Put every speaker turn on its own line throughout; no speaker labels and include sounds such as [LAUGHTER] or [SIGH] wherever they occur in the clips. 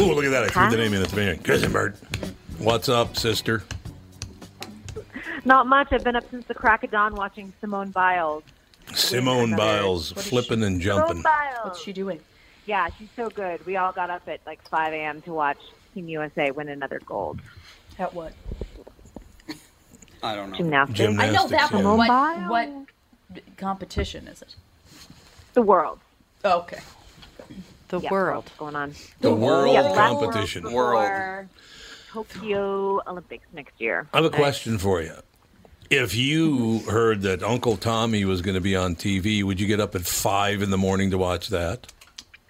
Ooh, look at that. I threw the name in at the beginning. Kristen Bird. What's up, sister?
[LAUGHS] Not much. I've been up since the crack of dawn watching Simone Biles.
Simone Biles flipping and jumping.
Biles.
What's she doing?
Yeah, she's so good. We all got up at like 5 a.m. to watch Team USA win another gold.
At what?
I don't know.
Gymnastics.
I know that, but
yeah.
what,
Mobile?
what competition is it?
the world.
Oh, okay.
The
Yeah,
world.
what's going on.
The world
Yeah, last world
competition.
before
World.
Tokyo Olympics next year.
I have a question for you. If you heard that Uncle Tommy was going to be on TV, would you get up at five in the morning to watch that?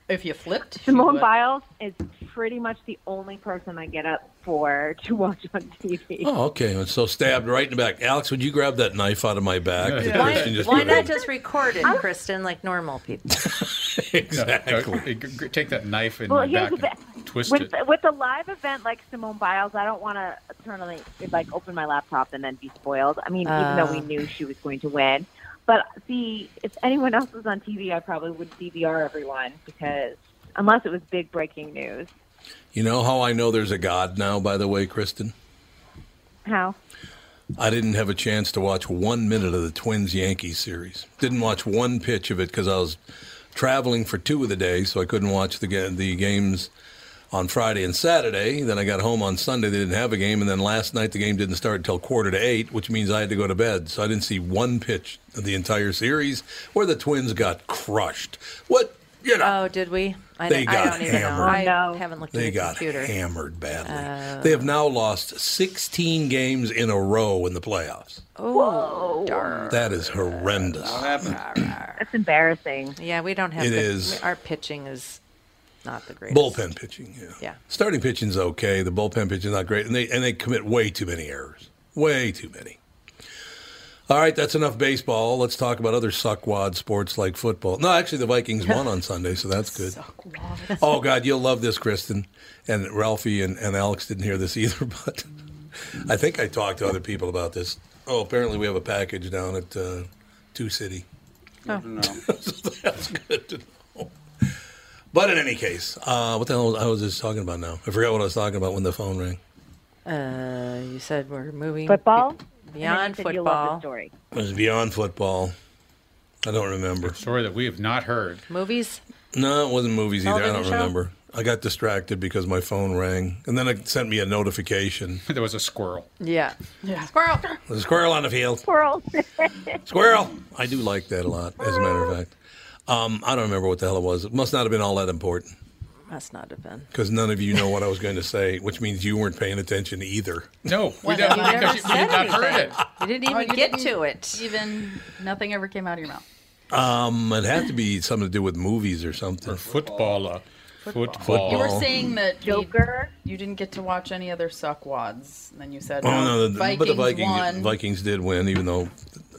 If you flipped, you
Simone
would.
Biles is pretty much the only person I get up for to watch on TV.
Oh, okay. I'm so stabbed right in the back. Alex, would you grab that knife out of my back? that
Why,
Kristen just
why
put
not
in?
just record it, Kristen, like normal people?
exactly.
Exactly. Take that knife and
Well, here's
back
the
and
thing.
twist
With
it.
with a live event like Simone Biles, I don't want to eternally like open my laptop and then be spoiled. I mean, even though we knew she was going to win, but see, if anyone else was on TV, I probably would DVR everyone because unless it was big breaking news.
You know how I know there's a God now, by the way, Kristen?
How?
I didn't have a chance to watch one minute of the Twins Yankees series. Didn't watch one pitch of it because I was traveling for two of the days, so I couldn't watch the ga- the games on Friday and Saturday. Then I got home on Sunday. They didn't have a game. And then last night, the game didn't start until quarter to eight, which means I had to go to bed. So I didn't see one pitch of the entire series where the Twins got crushed. What, you know.
Oh, did we? I,
They
don't- I
got
don't even know.
hammered.
I
No.
haven't looked
They
at the
got
computer. Uh,
hammered badly. they have now lost 16 games in a row in the playoffs.
Oh, darn.
That is horrendous.
That's embarrassing.
Yeah, we don't have.
It
the,
is-
Our pitching is not the greatest.
Bullpen pitching, yeah.
Yeah.
Starting pitching's okay. The bullpen pitching's not great, and they and they commit way too many errors. Way too many. All right, that's enough baseball. Let's talk about other suckwad sports like football. No, actually, the Vikings won on Sunday, so that's good. Oh God, you'll love this, Kristen, and Ralphie and, and Alex didn't hear this either, [LAUGHS] but I think I talked to other people about this. Oh, apparently we have a package down at uh, Two City.
Oh.
[LAUGHS]
So that's good to know. But in any case, uh, what the hell was I was just talking about now? I forgot what I was talking about when the phone rang.
Uh, you said we're moving
Football? And then you
beyond
said you love the
football.
story.
It was beyond football. I don't remember.
Story that we have not heard.
Movies.
No, it wasn't movies either. I don't
Television show?
remember. I got distracted because my phone rang, and then it sent me a notification.
[LAUGHS] There was a squirrel.
Yeah.
Yeah.
Squirrel.
There's a squirrel on the
[LAUGHS]
field.
Squirrel.
Squirrel. I do like that a lot. As a matter of fact, um, I don't remember what the hell it was. It must not have been all that important
Must not have been.
because none of you know what I was going to say, which means you weren't paying attention either.
No,
Well,
we don't
you
because
never
you- we
said
have not heard it.
anything. You didn't even
Oh, you
get
didn't
to it.
Even nothing ever came out of your mouth.
Um, It had to be something to do with movies or something.
Footballer. Football.
You were
Oh.
saying that we-
Joker.
You didn't get to watch any other suckwads. And then you said,
Oh no, the,
Vikings
but the Vikings
won.
Vikings did win, even though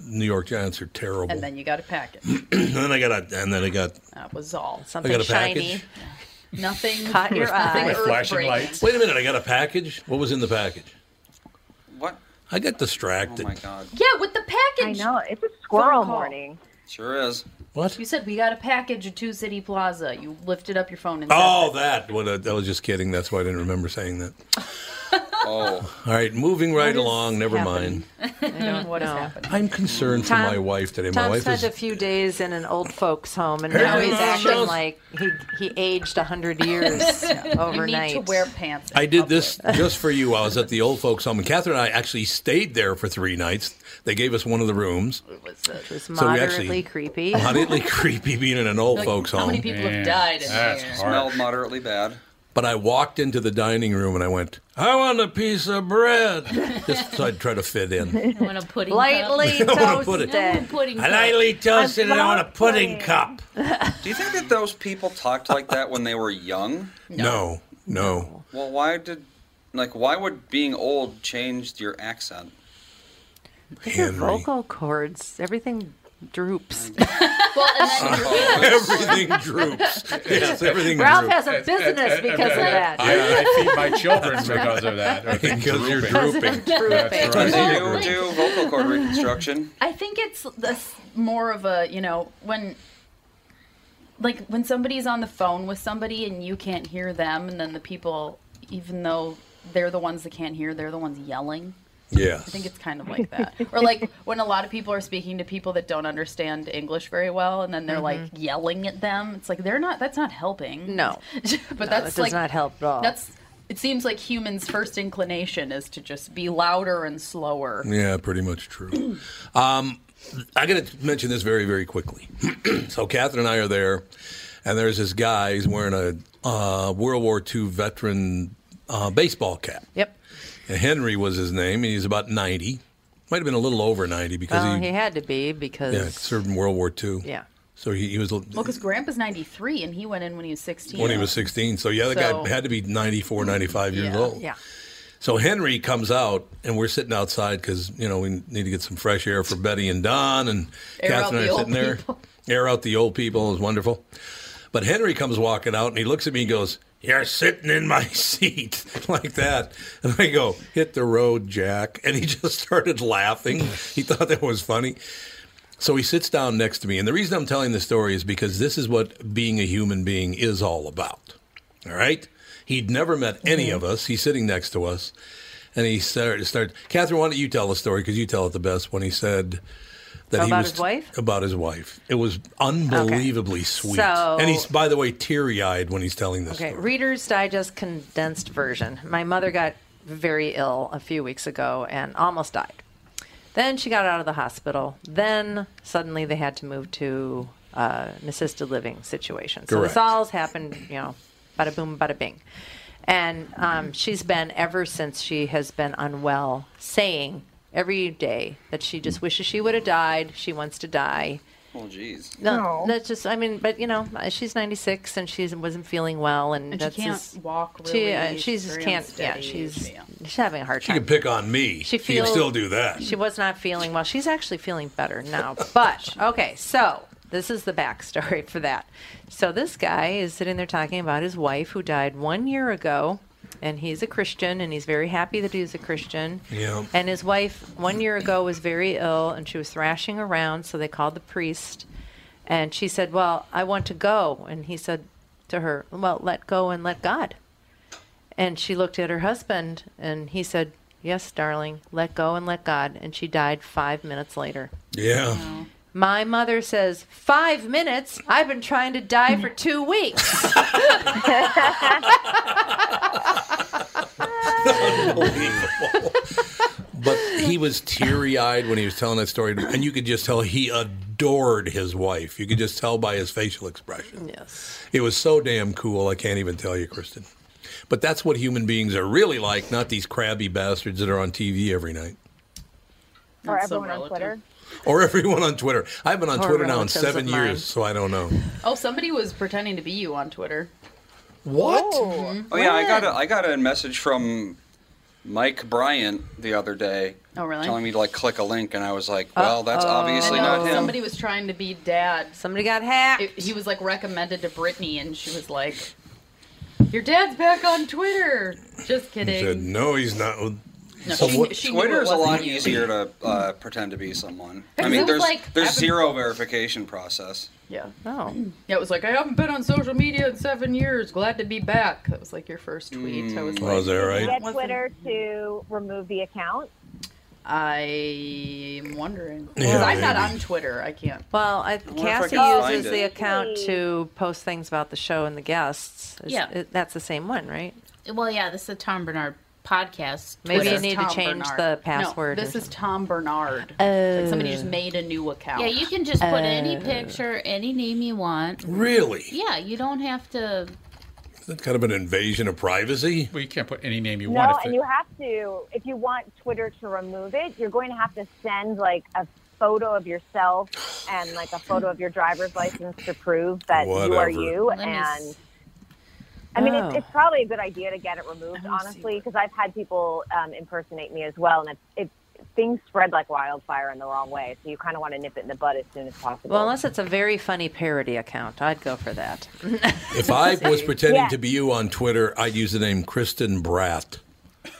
New York Giants are terrible. [CLEARS THROAT]
and then you got a package.
And then I got a, and then I got
That was all.
I
[LAUGHS] Something
got a
shiny.
package.
Nothing
Caught your
nothing
eye.
With flashing
earth-breaking.
lights.
Wait a minute, I got a package. What was in the package?
What?
I got
Oh
distracted.
my god.
Yeah, with the
I
package.
know. It's a squirrel
call.
morning.
Sure is.
What?
You said we got a package at Two City Plaza. You lifted up your phone and said,
Oh, that. What? A, I was just kidding. That's why I didn't remember saying that. [LAUGHS]
[LAUGHS]
Oh.
All right, moving right
is
along. Never mind.
I don't
"What is
know.
happening?"
I'm concerned
Tom-
for my wife today. My
Tom
wife
spent
is.
a few days in an old folks' home, and now he's
Yes.
acting like he he aged hundred
[LAUGHS]
years
You
overnight.
need to wear pants. in
I did
public.
this just for you. I was at the old folks' home, and Catherine and I actually stayed there for three nights. They gave us one of the rooms.
It was, uh,
It's
So we
moderately
actually-
creepy.
Moderately
[LAUGHS]
[LAUGHS]
creepy being in an old
like,
folks'
How
home.
many people
Yeah,
have died in
that's
here?
hard.
Smelled moderately bad.
But I walked into the dining room and I went, I want a piece of
[LAUGHS]
bread. Just so I'd try to fit in.
[LAUGHS] You want a pudding [LAUGHS]
Lightly
I wanna put it-
toasted.
pudding
I lightly toasted and I want a pudding
Lovely.
cup.
Do you think that those people talked like that when they were young?
No, no.
Well, why did, like, why would being old change your accent?
Your
Henry.
vocal cords, everything droops.
Well, and
[LAUGHS]
then
[LAUGHS]
Everything droops. Yes, everything
Ralph
droops.
has a business
[LAUGHS]
because of that.
I, Uh, I feed my children because of that. I think
Because you're
drooping.
drooping.
That's
Did
right.
you do vocal cord
[LAUGHS]
reconstruction?
I think it's this more of a you know when like when somebody's on the phone with somebody and you can't hear them, and then the people, even though they're the ones that can't hear, they're the ones yelling. I
Yes.
think it's kind of like that,
[LAUGHS]
or like when a lot of people are speaking to people that don't understand English very well, and then they're like yelling at them. It's like they're not. That's not helping.
Mm-hmm. No.
[LAUGHS] but
that
that's
does
like
not help at all.
That's. It seems like humans' first inclination is to just be louder and slower.
Yeah, pretty much true. Um, I got to mention this very, very quickly. [CLEARS THROAT] so Catherine and I are there, and there's this guy. He's wearing a uh, World War II veteran uh, baseball cap.
Yep.
And Henry was his name, and he's about 90. Might have been a little over 90 because
Oh,
Well,
he,
he had to be
yeah,
because
served in World War II.
yeah.
So he, he was
Well, because Grandpa's 93 and he went in when he was 16.
when he was 16. So yeah, the
So-
guy had to be 94, 95 years
Yeah,
old.
yeah.
So Henry comes out, and we're sitting outside because, you know, we need to get some fresh air for Betty and Don, and
Air out
Catherine and I
the
are
old
sitting there.
people.
[LAUGHS] Air out the old people is wonderful. But Henry comes walking out, and he looks at me and goes, you're sitting in my [LAUGHS] seat like that. And I go, hit the road, Jack. [LAUGHS] And he just started laughing. He thought that was funny. So he sits down next to me. And the reason I'm telling this story is because this is what being a human being is all about. All right? He'd never met any of us. He's sitting next to us. And he started, started Catherine, why don't you tell the story? Because you tell it the best. When he said, that he
About
was
his wife?
about his wife. It was unbelievably sweet.
So-
and he's by the way teary eyed when he's telling this.
Okay,
story.
Reader's Digest condensed version. My mother got very ill a few weeks ago and almost died. Then she got out of the hospital. Then suddenly they had to move to uh, an assisted living situation. So
Correct.
this all's happened, you know, bada boom, bada bing. And um, she's been, ever since she has been unwell, saying every day that she just wishes she would have died. She wants to die.
Oh, jeez.
No, that's just. I mean, but you know, uh, she's 96 and she wasn't feeling well, and,
And she
that's
can't
just-
walk
She, uh,
really,
she
she's
just
very
can't. Yeah,
unsteady,
she's
yeah.
she's having a hard
She
time.
can pick on me.
She
can
feels-
still do that.
She was not feeling well. She's actually feeling better now. But okay, so this is the backstory for that. So this guy is sitting there talking about his wife who died one year ago, and he's a Christian, and he's very happy that he's a Christian.
Yeah.
And his wife one year ago was very ill, and she was thrashing around. So they called the priest, and she said, "Well, I want to go," and he said to her, "Well, let go and let God." And she looked at her husband and he said, Yes, darling, let go and let God. And she died five minutes later.
yeah.
My mother says, Five minutes? I've been trying to die for
[LAUGHS]
two weeks.
Oh,
Unbelievable.
[LAUGHS]
but he was teary eyed when he was telling that story, and you could just tell he adored his wife. You could just tell by his facial expression.
yes.
It was so damn cool. I can't even tell you, Kristen. But that's what human beings are really like, not these crabby bastards that are on TV every night.
Or
That's so
everyone on
relative.
Twitter.
Or [LAUGHS] everyone on Twitter. I've been on
Or
Twitter now in
relatives
seven
of mine.
years, so I don't know.
Oh, somebody was pretending to be you on Twitter. Mm-hmm.
What?
Oh yeah, I got a I got a message from Mike Bryant the other day.
Oh, really?
Telling me to like click a link, and I was like, well, that's obviously
I know,
not him.
Somebody was trying to be dad.
Somebody got hacked.
It- he was like recommended to Brittany, and she was like, "Your dad's back on Twitter." Just
He
kidding.
said, no, he's not.
No,
So
she,
what-
she knew it
Twitter's a
wasn't
lot
you.
easier to uh, pretend to be someone. I
Because it
mean,
was
there's
like-
there's
I've been-
zero verification process.
Yeah.
oh.
Yeah, it was like, I haven't been on social media in seven years. Glad to be back. That was like your first tweet. I was like,
Mm, Was that right?
Get Twitter to remove the account.
I'm wondering. Because
Yeah,
I'm not
maybe.
on Twitter. I can't.
Well, I,
wonder if I
Cassie
can find
uses
it.
the account to post things about the show and the guests. Is-
Yeah.
it- that's the same one, right?
Well, yeah, this is a Tom Bernard podcast.
Maybe
Twitter.
you need to change the password.
No,
or
this is
something.
Tom Bernard. Like somebody
Oh.
just made a new account.
Yeah, you can just put
Uh,
any picture, any name you want.
Really?
Yeah, you don't have to.
That's kind of an invasion of privacy.
Well, you can't put any name you want.
No,
if
and
it-
you have to, if you want Twitter to remove it, you're going to have to send like a photo of yourself and like a photo of your driver's license to prove that you
Whatever.
are you.
Let me
And
s-
I mean,
Oh.
it's, it's probably a good idea to get it removed,
Let me see
honestly,
what-
because I've had people um, impersonate me as well, and it's it, things spread like wildfire in the wrong way. So you kind of want to nip it in the bud as soon as possible.
Well, unless it's a very funny parody account, I'd go for that.
If
[LAUGHS]
I was pretending
Yeah.
to be you on Twitter, I'd use the name Kristen Bratt.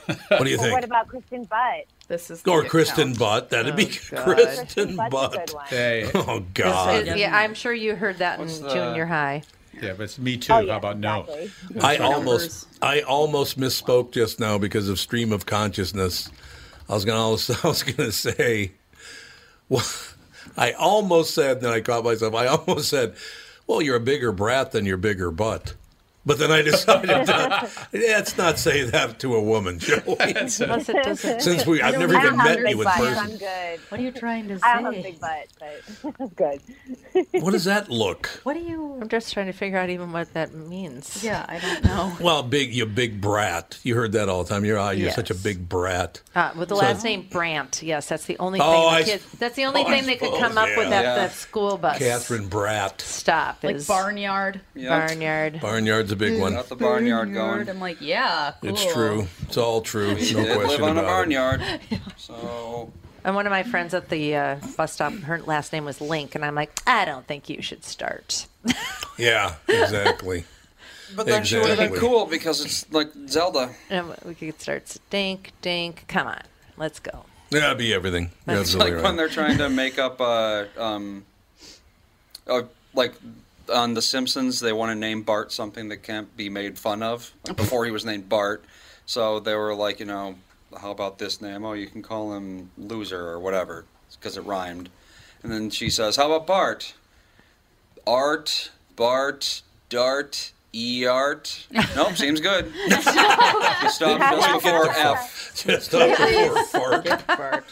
What do you
Well,
think?
what about Kristen Butt?
This is
or
the
Kristen
account.
Butt? That'd [LAUGHS] be
God.
Kristen
Oh, Butt's a
Butt.
good one.
Hey,
Oh
Is-
God!
is- yeah, I'm sure you heard that
What's
in
the-
junior high.
yeah, but it's me too.
Oh, yeah,
How about
exactly.
no?
I almost, I almost misspoke just now because of stream of consciousness. I was gonna, [LAUGHS] I was gonna say, well, [LAUGHS] I almost said, then I caught myself. I almost said, "Well, you're a bigger brat than your bigger butt," but then I [LAUGHS] decided, to, let's not say that to a woman, [LAUGHS] shall we?
Plus, it doesn't
Since we, I've never
I
even
don't have
met
big
you in
butts.
person.
I'm good.
What are you trying to say?
I don't have a big butt, but [LAUGHS] good.
What does that look?
What are you?
I'm just trying to figure out even what that means.
Yeah, I don't
[LAUGHS]
know.
Well, big, you big brat. You heard that all the time. You're, ah, you're such a
Yes.
big brat.
Uh, with the last name Brandt. Yes, that's the only thing.
Oh,
the
I
kids, that's the only
oh, I
thing they could
suppose,
come up with
yeah.
at
Yeah.
the school bus
Catherine Brat.
stop.
Like
is
Barnyard.
Yeah.
Barnyard.
Barnyard's a big one.
Got the barnyard going.
I'm like, yeah,
Ah,
cool.
It's true. It's all true.
We
no
did
question
live on a
about
barnyard,
[LAUGHS]
so
And one of my friends at the uh, bus stop, her last name was Link, and I'm like, I don't think you should start. [LAUGHS]
it. Yeah, exactly.
But that should have been
Exactly.
cool because it's like Zelda.
And we could start stink, dink. Come on, let's go.
That'd be everything. You're
That's
absolutely
Like when
right.
they're trying to make up, uh, um, uh, like on The Simpsons, they want to name Bart something that can't be made fun of. Like before he was named Bart, so they were like, you know, how about this name? Oh, you can call him Loser or whatever because it rhymed. And then she says, How about Bart? Art, Bart, Dart, E art. Nope, seems good. you stop just before F.
[LAUGHS] Just up
[LAUGHS]
for fart.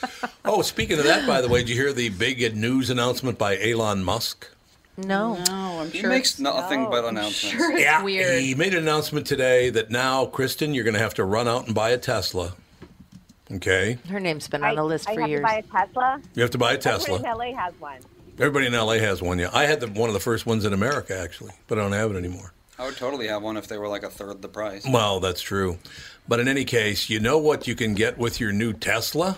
Oh, speaking of that, by the way, did you hear the big news announcement by Elon Musk?
No.
No, I'm
He
sure.
makes nothing but
I'm
announcements.
sure it's weird.
He made an announcement today that now, Kristen, you're going to have to run out and buy a Tesla. Okay,
Her name's been on the list
I
for
have
years.
to buy a Tesla.
you have to buy a Tesla.
Everyone in LA has one.
Everybody in LA has one. Yeah, I had the, one of the first ones in America actually, but I don't have it anymore.
I would totally have one if they were like a third the price.
Well, that's true. But in any case, you know what you can get with your new Tesla?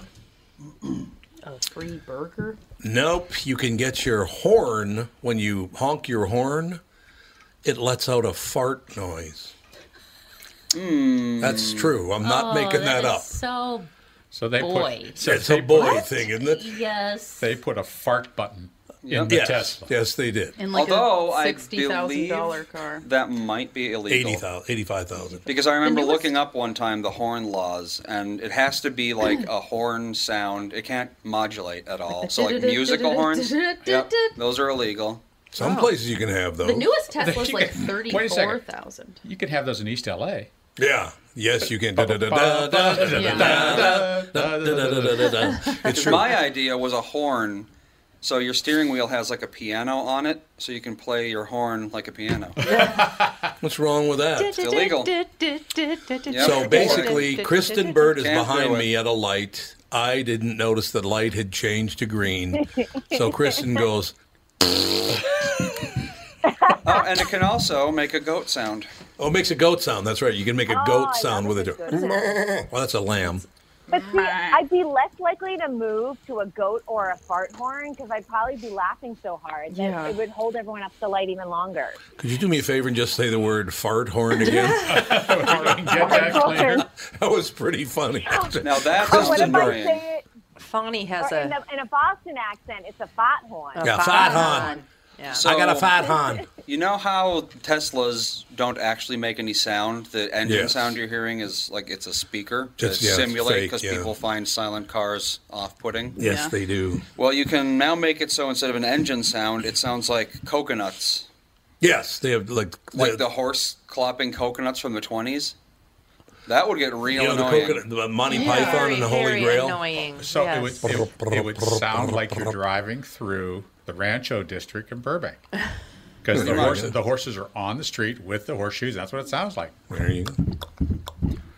A free burger?
Nope. You can get your horn when you honk your horn. It lets out a fart noise.
Hmm.
That's true. I'm not making that,
Oh, is
up.
So
So they
Boy.
put so
it's
they
a boy
Put,
thing, isn't it?
yes.
they put a fart button in
Yep.
the
Yes.
Tesla.
Yes, they did.
In like
Although
a
I
sixty thousand dollar
believe
car.
that might be illegal.
80,000, 85,000.
Because I remember
newest-
looking up one time the horn laws, and it has to be like
[CLEARS THROAT]
a horn sound. It can't modulate at all. So
[LAUGHS]
like musical horns, yep, those are illegal.
Some places you can have those.
The newest Tesla's like
Wait a second.
thirty-four thousand.
You could have those in East LA.
yeah. Yes, you can. It's
'Cause
true.
my idea was a horn. So your steering wheel has like a piano on it, so you can play your horn like
[LAUGHS]
a piano.
What's wrong with that?
illegal.
So
Or-
basically, Kristen Bird is
Can't
behind
do it.
me at a light. I didn't notice the light had changed to green.
[LAUGHS]
So Kristen goes,
Oh, and it can also make a goat sound. Ah,
Oh, it makes a goat sound. That's right. You can make a
Oh,
goat
I
sound
love
with
a
it.
good
Well, that's a lamb.
But see, I'd be less likely to move to a goat or a fart horn because I'd probably be laughing so hard that
Yeah.
it would hold everyone up to the light even longer.
Could you do me a favor and just say the word fart horn
[LAUGHS]
again?
Get that clear.
[LAUGHS] that was pretty funny. [LAUGHS]
Now that's
Oh, what if I
annoying.
say it
Fonny has
or in,
a,
a, in a Boston accent? It's a fat horn.
a
Yeah,
fat
fat
hon.
hon.
Yeah.
So-
I got a fat hon.
You know how Teslas don't actually make any sound? The engine
Yes.
sound you're hearing is like it's a speaker to
Just, yeah, it's
simulate
fake,
because
yeah.
people find silent cars off putting.
Yes,
Yeah.
they do.
Well, you can now make it so instead of an engine sound, it sounds like coconuts.
Yes, they have like
Like the horse clopping coconuts from the 20s. That would get real
you know, the
annoying.
coconut, the Monty
Yeah.
Python and the Holy
very
Grail.
Annoying.
So
yes.
it, would, it, would- it would sound like you're driving through the Rancho district in Burbank. Because the,
Right.
horse, the horses are on the street with the horseshoes. That's what it sounds like,
There you go.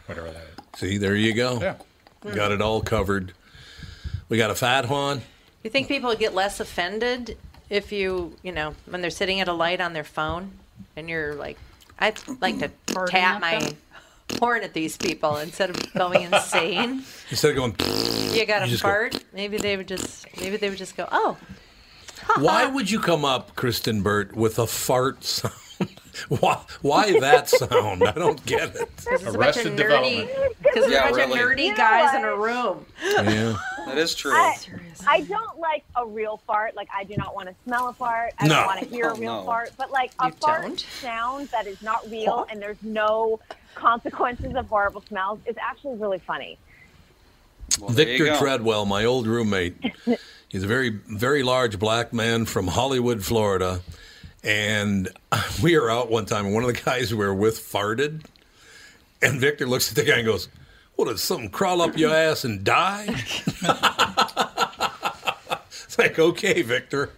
whatever that is.
See, there you go.
Yeah.
Got it all covered. We got a fat hon.
You think people would get less offended if you, you know, when they're sitting at a light on their phone and you're like, I like to
Farting
tap
at
my
them?
horn at these people instead of going insane.
Instead of going, [LAUGHS]
You got
You
a
just go-
fart. [LAUGHS] Maybe they would just, maybe they would just go, oh,
why would you come up, Kristen Burt, with a fart sound? [LAUGHS] why, why that sound? I don't get it.
because it's a bunch of
Arrested
nerdy,
Development.
because
Yeah,
a bunch of
really.
nerdy
You know
guys
what?
in a room.
Yeah.
that is true.
I, I don't like a real fart. Like I do not want to smell a fart. I
No.
don't want to hear
Oh,
a real
no.
fart. But like a
You
fart
don't?
sound that is not real and there's no consequences of horrible smells is actually really funny.
Well, there you
Victor
go.
Treadwell, my old
[LAUGHS]
roommate. He's a very, very large black man from Hollywood, Florida. And [LAUGHS] we were out one time, and one of the guys we were with farted. And Victor looks at the guy and goes, What, did something crawl up your ass and
[LAUGHS]
die? it's like, okay, Victor,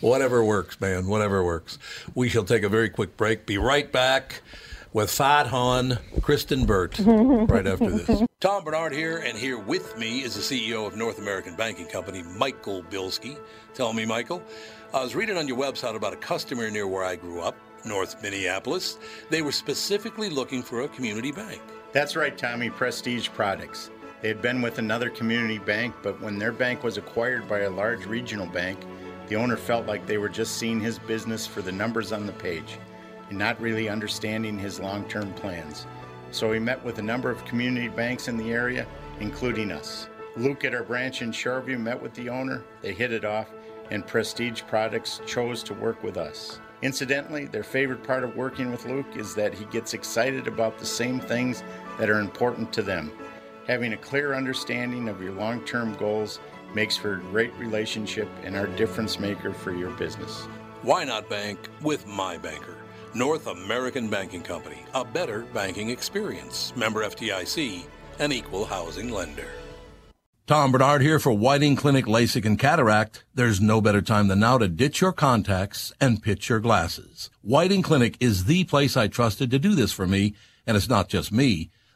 whatever works, man, whatever works. We shall take a very quick break. Be right back with Fat Han, Kristen Burt, [LAUGHS] right after this. Tom Bernard here, and here with me is the CEO of North American Banking Company, Michael Bilski. Tell me, Michael, I was reading on your website about a customer near where I grew up, North Minneapolis. They were specifically looking for a community bank.
That's right, Tommy, Prestige Products. They had been with another community bank, but when their bank was acquired by a large regional bank, the owner felt like they were just seeing his business for the numbers on the page and not really understanding his long term plans. So he met with a number of community banks in the area, including us. Luke at our branch in Shoreview met with the owner, they hit it off, and Prestige Products chose to work with us. Incidentally, their favorite part of working with Luke is that he gets excited about the same things that are important to them. Having a clear understanding of your long term goals makes for a great relationship and are difference maker for your business.
Why not bank with my banker? North American Banking Company, a better banking experience. Member FDIC, an equal housing lender. Tom Bernard here for Whiting Clinic LASIK and Cataract. There's no better time than now to ditch your contacts and pitch your glasses. Whiting Clinic is the place I trusted to do this for me, and it's not just me.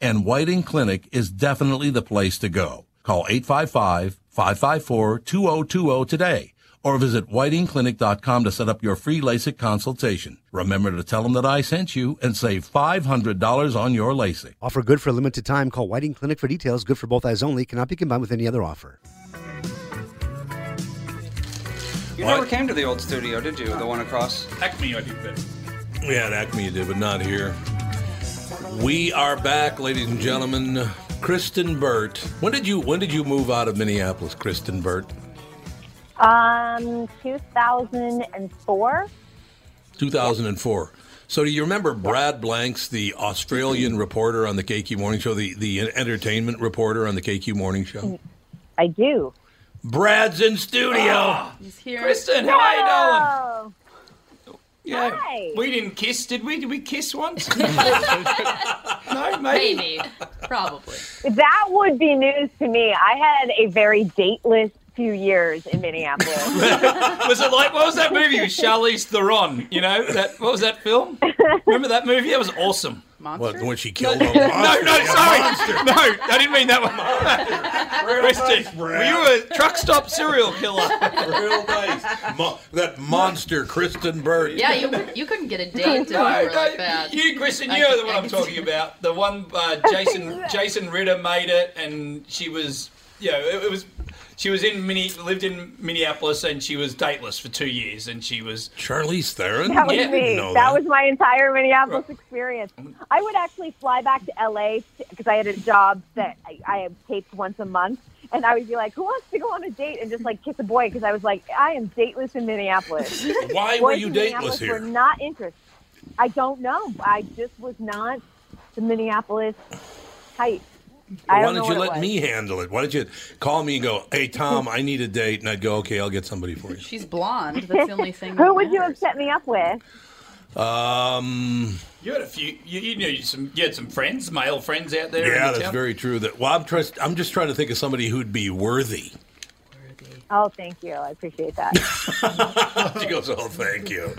and Whiting Clinic is definitely the place to go. Call 855-554-2020 today or visit whitingclinic.com to set up your free LASIK consultation. Remember to tell them that I sent you and save $500 on your LASIK.
Offer good for a limited time. Call Whiting Clinic for details. Good for both eyes only. Cannot be combined with any other offer.
You never came to the old studio, did you? The one across?
Acme, I did that.
Yeah, at Acme you did, but not here. We are back, ladies and gentlemen. Kristen Burt. When did you when did you move out of Minneapolis, Kristen Burt?
Um, 2004.
2004. So do you remember Brad Blanks, the Australian reporter on the KQ Morning Show, the, the entertainment reporter on the KQ Morning Show?
I do.
Brad's in studio.
He's here.
Kristen, how are you doing?
Oh,
Yeah.
Hi.
We didn't kiss, did we? Did we kiss
[LAUGHS]
once? no, maybe.
Probably.
that would be news to me. I had a very dateless few years in Minneapolis.
was it like what was that movie with Charlize Theron? You know that what was that film? Remember that movie? That was awesome.
What, when she killed
[LAUGHS] no,
a monster?
no,
Yeah,
sorry,
monster.
no, I didn't mean that one. Kristen, were you a truck stop serial killer?
Real nice. [LAUGHS] Mo- that monster, Kristen Burt.
Yeah, you you couldn't get a
No,
date to her
no,
like that.
you, Kristen, you
I
know
can-
the one
I
I'm
can
talking about. The one
[LAUGHS]
uh, Jason Jason Ritter made it, and she was, you know, it, it was, she was in Minne lived in Minneapolis, and she was dateless for two years, and she was
Charlize Theron?
That was
Yeah,
me.
no,
That,
that-
was my entire Minneapolis experience. I would actually fly back to LA because I had a job that I, I had taped once a month. And I would be like, who wants to go on a date and just like kiss a boy? Because I was like, I am dateless in Minneapolis.
[LAUGHS] Why were
Boys
you
in
dateless
Minneapolis
here?
Were not interested. I don't know. I just was not the Minneapolis type. I
Why
don't know
don't you
what it
let
was.
me handle it? Why don't you call me and go, hey, Tom, I need a date? And I'd go, okay, I'll get somebody for you.
She's blonde. That's the
[LAUGHS]
only thing.
Who would you have set me up with?
Um,
you had a few, you, you knew some, you had some friends, male friends out there. in
yeah,
the
that's
town.
very true. That Well, I'm, trust, I'm just trying to think of somebody who'd be
[LAUGHS]
worthy.
Oh, thank you. I
[LAUGHS]
appreciate that.
She goes, oh, thank
[LAUGHS]
you.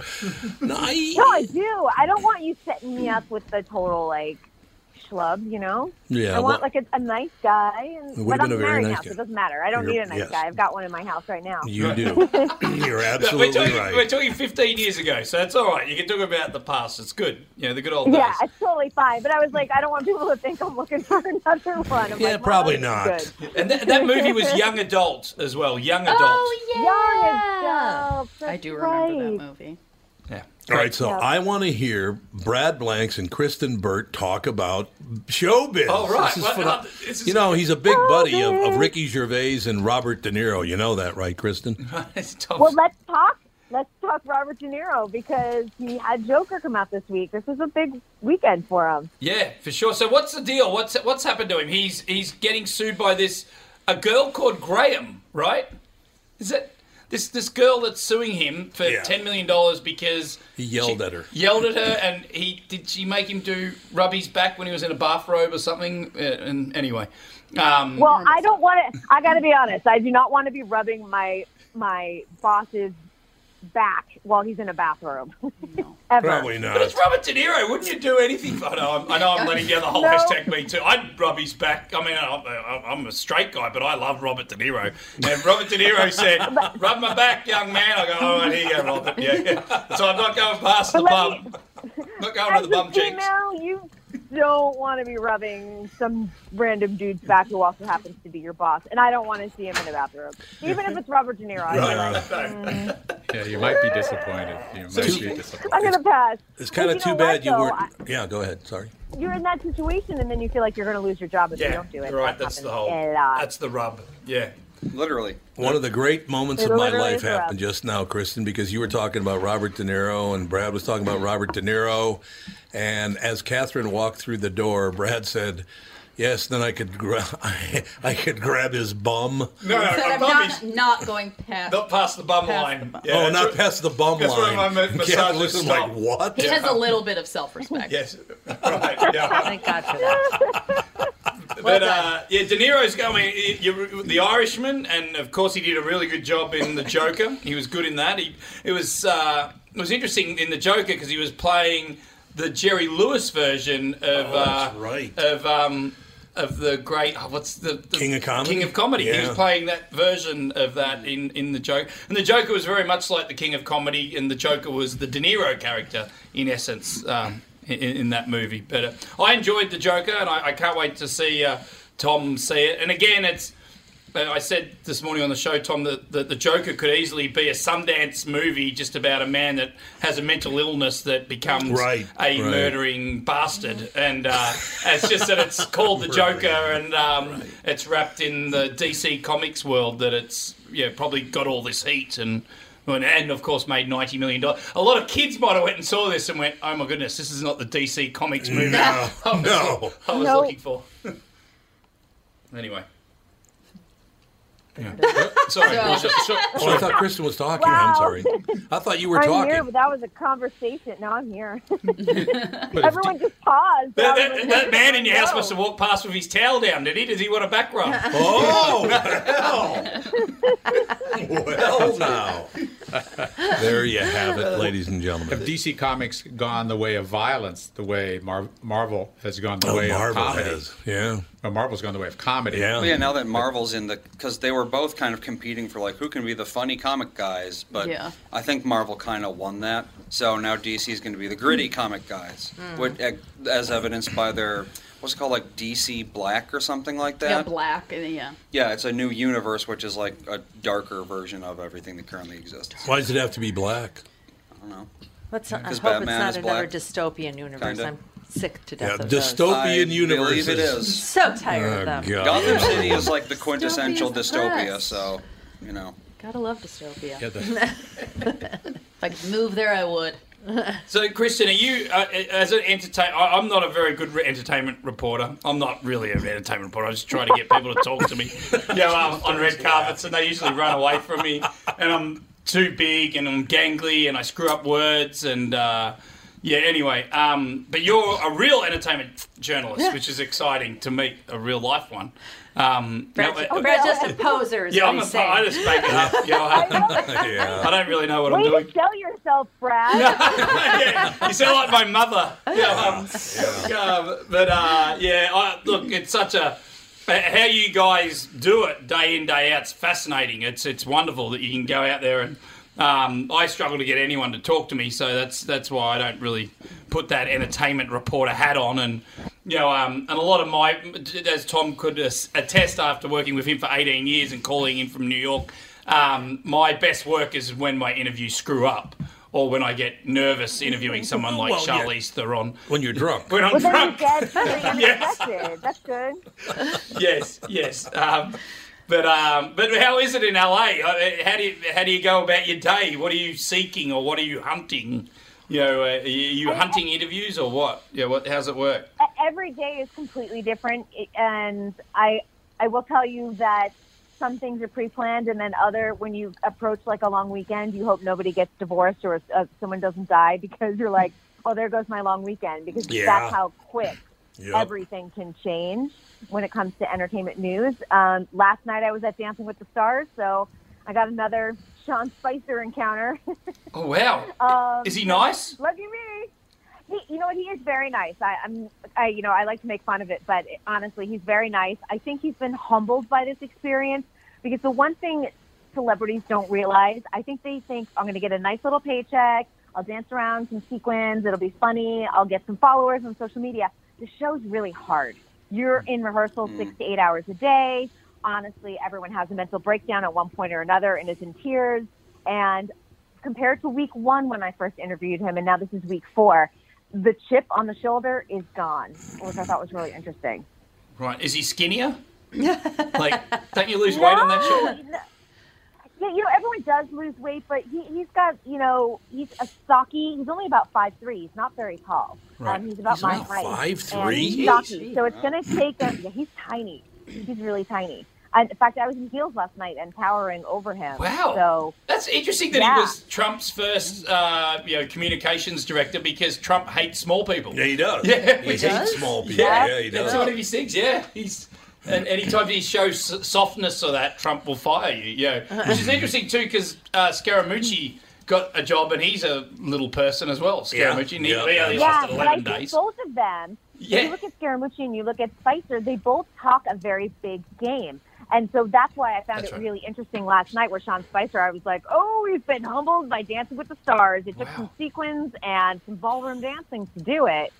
No, I-
No, I do. I don't want you setting me up with the total like schlub, you know.
Yeah,
I want
well-
like a, a nice guy, and
It would've
but
been
I'm
a very
married
nice
now,
guy.
so it doesn't matter. I don't
You're-
need a nice
yes.
guy. I've got one in my house right now.
You do.
[LAUGHS]
You're
No, we're
absolutely
talking,
right.
we're talking 15 years ago, so that's all right. You can talk about the past. It's good. You know, the good old
Yeah,
days.
it's totally fine. But I was like, I don't want people to think I'm looking [LAUGHS] for another one. I'm
Yeah,
like,
probably
well, that's
not. And that, that movie was
[LAUGHS]
young adult as well. Young adult.
Good. Young is
Oh, I do remember that movie.
All right, so I want to hear Brad Blanks and Kristen Burt talk about showbiz.
All right,
This is
well,
phenom-
uh, this is-
you know, he's a big buddy of, of Ricky Gervais and Robert De Niro. You know that, right,
[LAUGHS]
Kristen?
Well, let's talk. Let's talk Robert De Niro because he had Joker come out this week. This is a big weekend for him.
Yeah, for sure. So what's the deal? What's what's happened to him? He's he's getting sued by this a girl called Graham, right? Is it this this girl that's suing him for ten million dollars because
He yelled at her.
yelled at her and he did she make him do rub his back when he was in a bathrobe or something? Uh, and anyway, um,
Well, I don't want to. I got to be honest. I do not want to be rubbing my my boss's back while he's in a bathroom.
Um,
[LAUGHS] Ever.
Probably not.
But it's Robert De Niro. Wouldn't you do anything? For, I know I'm, I know I'm letting down the whole
No.
hashtag me too. I'd rub his back. I mean, I'm, I'm a straight guy, but I love Robert De Niro. And Robert De Niro said, "Rub my back, young man." I go, "All right, here you go, Robert." Yeah, yeah. So I'm not going past the
But let
bum. not going to
As
the bum
a
cheeks.
female, you don't want to be rubbing some random dude's back who also happens to be your boss, and I don't want to see him in the bathroom, even if it's Robert De Niro. I'd be
Right,
like,
right.
"Mm,
Yeah, you might be disappointed. You might
It's-
be disappointed.
I'm gonna pass.
It's kind of
But you
too
know what,
bad you
though?
weren't. Yeah, go ahead. Sorry.
I- You're in that situation, and then you feel like you're going to lose your job if you
Yeah,
don't do it.
you're right. That's the whole.
a lot.
That's the rub. Yeah.
Literally.
One of the great moments
It
of my
literally
life
is rough.
happened just now, Kristen, because you were talking about Robert De Niro and Brad was talking about Robert De Niro. And as Catherine walked through the door, Brad said, Yes, then I could gra- [LAUGHS] I, could grab his bum.
No, no,
Said I'm not, not going past.
Not past the bum
Past
line.
oh, not past the bum
that's where
line. [LAUGHS]
my ma-
And
massage
Catherine looked at him like,
stopped.
What?
He has a little bit of
[LAUGHS]
self-respect.
Yes.
[LAUGHS]
Thank God for that.
But uh, yeah, De Niro's going. y- you the Irishman, and of course he did a really good job in the Joker. [LAUGHS] He was good in that. He it was uh, it was interesting in the Joker because he was playing the Jerry Lewis version of
Oh, that's
uh,
right.
of um, of the great oh, what's the, the
King of Comedy?
King of Comedy. He
Yeah.
was playing that version of that in in the Joker, and the Joker was very much like the King of Comedy, and the Joker was the De Niro character in essence. Um, in, in that movie. But uh, I enjoyed the Joker, and I, I can't wait to see uh, Tom see it. And again, it's uh, I said this morning on the show, Tom, that, that the Joker could easily be a Sundance movie just about a man that has a mental illness that becomes
Right,
a
right.
murdering bastard. And uh, it's just that it's
[LAUGHS]
called the Joker, and um, it's wrapped in the DC Comics world that it's yeah probably got all this heat and. And, and of course, made ninety million dollars. A lot of kids might have went and saw this and went, "Oh my goodness, this is not the DC Comics movie [LAUGHS]
No,
I was,
no.
I was
No.
looking for." Anyway,
[LAUGHS]
Uh, sorry.
So-
it was just-
Oh,
Oh, I thought Kristen was talking. I'm
Wow.
sorry. I thought you were
I'm
talking.
here, but that was a conversation. Now I'm here.
[LAUGHS]
Everyone just paused.
That,
I was
that,
like,
that man in your house must have walked past with his towel down, did he? Does he want a back rub? [LAUGHS]
Oh, well now. There you have it, ladies and gentlemen.
Have DC Comics gone the way of violence, the way Mar- Marvel has gone the
Oh,
way
Marvel
of comedy?
has, Yeah.
Well, Marvel's gone the way of comedy.
Well, yeah, now that Marvel's in the because they were both kind of competing for like who can be the funny comic guys, but
Yeah.
I think Marvel kind of won that. So now DC is going to be the gritty comic guys,
Mm.
which, eh, as evidenced by their what's it called like DC Black or something like that.
Yeah, black. and Yeah.
Yeah, it's a new universe, which is like a darker version of everything that currently exists.
Why does it have to be black?
I don't know.
Let's. I hope
'Cause
it's
Batman
not
is
another
black.
dystopian universe.
Kinda.
I'm sick to
Yeah,
death of those.
dystopian
I
universe.
believe it is. Uh,
So tired
Oh,
of them.
God.
Gotham City is like the quintessential
Dystopia's the
dystopia,
best.
so you know.
Gotta love dystopia.
Yeah, the-
[LAUGHS] if I could move there, I would.
So, Kristen, are you uh, as an entertain? I- I'm not a very good re- entertainment reporter. I'm not really an entertainment reporter. I just try to get people to talk to me, [LAUGHS] you know, um, on red carpets, and they usually run away from me. And I'm too big, and I'm gangly, and I screw up words, and uh, yeah. Anyway, um, but you're a real entertainment journalist,
Yeah.
which is exciting to meet a real life one. Um,
Oh, Brad,
now, uh,
Brad's just a poser. Is
yeah,
what
I'm a,
he's
po- I
saying.
just make it up. You know,
[LAUGHS]
I, [LAUGHS] I don't really know what I'm
Way
doing.
to [LAUGHS] sell yourself, Brad.
[LAUGHS] You sound like my mother. Yeah, um, um, but uh, yeah, I, look, it's such a how you guys do it day in day out's fascinating. It's it's wonderful that you can go out there and. Um, I struggle to get anyone to talk to me, so that's that's why I don't really put that entertainment reporter hat on. And you know, um, and a lot of my, as Tom could as- attest after working with him for 18 years and calling in from New York, um, my best work is when my interviews screw up or when I get nervous interviewing someone like
Well, yeah.
Charlize Theron.
When you're drunk.
When I'm
Well, then
drunk. [LAUGHS]
you said
[LAUGHS]
something
Yes.
unexpected. That's good. E,
yes, yes. Um, but um, but how is it in LA? Uh, How do you, how do you go about your day? What are you seeking or what are you hunting? You know, uh, are you you hunting interviews or what? Yeah, what? How's it work?
E- Every day is completely different, i- and I I will tell you that some things are pre-planned, and then other when you approach like a long weekend, you hope nobody gets divorced or uh, someone doesn't die because you're like, oh, there goes my long weekend because
Yeah.
that's how quick
Yep.
everything can change when it comes to entertainment news. Um, last night I was at Dancing with the Stars, so I got another Sean Spicer encounter. [LAUGHS]
Oh wow,
Um,
is he nice?
Lucky me. He, you know what? He is very nice. I, I'm, I, you know, I like to make fun of it, but honestly, he's very nice. I think he's been humbled by this experience because the one thing celebrities don't realize, I think they think I'm going to get a nice little paycheck. I'll dance around some sequins. It'll be funny. I'll get some followers on social media. the show's really hard. You're in rehearsal
Mm.
six to eight hours a day. Honestly, everyone has a mental breakdown at one point or another and is in tears. And compared to week one when I first interviewed him, and now this is week four, the chip on the shoulder is gone, which I thought was really interesting.
Right. Is he skinnier? like, don't you lose weight on that show?
Yeah, you know, everyone does lose weight, but he, he's got, you know, he's a stocky. He's only about five three. He's not very tall.
Right.
Um, he's about
He's
my
only
height.
5'3"?
And he's stocky. So it's going to take him. Yeah, he's tiny. He's really tiny. And in fact, I was in heels last night and towering over him.
Wow.
So
That's interesting that
Yeah.
he was Trump's first, uh, you know, communications director because Trump hates small people. Yeah,
he does.
Yeah,
He
which
hates
is-
small people. Yeah, he does.
That's one of his things. Yeah, he's. And anytime he shows s- softness or that, Trump will fire you. Yeah, which is interesting too because uh, Scaramucci got a job and he's a little person as well.
Yeah.
Scaramucci, and he,
Yeah.
yeah, he
yeah,
lasted
but I
eleven
think
days.
both of them. If
Yeah.
you look at Scaramucci and you look at Spicer, they both talk a very big game. And so that's why I found
That's
it
right.
really interesting last night where Sean Spicer, I was like, oh, he's been humbled by Dancing with the Stars. It took some sequins and some ballroom dancing to do it.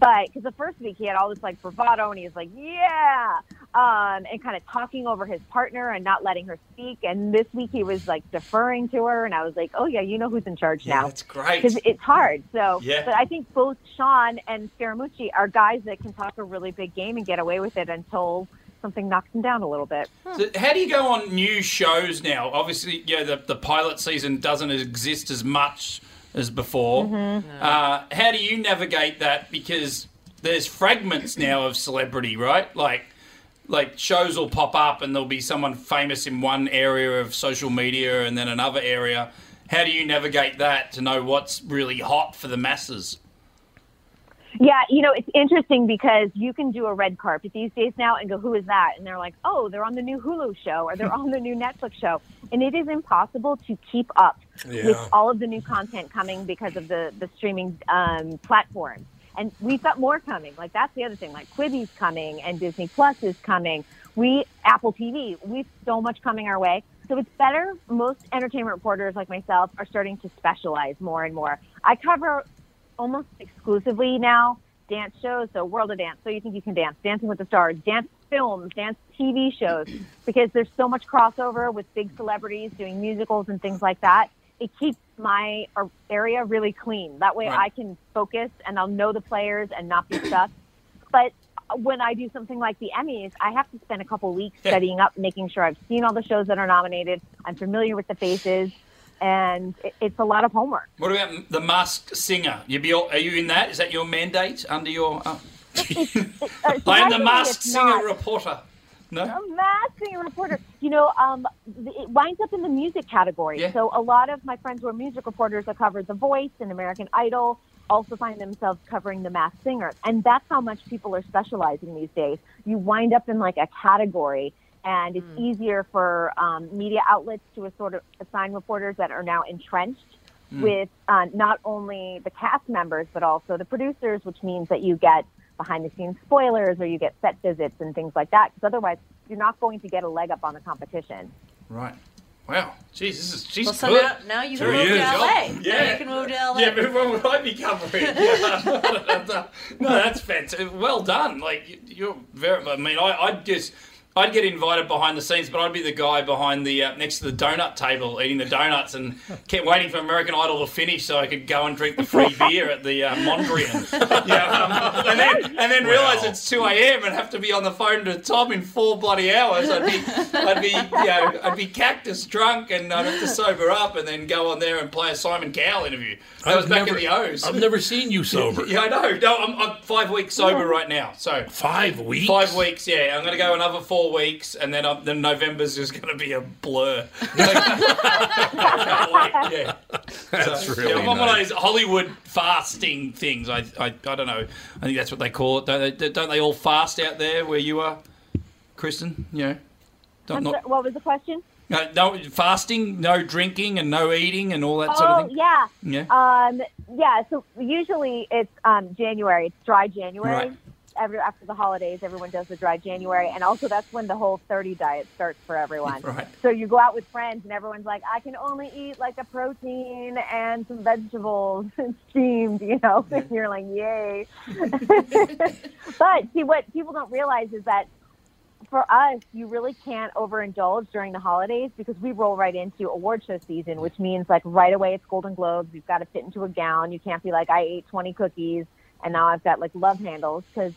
But because the first week he had all this like bravado and he was like, yeah, um, and kind of talking over his partner and not letting her speak. And this week he was like deferring to her. And I was like, oh, yeah, you know who's in charge
Yeah,
now.
that's great.
Because it's hard. So,
Yeah.
but I think both Sean and Scaramucci are guys that can talk a really big game and get away with it until something knocks them down a little bit.
So how do you go on new shows now? Obviously, you know, the, the pilot season doesn't exist as much as before.
Mhm.
Mm-hmm.
Uh, how do you navigate that? Because there's fragments now of celebrity, right? Like, like shows will pop up and there'll be someone famous in one area of social media and then another area. How do you navigate that to know what's really hot for the masses?
Yeah, you know, it's interesting because you can do a red carpet these days now and go, who is that? And they're like, oh, they're on the new Hulu show or they're on the new Netflix show. And it is impossible to keep up with
Yeah.
all of the new content coming because of the, the streaming um, platforms. And we've got more coming. Like, that's the other thing. Like, Quibi's coming and Disney Plus is coming. We, Apple TV, we've so much coming our way. So it's better. Most entertainment reporters like myself are starting to specialize more and more. I cover almost exclusively now dance shows. So World of Dance, So You Think You Can Dance, Dancing with the Stars, dance films, dance TV shows, because there's so much crossover with big celebrities doing musicals and things like that. It keeps my uh, area really clean. That way
Right.
I can focus and I'll know the players and not
[CLEARS THROAT]
be stuck. But uh, when I do something like the Emmys, I have to spend a couple weeks
Yeah.
studying up, making sure I've seen all the shows that are nominated. I'm familiar with the faces, and it- it's a lot of homework.
What about the Mask Singer? You be all, are you in that? Is that your mandate under your?
[LAUGHS]
Uh... [LAUGHS] I am the
surprisingly,
Mask
it's
Singer
not.
reporter. No.
A mass singer reporter. You know, um, th- it winds up in the music category.
Yeah.
So a lot of my friends who are music reporters that cover The Voice and American Idol also find themselves covering the mass singer. And that's how much people are specializing these days. You wind up in like a category. And it's easier for um, media outlets to sort of assign reporters that are now entrenched
Mm.
with uh, not only the cast members but also the producers, which means that you get behind the scenes spoilers or you get set visits and things like that. Because otherwise, you're not going to get a leg up on
[LAUGHS]
the competition.
Right. Wow. Jeez, this is she's
Well, so
good.
now, now you can
Three
move to
years.
LA. Now
Oh, Yeah.
you can move to LA.
Yeah, but when will I be covering? [LAUGHS] no, that's fantastic. Well done. Like you- you're very. I mean, I, I'd just. I'd get invited behind the scenes, but I'd be the guy behind the uh, next to the donut table eating the donuts and kept waiting for American Idol to finish so I could go and drink the
[LAUGHS]
free beer at the uh, Mondrian. You know, um, and then and then realize it's two a.m. and have to be on the phone to Tom in four bloody hours. I'd be I'd be, you know, I'd be cactus drunk and I'd have to sober up and then go on there and play a Simon Cowell interview. That
I've
was back
never-
in the O's.
I've never seen
[LAUGHS]
you sober.
yeah, I know. No, I'm, I'm five weeks sober right now. So
Five weeks?
Five weeks. Yeah, I'm going to go another four weeks, and then I'm, then November's just going to be a blur. I can't wait, Yeah.
That's
So,
really
yeah, I'm on one of
nice.
those Hollywood fasting things. I, I, I don't know. I think that's what they call it. Don't they, don't they all fast out there where you are, Kristen? Yeah. Don't,
I'm
not,
sorry, what was the question?
no, no fasting, no drinking, and no eating, and all that sort
oh
of thing.
yeah,
Yeah.
um, yeah. So usually it's um, January. It's dry January,
Right.
every after the holidays, everyone does the dry January, and also that's when the whole 30 diet starts for everyone.
Right.
So you go out with friends, and everyone's like, "I can only eat like a protein and some vegetables [LAUGHS] and steamed," you know. And [LAUGHS] you're like, "Yay!" [LAUGHS] but see, what people don't realize is that for us, you really can't overindulge during the holidays because we roll right into award show season, which means like right away it's Golden Globes. You've got to fit into a gown. You can't be like, I ate 20 cookies and now I've got like love handles because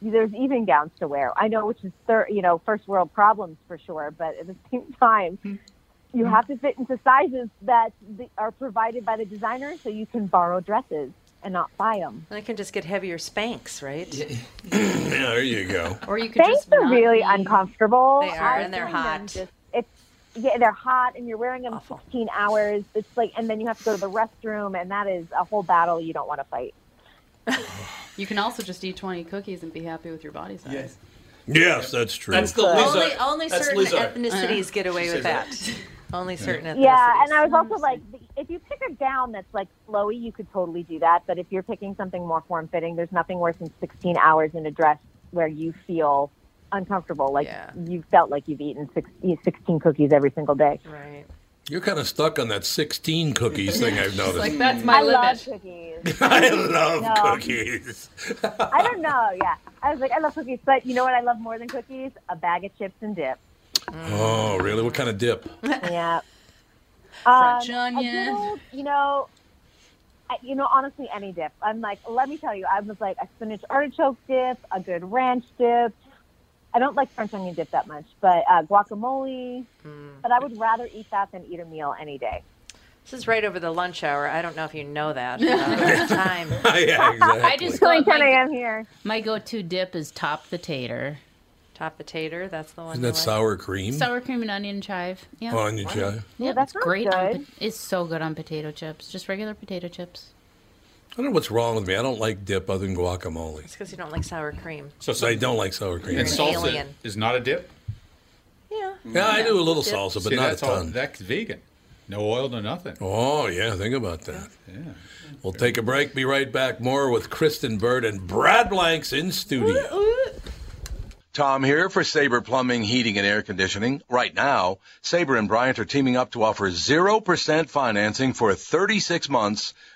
there's even gowns to wear. I know, which is third, you know, first world problems for sure. But at the [LAUGHS] same time, you
Hmm.
have to fit into sizes that the, are provided by the designer so you can borrow dresses and not buy them.
I can just get heavier spanks, right?
there you go.
Or you
Things are really uncomfortable.
They are,
I
and they're
find
hot.
them just- it's yeah, they're hot, and you're wearing them 16 hours. It's like, and then you have to go to the restroom, and that is a whole battle you don't want to fight.
You can also just eat 20 cookies and be happy with your body size.
Yes, that's true.
That's the
Only, only certain ethnicities get away
She
with
says
that. Only certain ethnicities. Mm-hmm.
Yeah, and I was also like, if you pick a gown that's like flowy, you could totally do that. But if you're picking something more form fitting, there's nothing worse than 16 hours in a dress where you feel uncomfortable, like you felt like you've eaten six, 16 cookies every single day.
Right.
You're kind of stuck on that 16 cookies thing I've noticed.
I Love cookies.
[LAUGHS] I love
No.
cookies.
I don't know. Yeah, I was like, I love cookies, but you know what? I love more than cookies: a bag of chips and dip.
Mm.
Oh, really? What kind of dip?
[LAUGHS]
yeah. Um,
French
a good
onion.
old, you know, I, you know, honestly, any dip. I'm like, let me tell you, I was like a spinach artichoke dip, a good ranch dip. I don't like French onion dip that much, but uh, guacamole. But I would rather eat that than eat a meal any day.
Mm. This is right over the lunch hour. I don't know if you
[LAUGHS]
know that. Uh, time.
yeah, exactly.
[LAUGHS] I just go, my,
am here.
My go-to dip is top the tater.
Top the tater. That's the one.
Isn't that sour cream?
Sour cream and onion chive. Yeah.
Oh, onion chive.
Yeah,
that
that's great. on
good.
pot- it's so good on potato chips. Just regular potato chips.
I don't know what's wrong with me. I don't like dip other than guacamole.
It's because you don't like sour cream.
So, I don't like sour cream.
You're an alien.
is not a dip.
Yeah, I do a little salsa, but
See,
not a
that's all-
ton.
that's vegan. No oil, no nothing.
Oh, yeah, think about that. Yeah. We'll take a break. Be right back. More with Kristen Bird and Brad Blanks in studio.
Tom here for Sabre Plumbing, Heating, and Air Conditioning. Right now, Sabre and Bryant are teaming up to offer 0% financing for 36 months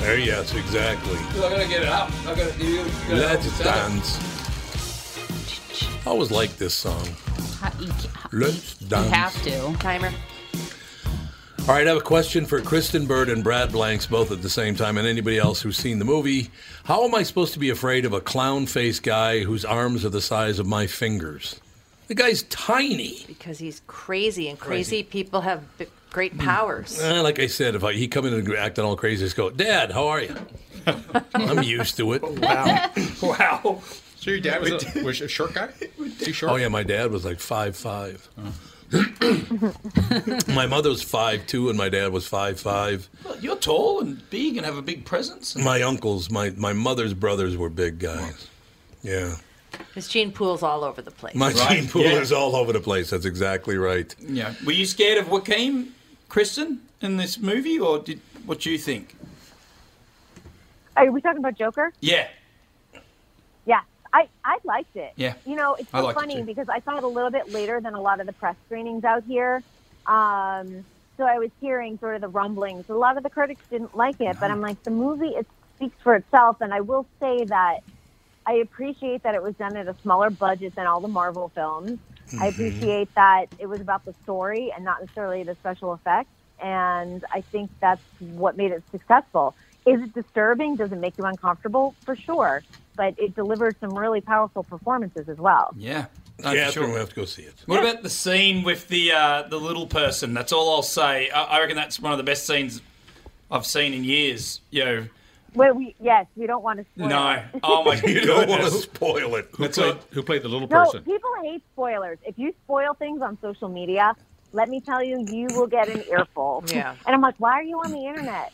There, yes, exactly.
I gotta get it up. I gotta, you, you gotta help
Let's
us out.
dance. I always like this song.
Hot, you, ca-
Let's
you
dance.
have to.
Timer.
All right, I have a question for Kristen Bird and Brad Blanks both at the same time, and anybody else who's seen the movie. How am I supposed to be afraid of a clown faced guy whose arms are the size of my fingers? The guy's tiny.
Because he's crazy, and crazy, people have b- great powers.
Eh, like I said, if I, he come in and acting all crazy, just go, Dad, how
[LAUGHS]
are you? I'm used to it. Wow.
Wow. So your dad was
[LAUGHS]
a, was a [COUGHS] short guy? Was he short?
Oh yeah, my dad was like five five.
Oh.
my mother was five two, and my dad was five five.
Well, You're tall and big and have a big presence. And
My uncles, my my mother's brothers were big guys. Yeah,
His gene pool's all over the place.
my
Right,
gene pool
yeah.
is all over the place. That's exactly right.
yeah. Were you scared of Joaquin, Kristen, in this movie, or did what do you think?
Are we talking about Joker?
Yeah.
Yeah, I, I liked it.
Yeah.
You know, it's
I
so
liked it
funny
too.
because I saw it a little bit later than a lot of the press screenings out here. Um, so I was hearing sort of the rumblings. A lot of the critics didn't like it, but I'm like, the movie, it speaks for itself. And I will say that I appreciate that it was done at a smaller budget than all the Marvel films. I
Mhm.
appreciate that it was about the story and not necessarily the special effects. And I think that's what made it successful. Is it disturbing? Does it make you uncomfortable? For sure. But it delivered some really powerful performances as well.
Yeah.
Not
Yeah,
sure
sure.
we have to go see it.
What about the scene with the uh, the little person? That's all I'll say. I, I reckon that's one of the best scenes I've seen in years. You know,
Well, we, yes, we don't want to spoil
no.
it.
Oh my
You don't wanna
goodness.
spoil it.
Who played, who played the little
No,
person?
people hate spoilers. If you spoil things on social media, let me tell you, you will get an earful.
Yeah.
[LAUGHS] And I'm like, why are you on the internet?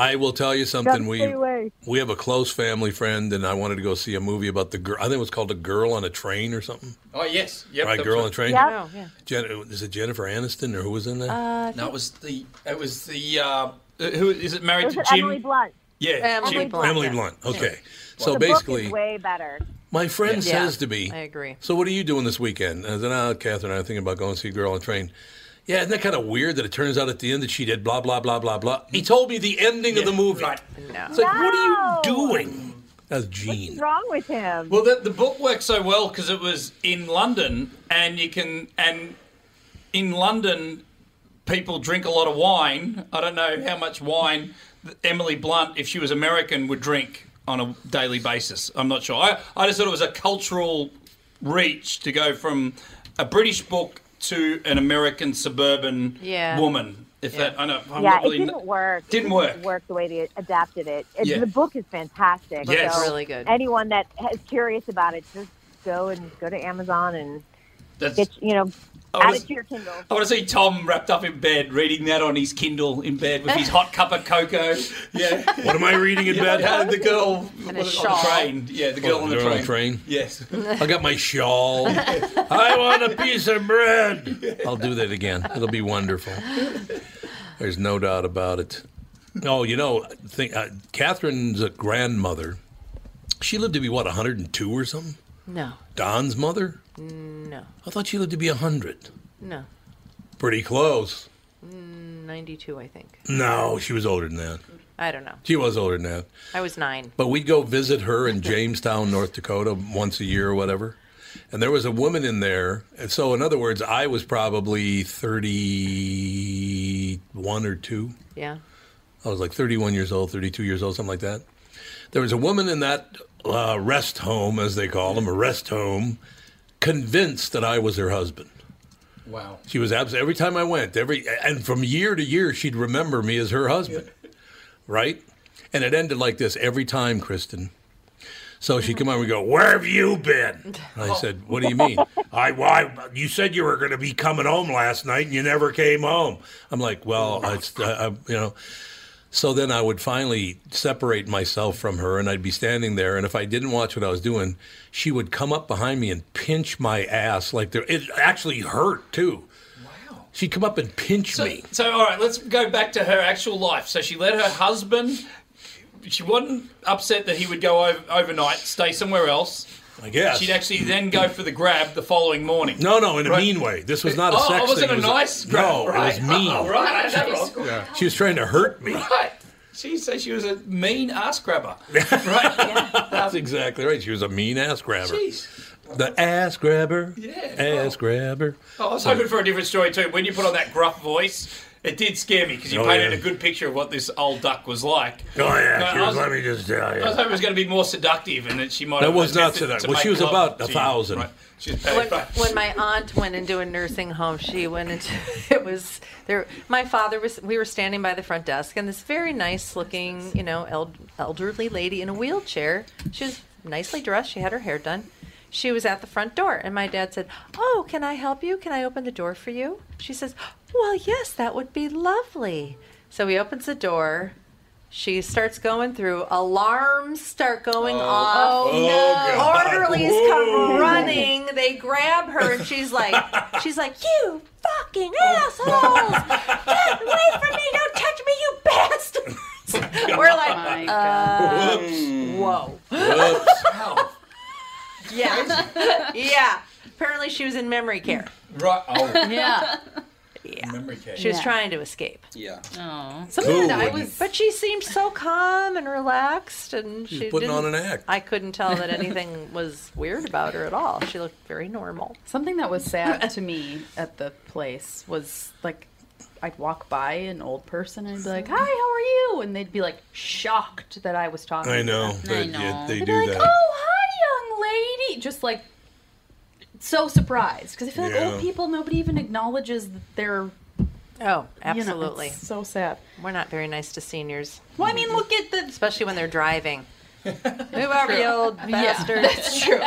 I will tell you something.
Gotta
We
stay away.
we have a close family friend, and I wanted to go see a movie about the girl. I think it was called "A Girl on a Train" or something.
Oh yes. Yep.
right,
that
"Girl
was- Oh,
on a Train."
Oh, Yeah.
Jen, is it Jennifer Aniston or who was in that?
Uh, I
No, it was the it was the uh, who is it married
Was
to
it
Jim?
Emily Blunt?
Yeah,
Emily
Jim-
Blunt.
Emily
yeah.
Blunt.
Yeah.
Okay. So
the book
basically,
is way better.
my friend
Yeah.
says to me,
I agree.
So what are you doing this weekend? And I said, "Ah, Catherine, I'm thinking about going to see a girl on a train. Yeah, isn't that kind of weird that it turns out at the end that she did blah blah blah blah blah?
Mm.
He told me the ending of the movie.
No.
It's like, what are you doing? That's Gene.
What's wrong with him?
Well, the, the book worked so well because it was in London, and you can and in London, people drink a lot of wine. I don't know how much wine that Emily Blunt, if she was American, would drink on a daily basis. I'm not sure. I, I just thought it was a cultural reach to go from a British book to an American suburban
Yeah.
woman. If that, I know. I'm
yeah,
not really
it didn't work. It
Didn't work.
the way they adapted it. It-
Yeah.
The book is fantastic.
Yes.
so
Really good.
Anyone that is curious about it, just go and go to Amazon and
That's-
get you know
I
add
was-
it to your Kindle.
I want to see Tom wrapped up in bed, reading that on his Kindle in bed with his hot cup
[LAUGHS]
of cocoa. Yeah.
What am I reading in bed?
Yeah, the girl
And a
on the
shawl.
train. Yeah, the girl
Oh,
on the
girl
train.
on a train?
Yes.
I got my shawl.
[LAUGHS]
I want a piece of bread. I'll do that again. It'll be wonderful. There's no doubt about it. Oh, you know, think, uh, Catherine's a grandmother. She lived to be what 102 or something.
No.
Don's mother.
No.
I thought she lived to be 100.
No.
Pretty close.
Mm, 92, I think.
No, she was older than that.
I don't know.
She was older than that.
I was nine.
But we'd go visit her in Jamestown, North Dakota, once a year or whatever. And there was a woman in there. And so, in other words, I was probably 31 or 2.
Yeah.
I was like 31 years old, 32 years old, something like that. There was a woman in that uh, rest home, as they call them, a rest home, convinced that I was her husband.
Wow.
She was absent every time I went. Every and from year to year, she'd remember me as her husband, right? And it ended like this every time, Kristen. So she'd come on. We go, where have you been? And I said, what do you mean? I why you said you were going to be coming home last night and you never came home. I'm like, well, I, I, I- you know. So then I would finally separate myself from her, and I'd be standing there. And if I didn't watch what I was doing, she would come up behind me and pinch my ass like there. It actually hurt too. Wow! She'd come up and pinch me.
So, all right, let's go back to her actual life. So, she let her husband. She wasn't upset that he would go over, overnight, stay somewhere else.
I guess.
She'd actually then go for the grab the following morning.
No, no, in a
Right.
mean way. This was not a
Oh,
sex
oh, was it
thing.
a nice grab?
No,
Right.
it was mean.
Oh, [LAUGHS] right, I know.
She was trying to hurt me.
Right. She said she was a mean ass grabber.
That's exactly right. She was a mean ass grabber.
Um, Jeez.
The ass grabber.
Yeah.
Ass grabber.
Oh, I was hoping for a different story too. When you put on that gruff voice, it did scare me because you
Oh,
painted
yeah.
a good picture of what this old duck was like.
Oh yeah,
No,
she
I
was, let me just tell
I
you.
was hoping it was going to be more seductive, and that she might.
That
have
was not
attempted
to that.
to
Well, she
make
was
love
about
to
a
you.
thousand. [LAUGHS]
She's
when,
paid back.
when my aunt went into a nursing home, she went into [LAUGHS] it was there. My father was. We were standing by the front desk, and this very nice looking, you know, eld, elderly lady in a wheelchair. She was nicely dressed. She had her hair done. She was at the front door, and my dad said, "Oh, can I help you? Can I open the door for you?" She says, "Well, yes, that would be lovely." So he opens the door. She starts going through. Alarms start going off.
Oh, God.
Orderlies
Whoa.
come running. They grab her, and she's like, she's like, you fucking assholes! Get away from me! Don't touch me, you bastards! We're
My
like, uh,
God.
Mm.
whoa. yeah, yeah. Apparently, she was in memory care.
[LAUGHS] Right. Oh.
Yeah. yeah.
memory case.
She was trying to escape.
Yeah.
Oh.
Something that I was, but she seemed so calm and relaxed, and
She's
she
putting
didn't-
on an act.
I couldn't tell that anything was weird about her at all. She looked very normal.
Something that was [LAUGHS] sad to me at the place was like I'd walk by an old person and I'd be like, "Hi, how are you?" and they'd be like shocked that I was talking.
I
to
know.
them.
They, yeah, they
They'd
do
be like,
that.
"Oh, hi, young lady," just like so surprised because I feel like
Yeah.
old people nobody even acknowledges that [LAUGHS] they're.
Oh, absolutely.
so sad.
We're not very nice to seniors.
Well, I mean, look at the
especially when they're driving. Move over,
[LAUGHS]
you old bastard.
that's [LAUGHS] true.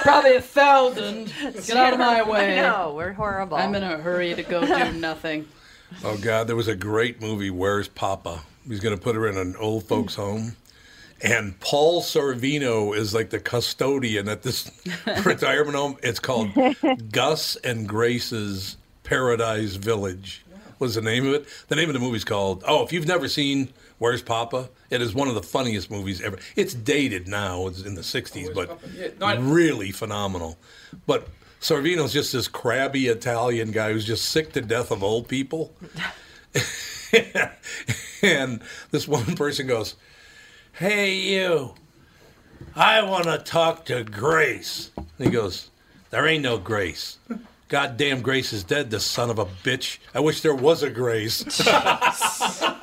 Probably a thousand. Get out of [LAUGHS] my
Sure.
way.
I know, we're horrible.
I'm in a hurry to go [LAUGHS] do nothing.
Oh God, there was a great movie. Where's Papa? He's going to put her in an old folks' home, and Paul Sorvino is like the custodian at this retirement home. It's called Gus and Grace's Paradise Village. Was the name of it? The name of the movie's called. Oh, if you've never seen Where's Papa, it is one of the funniest movies ever. It's dated now; it's in the '60s, but
Yeah, no, I-
really phenomenal. But Sorvino's just this crabby Italian guy who's just sick to death of old people. [LAUGHS] and this one person goes, Hey, you, I want to talk to Grace. And he goes, There ain't no Grace. Goddamn Grace is dead, the son of a bitch. I wish there was a Grace. [LAUGHS]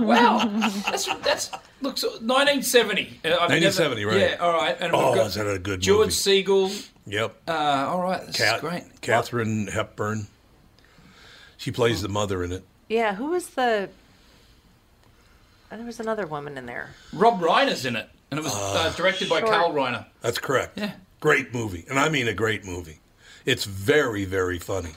Wow, that's that's look so 1970. Uh, I've
1970, right.
Yeah, all right. And
oh,
we've got
is that a good
George
movie?
Siegel.
Yep.
Uh, all right, this
Cat-
is great.
Catherine Hepburn. She plays the mother in it.
Yeah, who was the? oh, There was another woman in there.
Rob Reiner's in it, and it was uh, directed by
sure.
Carl Reiner.
Ah, That's correct. Yeah. Great movie. And I mean a great movie. It's very, very funny.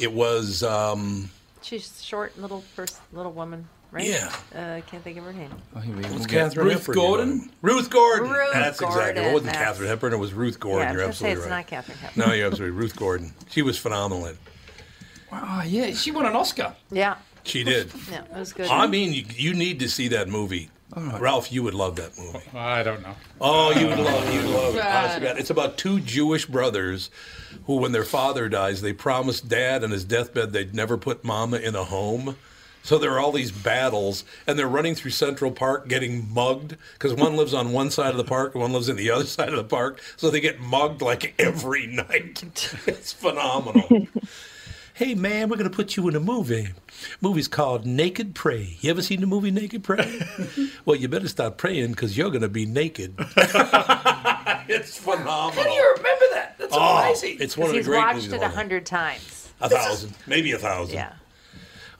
It was, um,
She's short, little person, little woman, right?
Yeah. Oh,
Uh, I can't think of her name.
it
we'll
was
get
Catherine
Ruth
Hepburn.
Gordon?
you know. Ruth Gordon.
Ruth
That's exactly. It
Gordon,
wasn't
that's-
Catherine Hepburn. It was Ruth Gordon.
Yeah, I was
you're
gonna say
absolutely
it's
right.
not Catherine
No, you're absolutely Ruth Gordon. She was phenomenal. at it.
Wow, Ah, yeah, she won an Oscar.
Yeah,
She did.
yeah, it was good.
I mean, you, you need to see that movie. Ralph, you would love that movie.
I don't know.
Oh, you would love, you would love it.
God.
Honest to God. It's about two Jewish brothers who, when their father dies, they promise dad on his deathbed they'd never put mama in a home. So there are all these battles, and they're running through Central Park getting mugged because one lives on one side of the park and one lives on the other [LAUGHS] side of the park. So they get mugged like every night. [LAUGHS] it's phenomenal. hey, man, we're going to put you in a movie. Movie's called Naked Prey. You ever seen the movie Naked Prey? well, you better start praying because you're going to be naked. [LAUGHS] it's phenomenal. How do you
remember that? That's
Oh,
amazing.
It's one of the
he's
great
watched
movies. of
it
all
a
time.
hundred times.
A thousand, maybe a thousand.
Yeah.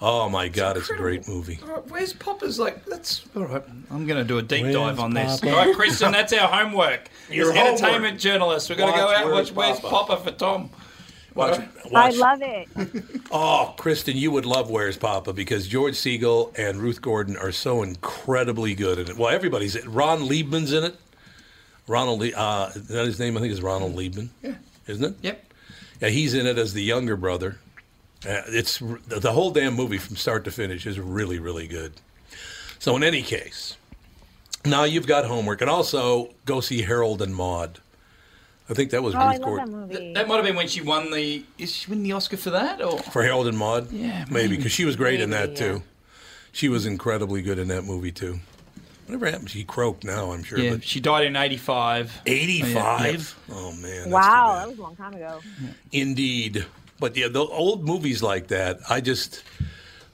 Oh my God, it's a great movie.
All right, Where's Popper's? Like that's
All right.
I'm going to do a deep dive on this.
Papa?
All right, [LAUGHS] Kristen, that's our homework.
Your
As
homework.
entertainment journalists, we're going to go
Watch
out and
Where's
watch Where's
Papa.
Popper for Tom.
Watch,
I
watch.
love it.
oh, Kristen, you would love Where's Papa because George Siegel and Ruth Gordon are so incredibly good in it. Well, everybody's in it. Ron Liebman's in it. Ronald, Lie- uh, is that his name? I think is Ronald Liebman. Yeah. Isn't it?
Yep.
Yeah, he's in it as the younger brother. Uh, it's r- the the whole damn movie from start to finish is really, really good. So in any case, now you've got homework, and also go see Harold and Maude. Oh, I think that was
Oh,
Ruth Gordon
movie.
That might have been when she won the. Is she win the Oscar for that? Or
for Harold and Maude.
Yeah,
maybe
maybe.
because she was great in that
Maybe, yeah.
too. She was incredibly good in that movie too. Whatever happened, she croaked now. I'm sure.
yeah,
but
she died in '85.
'85. Oh man.
wow, that was a long time ago.
Indeed. But yeah, the old movies like that, I just,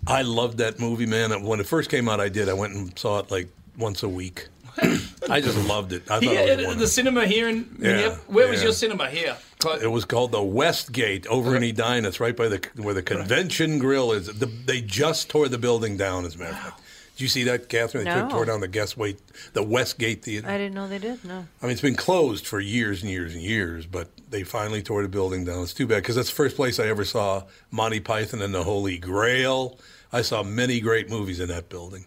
I loved that movie, man. When it first came out, I did. I went and saw it like once a week. I just loved it. I thought it,
Here
was
at the
wonderful.
cinema here in
Yeah,
Minneapolis. Where was
yeah.
your cinema here? Clo-
It was called the Westgate over in Edina. It's right by the where the convention grill is. The, they just tore the building down, as a matter of fact. Did you see that, Catherine? They took-
No.
tore down the Guestway, the Westgate Theater.
I didn't know they did. No.
I mean, it's been closed for years and years and years, but they finally tore the building down. It's too bad because that's the first place I ever saw Monty Python and the Holy Grail. I saw many great movies in that building.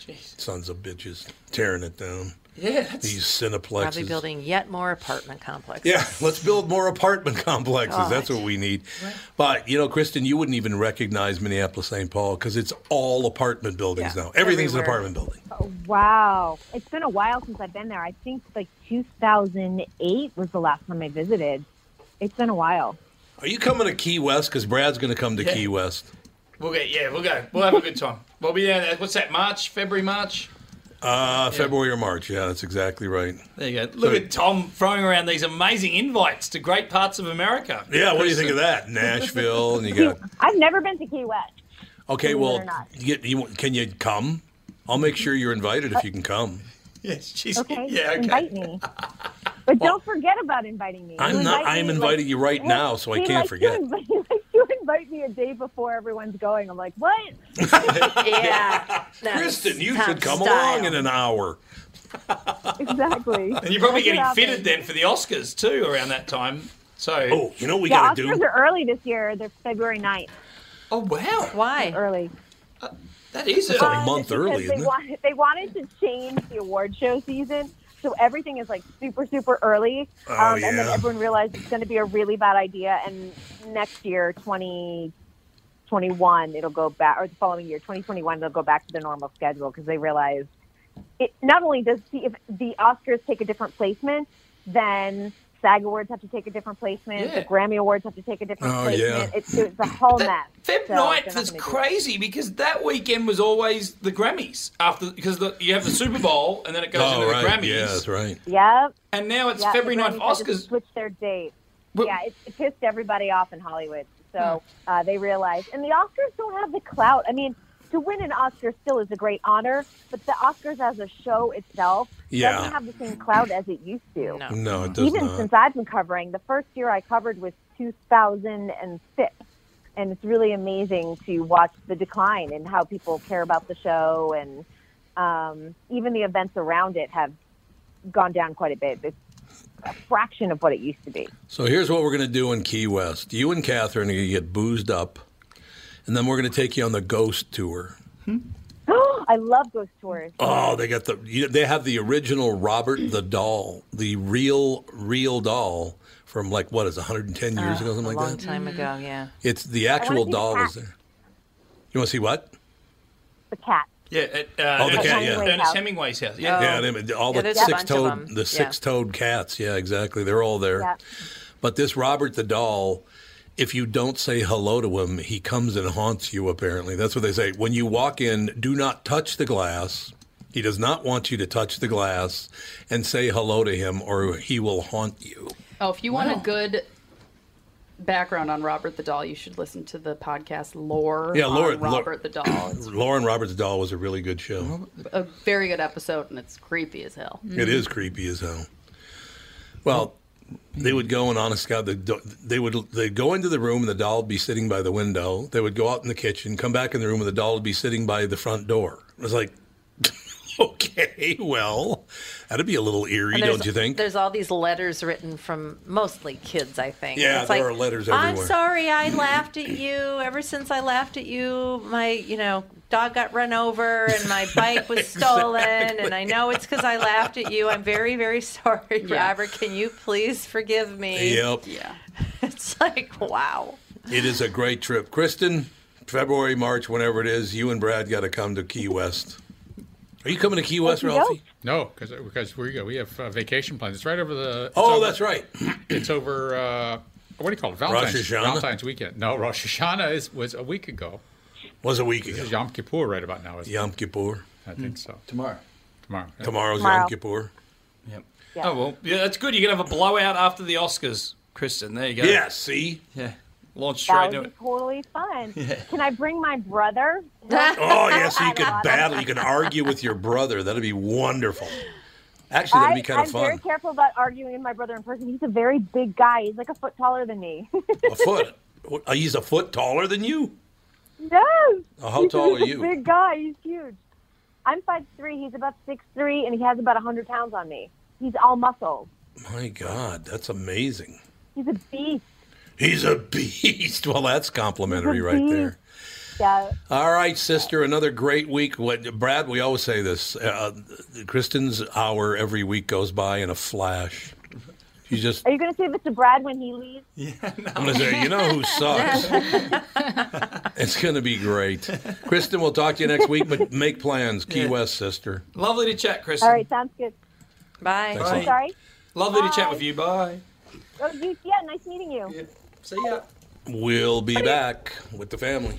Jeez.
Sons of bitches tearing it down.
Yeah, that's-
These
Probably
cineplexes.
building yet more apartment complexes.
Yeah, [LAUGHS] let's build more apartment complexes.
God.
That's what we need. But, you know, Kristen, you wouldn't even recognize Minneapolis St. Paul because it's all apartment buildings
Yeah,
now. Everything's an
everywhere.
apartment building.
Oh, wow, it's been a while since I've been there. I think like 2008 was the last time I visited. It's been a while.
Are you coming to Key West? Because Brad's going to come to
Yeah.
Key West.
We'll get yeah, we'll go. We'll have a good time. We'll be there. What's that? March, February, March.
Uh, February or March. Yeah, that's exactly right.
There you go. Look
So-
at Tom throwing around these amazing invites to great parts of America.
Yeah, what do you think of that? Nashville,
[LAUGHS]
and you got.
I've never been to Key West.
Okay,
Believe it or
well,
not.
you, get- you, can you come? I'll make sure you're invited if you can come.
Yes, she's
okay.
[LAUGHS] yeah, okay.
Invite me, but don't forget about inviting me.
I'm
You
not.
invite
I am
me,
inviting you right
like,
now, so I
he
can't
likes to
forget.
invite- [LAUGHS] he likes to invite me a day before everyone's going. I'm like,
[LAUGHS]
what?
Kristen, you
Tom
should come
style.
along in an hour.
Exactly.
And you're probably
That's what
getting
happened.
fitted then for the Oscars too around that time. So
oh, you know what
yeah, Oscars are early this year. They're February 9th.
Oh wow! Uh,
Why early?
That is
That's a
early.
month
because
early,
They,
isn't it?
wanted, they wanted to change the award show season, so everything is like super, super early.
Oh,
um, And then
yeah.
everyone realized it's going to be a really bad idea. And next year, 2021, it'll go back, or the following year, 2021, they'll go back to the normal schedule because they realized it not only does the, if the Oscars take a different placement, then SAG Awards have to take a different placement,
Yeah.
the Grammy Awards have to take a different
Oh,
placement.
yeah.
It's, it's a whole
That-
mess.
Feb
So they're
ninth is
not gonna do it.
crazy because that weekend was always the Grammys after because the, you have the Super Bowl and then it goes
Oh,
into
right.
the Grammys.
Yeah, that's right.
Yep.
And now it's
Yeah, the
February 9th
Grammys had to
Oscars.
Switch their date. yeah, it, it pissed everybody off in Hollywood. So
Hmm.
uh, they realized, and the Oscars don't have the clout. I mean, to win an Oscar still is a great honor, but the Oscars as a show itself
Yeah.
doesn't have the same clout as it used to.
No, Oh, it does
Even
not.
since I've been covering, the first year I covered was 2006. And it's really amazing to watch the decline and how people care about the show. And um, even the events around it have gone down quite a bit. It's a fraction of what it used to be. [GASPS]
So here's what we're going to do in Key West. You and Catherine are going to get boozed up, and then we're going to take you on the ghost tour.
I love ghost tours.
Oh, they got the you, they have the original Robert the doll, the real real doll from like what is it, 110 years ago, something
Uh, a
like
long
that.
Mm-hmm.
time ago, yeah.
It's the
I wanna
actual
see the
doll
cat.
is there. You want to see what?
The cat.
Yeah, at, uh,
Oh, the
Ernest,
cat, yeah.
Ernest Hemingway's house.
Oh.
Yeah,
yeah, they- all the six-toed the six-toed cats. Yeah, exactly. They're all there.
Yeah.
But this Robert the doll, if you don't say hello to him, he comes and haunts you. Apparently, that's what they say. When you walk in, do not touch the glass. He does not want you to touch the glass and say hello to him, or he will haunt you.
Oh, if you want a good background on Robert the Doll, you should listen to the podcast Lore.
Yeah,
on
Laura- Laura-
Robert the Doll.
[COUGHS]
It's
Lauren Roberts' doll was a really good show.
a very good episode, and it's creepy as hell.
Mm-hmm.
It is creepy as hell. Well, they would go and honest to God, they'd do- they would they'd go into the room and the doll would be sitting by the window. They would go out in the kitchen, come back in the room, and the doll would be sitting by the front door. It was like, [LAUGHS] okay, well, that'd be a little eerie,
And
don't
there's-
you think?
There's all these letters written from mostly kids, I think.
Yeah,
It's
there
like,
are letters
I'm
everywhere."
sorry I laughed at you. Ever since I laughed at you, my, you know, dog got run over
[LAUGHS]
and my bike was stolen. And I know it's because I laughed at you. I'm very, very [LAUGHS] sorry,
Yeah.
Robert. Can you please forgive me?
Yep,
[LAUGHS] It's like, wow.
it is a great trip, Kristen. February, March, whenever it is, you and Brad got to come to Key West. Are you coming to Key West, Ralphie?
No, because because we we have uh, vacation plans. It's right over the.
Oh,
it's over-
that's right.
[CLEARS THROAT] It's over. Uh, what do you call it? Valentine's,
Rosh Hashanah?
Valentine's weekend. No, Rosh Hashanah is, was a week ago.
Was a week
ago. This is Yom Kippur right about now. Isn't
Yom Kippur.
I think so.
Tomorrow.
Tomorrow. yeah.
Tomorrow's Yom Kippur.
Oh well, yeah, that's good. You can have a blowout after the Oscars, Kristen. There you go.
Yeah, see.
Yeah, launch straight
That
into
would
it.
be totally fun.
[LAUGHS] Yeah.
Can I bring my brother?
Oh yeah,
[LAUGHS]
so you could battle, you could argue with your brother. That'd be wonderful. Actually, that'd be kind
I,
of
I'm
fun.
very careful about arguing with my brother in person. He's a very big guy. He's like a foot taller than me.
A
[LAUGHS]
foot. What, He's a foot taller than you.
yes.
Oh, how
He's-
tall
he's
are
a
you?
Big guy. He's huge. I'm five three. He's about six three, and he has about hundred pounds on me. He's all muscle.
My God, that's amazing.
He's a beast.
He's a beast. [LAUGHS] Well, that's complimentary
He's a
right
beast.
there.
Yeah.
All right, sister, another great week. What, Brad, we always say this. Uh, Kristen's hour every week goes by in a flash. She
[LAUGHS]
just,
Are you going to say this to Brad when he leaves?
I'm going to say, you know who
[LAUGHS]
sucks. it's going to be great. Kristen, we'll talk to you next week, but make plans. Key West, sister.
Lovely to chat, Kristen.
All right. Sounds good.
Bye.
Thanks a lot.
Sorry.
Lovely to chat with you. Bye.
Oh, you, yeah. Nice meeting you.
See ya.
We'll be back with the family.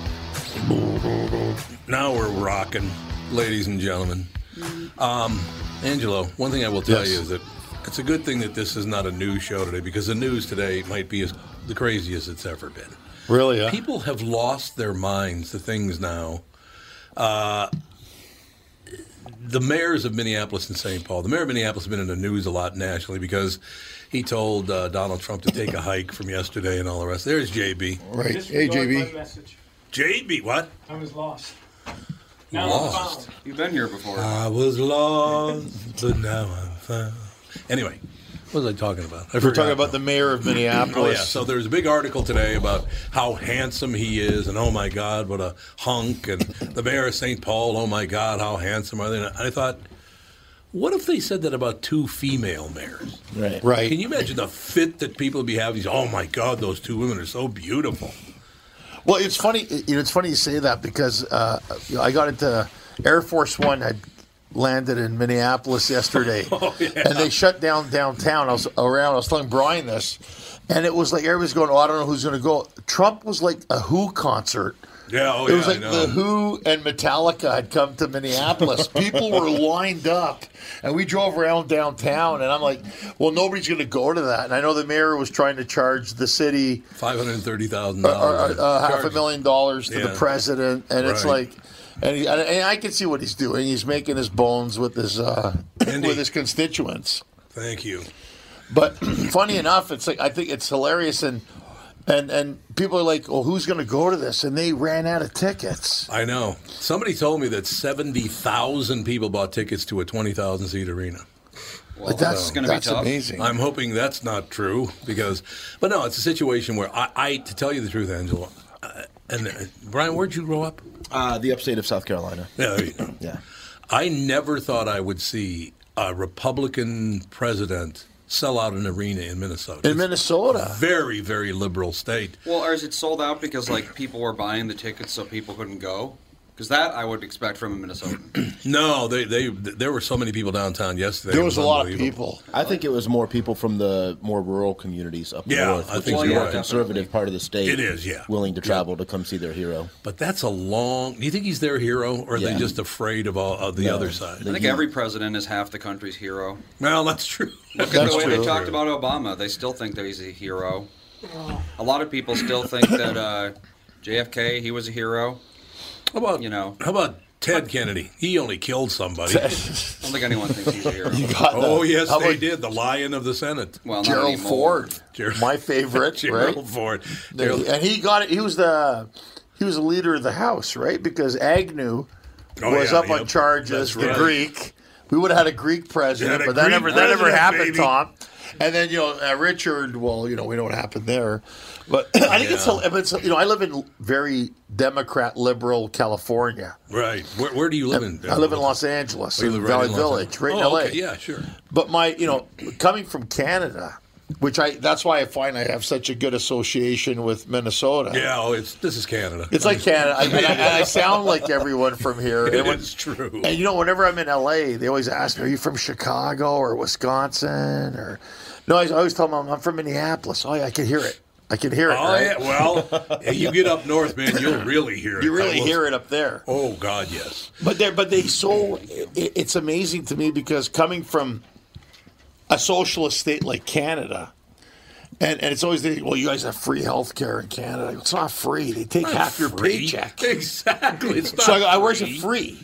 Now we're rocking, ladies and gentlemen. Um, Angelo, one thing I will tell
Yes.
you is that it's a good thing that this is not a news show today because the news today might be as, the craziest it's ever been.
Really? Huh?
People have lost their minds to things now. Uh, the mayors of Minneapolis and St. Paul, the mayor of Minneapolis has been in the news a lot nationally because he told uh, Donald Trump to take a hike from yesterday and all the rest. There's JB.
Right. Hey, JB.
JB, what?
I was lost.
lost.
You've been here before.
I was lost, but now I'm found. Anyway, what was I talking about? I
We're talking
forgot.
about the mayor
[CLEARS THROAT]
of
Oh, yeah.
Minneapolis.
So there's a big article today about how handsome he is, and oh my God, what a hunk, and the mayor of St. Paul, oh my God, how handsome are they? And I thought, what if they said that about two female mayors?
Right. Right.
Can you imagine the fit that people would be having? Oh my God, those two women are so beautiful.
Well, it's funny. You know, it's funny you say that because uh, you know, I got into Air Force One. I landed in
[LAUGHS]
Minneapolis yesterday,
Oh,
and they shut down downtown. I was around. I was telling Brian this, and it was like everybody's going, "Oh, I don't know who's going to go." Trump was like a Who concert.
Yeah, oh
it was
yeah, I
like
know.
the Who and Metallica had come to Minneapolis. People
[LAUGHS]
were lined up, and we drove around downtown. And I'm like, "Well, nobody's going to go to that." And I know the mayor was trying to charge the city
Five hundred thirty thousand
uh,
dollars.
uh, half a million dollars to
Yeah.
the president, and it's
Right.
like, and, he, and, and I can see what he's doing. He's making his bones with his uh, with his constituents.
Thank you.
But [CLEARS THROAT] funny enough, it's like I think it's hilarious, and and and people are like, "Well, who's going to go to this?" And they ran out of tickets.
I know. Somebody told me that seventy thousand people bought tickets to a twenty thousand seat arena.
But that's- It's gonna be that's tough. amazing.
I'm hoping that's not true because, but no, it's a situation where I, I to tell you the truth, Angela, [LAUGHS] uh, and uh, Brian, where'd you grow up?
Uh, the upstate of South Carolina.
Yeah, there you go.
Yeah.
I never thought I would see a Republican president sell out an arena in Minnesota.
In Minnesota,
very very liberal state.
Well, or is it sold out because like people were buying the tickets so people couldn't go? Because that I would expect from a Minnesotan.
No, they they there were so many people downtown yesterday. It unbelievable.
I think it was more people from the more rural communities up
Yeah,
north,
I
which
think
is the
you're
more
right.
conservative part of the state.
It is, yeah.
Willing to travel to come see their hero.
But that's a long. Do you think he's their hero, or are they
Yeah.
just afraid of all of uh, the
No.
other side?
I think every president is half the country's hero.
Well, that's
[LAUGHS]
true.
Look at the way they talked about Obama. They still think that he's a hero. A lot of people still think that uh, JFK he was a hero.
How about
you know?
How about Ted Kennedy? He only killed somebody. [LAUGHS] I don't
think anyone thinks he's a
[LAUGHS]
hero.
oh yes,
How
they
about-
did. The Lion of the Senate.
Well,
Gerald Ford, my favorite,
[LAUGHS] Gerald
right?
Ford. Gerald-
and he got it. He was the he was the leader of the House, right? Because Agnew
Oh,
was
yeah,
up on
yep. That's
charges. The
right.
Greek, we would have had a Greek
Had
president,
a
but that
Greek
never that never
president,
happened,
baby.
Tom. And then you know uh, Richard. Well, you know we know what happened there, but [CLEARS THROAT] I think it's,
Yeah.
hel- it's you know I live in very Democrat liberal California.
[LAUGHS] Right. Where, where do you live in?
I live in Los Angeles,
Oh, you
in
live right
Valley
in Los
Village,
Angeles.
right in
Oh,
LA.
okay. Yeah, sure.
But my, you know, coming from Canada, which I that's why I find I have such a good association with Minnesota.
Yeah, oh, it's this is Canada. [LAUGHS]
It's like Canada. I, and I, and I sound like everyone from here.
It
And when-
is true.
And [LAUGHS] you know, whenever I'm in LA, they always ask me, "Are you from Chicago or Wisconsin?" Or no, I always tell them I'm from Minneapolis. Oh, yeah, I can hear it. I can hear it.
Oh,
right?
yeah. Well, if you get up north, man, you'll really hear it.
You really
I will-
hear it up there.
Oh, God, yes.
[LAUGHS] But they but they so it, it's amazing to me because coming from a socialist state like Canada, and, and it's always the, well, you guys have free health care in Canada. It's not free. They take
Not
half your
free.
paycheck. [LAUGHS]
Exactly. It's not
so I, go, I where's
free."
it free?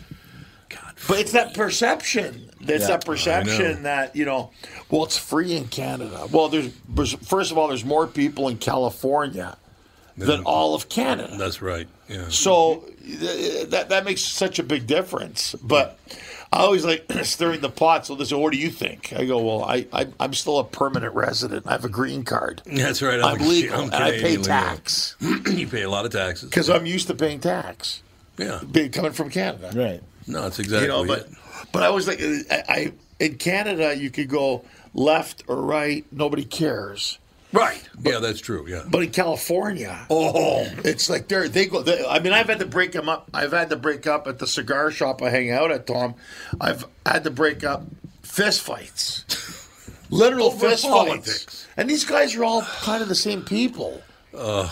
But it's that perception. It's
Yeah,
that
I know.
perception that you know. Well, it's free in Canada. Well, there's, there's first of all, there's more people in California than all of Canada.
That's right. Yeah.
So th- that that makes such a big difference. But I always like [CLEARS THROAT] stirring the pot. So they say, "What do you think?" I go, "Well, I, I I'm still a permanent resident. I have a green card.
That's right.
I'm,
a-
legal,
I'm
and I pay
Canadian legal.
tax
[CLEARS THROAT] you pay a lot of taxes.
because I'm used to paying tax.
Yeah.
being coming from Canada,
right?
No, that's exactly
You know, but
it.
but I was like, uh, I, I in Canada you could go left or right, nobody cares.
Right. yeah, that's true. Yeah.
But in California, oh, it's like they're they go. They, I mean, I've had to break them up. I've had to break up at the cigar shop I hang out at, Tom. I've had to break up fist [LAUGHS] fights, literal
Over
fist
politics.
fights, and these guys are all kind of the same people.
Ugh.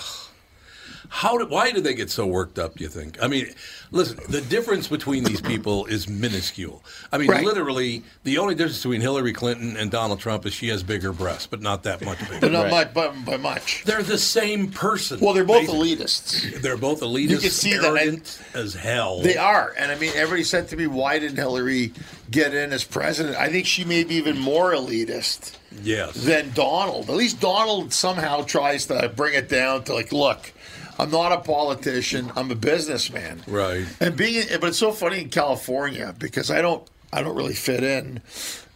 How did, why do they get so worked up, do you think? I mean, listen, the difference between these people is minuscule. I mean,
Right.
literally, the only difference between Hillary Clinton and Donald Trump is she has bigger breasts, but not that much bigger.
But not much, but by much.
They're the same person.
Well, they're both
basically.
elitists.
They're both elitists.
You can see that.
arrogant as hell.
They are. And I mean, everybody said to me, why did Hillary get in as president? I think she may be even more elitist
Yes.
than Donald. At least Donald somehow tries to bring it down to like, look, I'm not a politician, I'm a businessman.
Right.
[LAUGHS] And being, but it's so funny in California because I don't, I don't really fit in.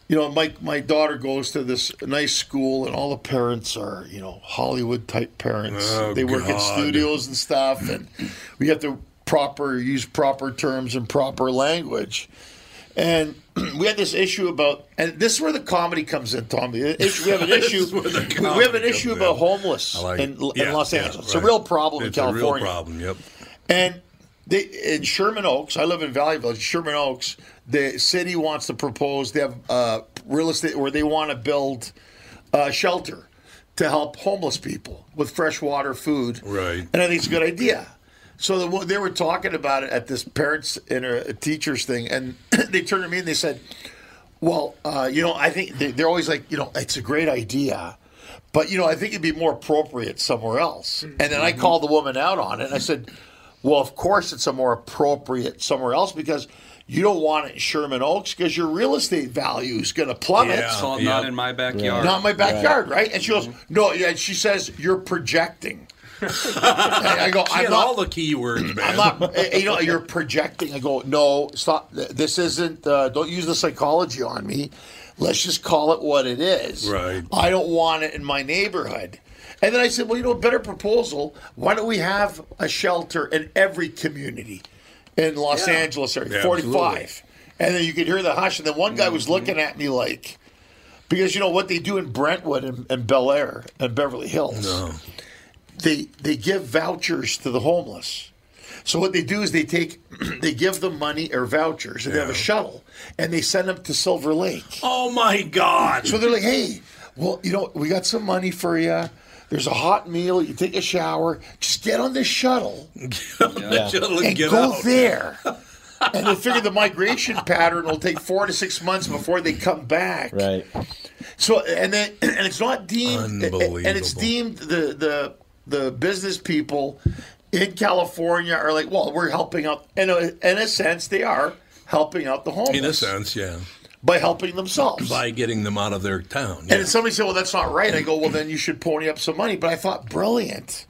You know, my my daughter goes to this nice school, and all the parents are, you know, Hollywood type parents.
Oh,
they work at
God.
studios and stuff, and we have to proper use proper terms and proper language. And [CLEARS THROAT] we had this issue about, and this is where the comedy comes in, Tommy. The issue- We have an
[LAUGHS] This
issue.
is where the
we we have an
comedy
issue
comes
about
in.
homeless
I like
in,
it.
in
Yeah,
Los
yeah,
Angeles. It's a
right.
real problem
It's
in
a real
California.
problem, yep.
And they in Sherman Oaks, I live in Valley Village. Sherman Oaks, the city wants to propose. They have uh, real estate where they want to build uh, shelter to help homeless people with fresh water, food.
Right.
And I think it's a good idea. So the, one- they were talking about it at this parents and uh, teachers thing, and [CLEARS THROAT] they turned to me and they said, "Well, uh, you know, I think they, they're always like, you know, it's a great idea." But you know, I think it'd be more appropriate somewhere else. And then
Mm-hmm.
I called the woman out on it. And I said, "Well, of course it's a more appropriate somewhere else because you don't want it in Sherman Oaks because your real estate value is going to plummet."
It's all not in my Mm-hmm. backyard.
Not in my backyard, right? And she goes, no. yeah, And she says, you're
[LAUGHS]
projecting. And I go, I'm
Get
not.
all the keywords, man.
I'm not. [LAUGHS] eh, You know, you're projecting. I go, no, stop. This isn't. Uh, don't use the psychology on me. Let's just call it what it is.
Right.
I don't want it in my neighborhood. And then I said, well, you know, a better proposal. Why don't we have a shelter in every community in Los
Yeah.
Angeles area,
Yeah,
45?
absolutely. Mm-hmm.
And then you could hear the hush. And then one guy was looking at me like, because you know what they do in Brentwood and, and Bel Air and Beverly Hills, they they give vouchers to the homeless. So what they do is they take [CLEARS THROAT] they give them money or vouchers, and they have a shuttle, and they send them to Silver Lake.
Oh my God!
So they're
[LAUGHS]
like, hey, well, you know, we got some money for you. There's a hot meal. You take a shower. Just get on
[LAUGHS]
this shuttle
That shuttle
and
get
go
out. [LAUGHS]
there. and they figure the migration pattern will take four to six months before they come back.
Right.
So and then [CLEARS THROAT] and it's not deemed and it's deemed the the the business people in California are like, well, we're helping out. And uh, in a sense, they are helping out the homeless
In a sense, yeah.
by helping themselves.
By getting them out of their town.
And then somebody said, well, that's not right. I go, well, then you should pony up some money. But I thought, brilliant.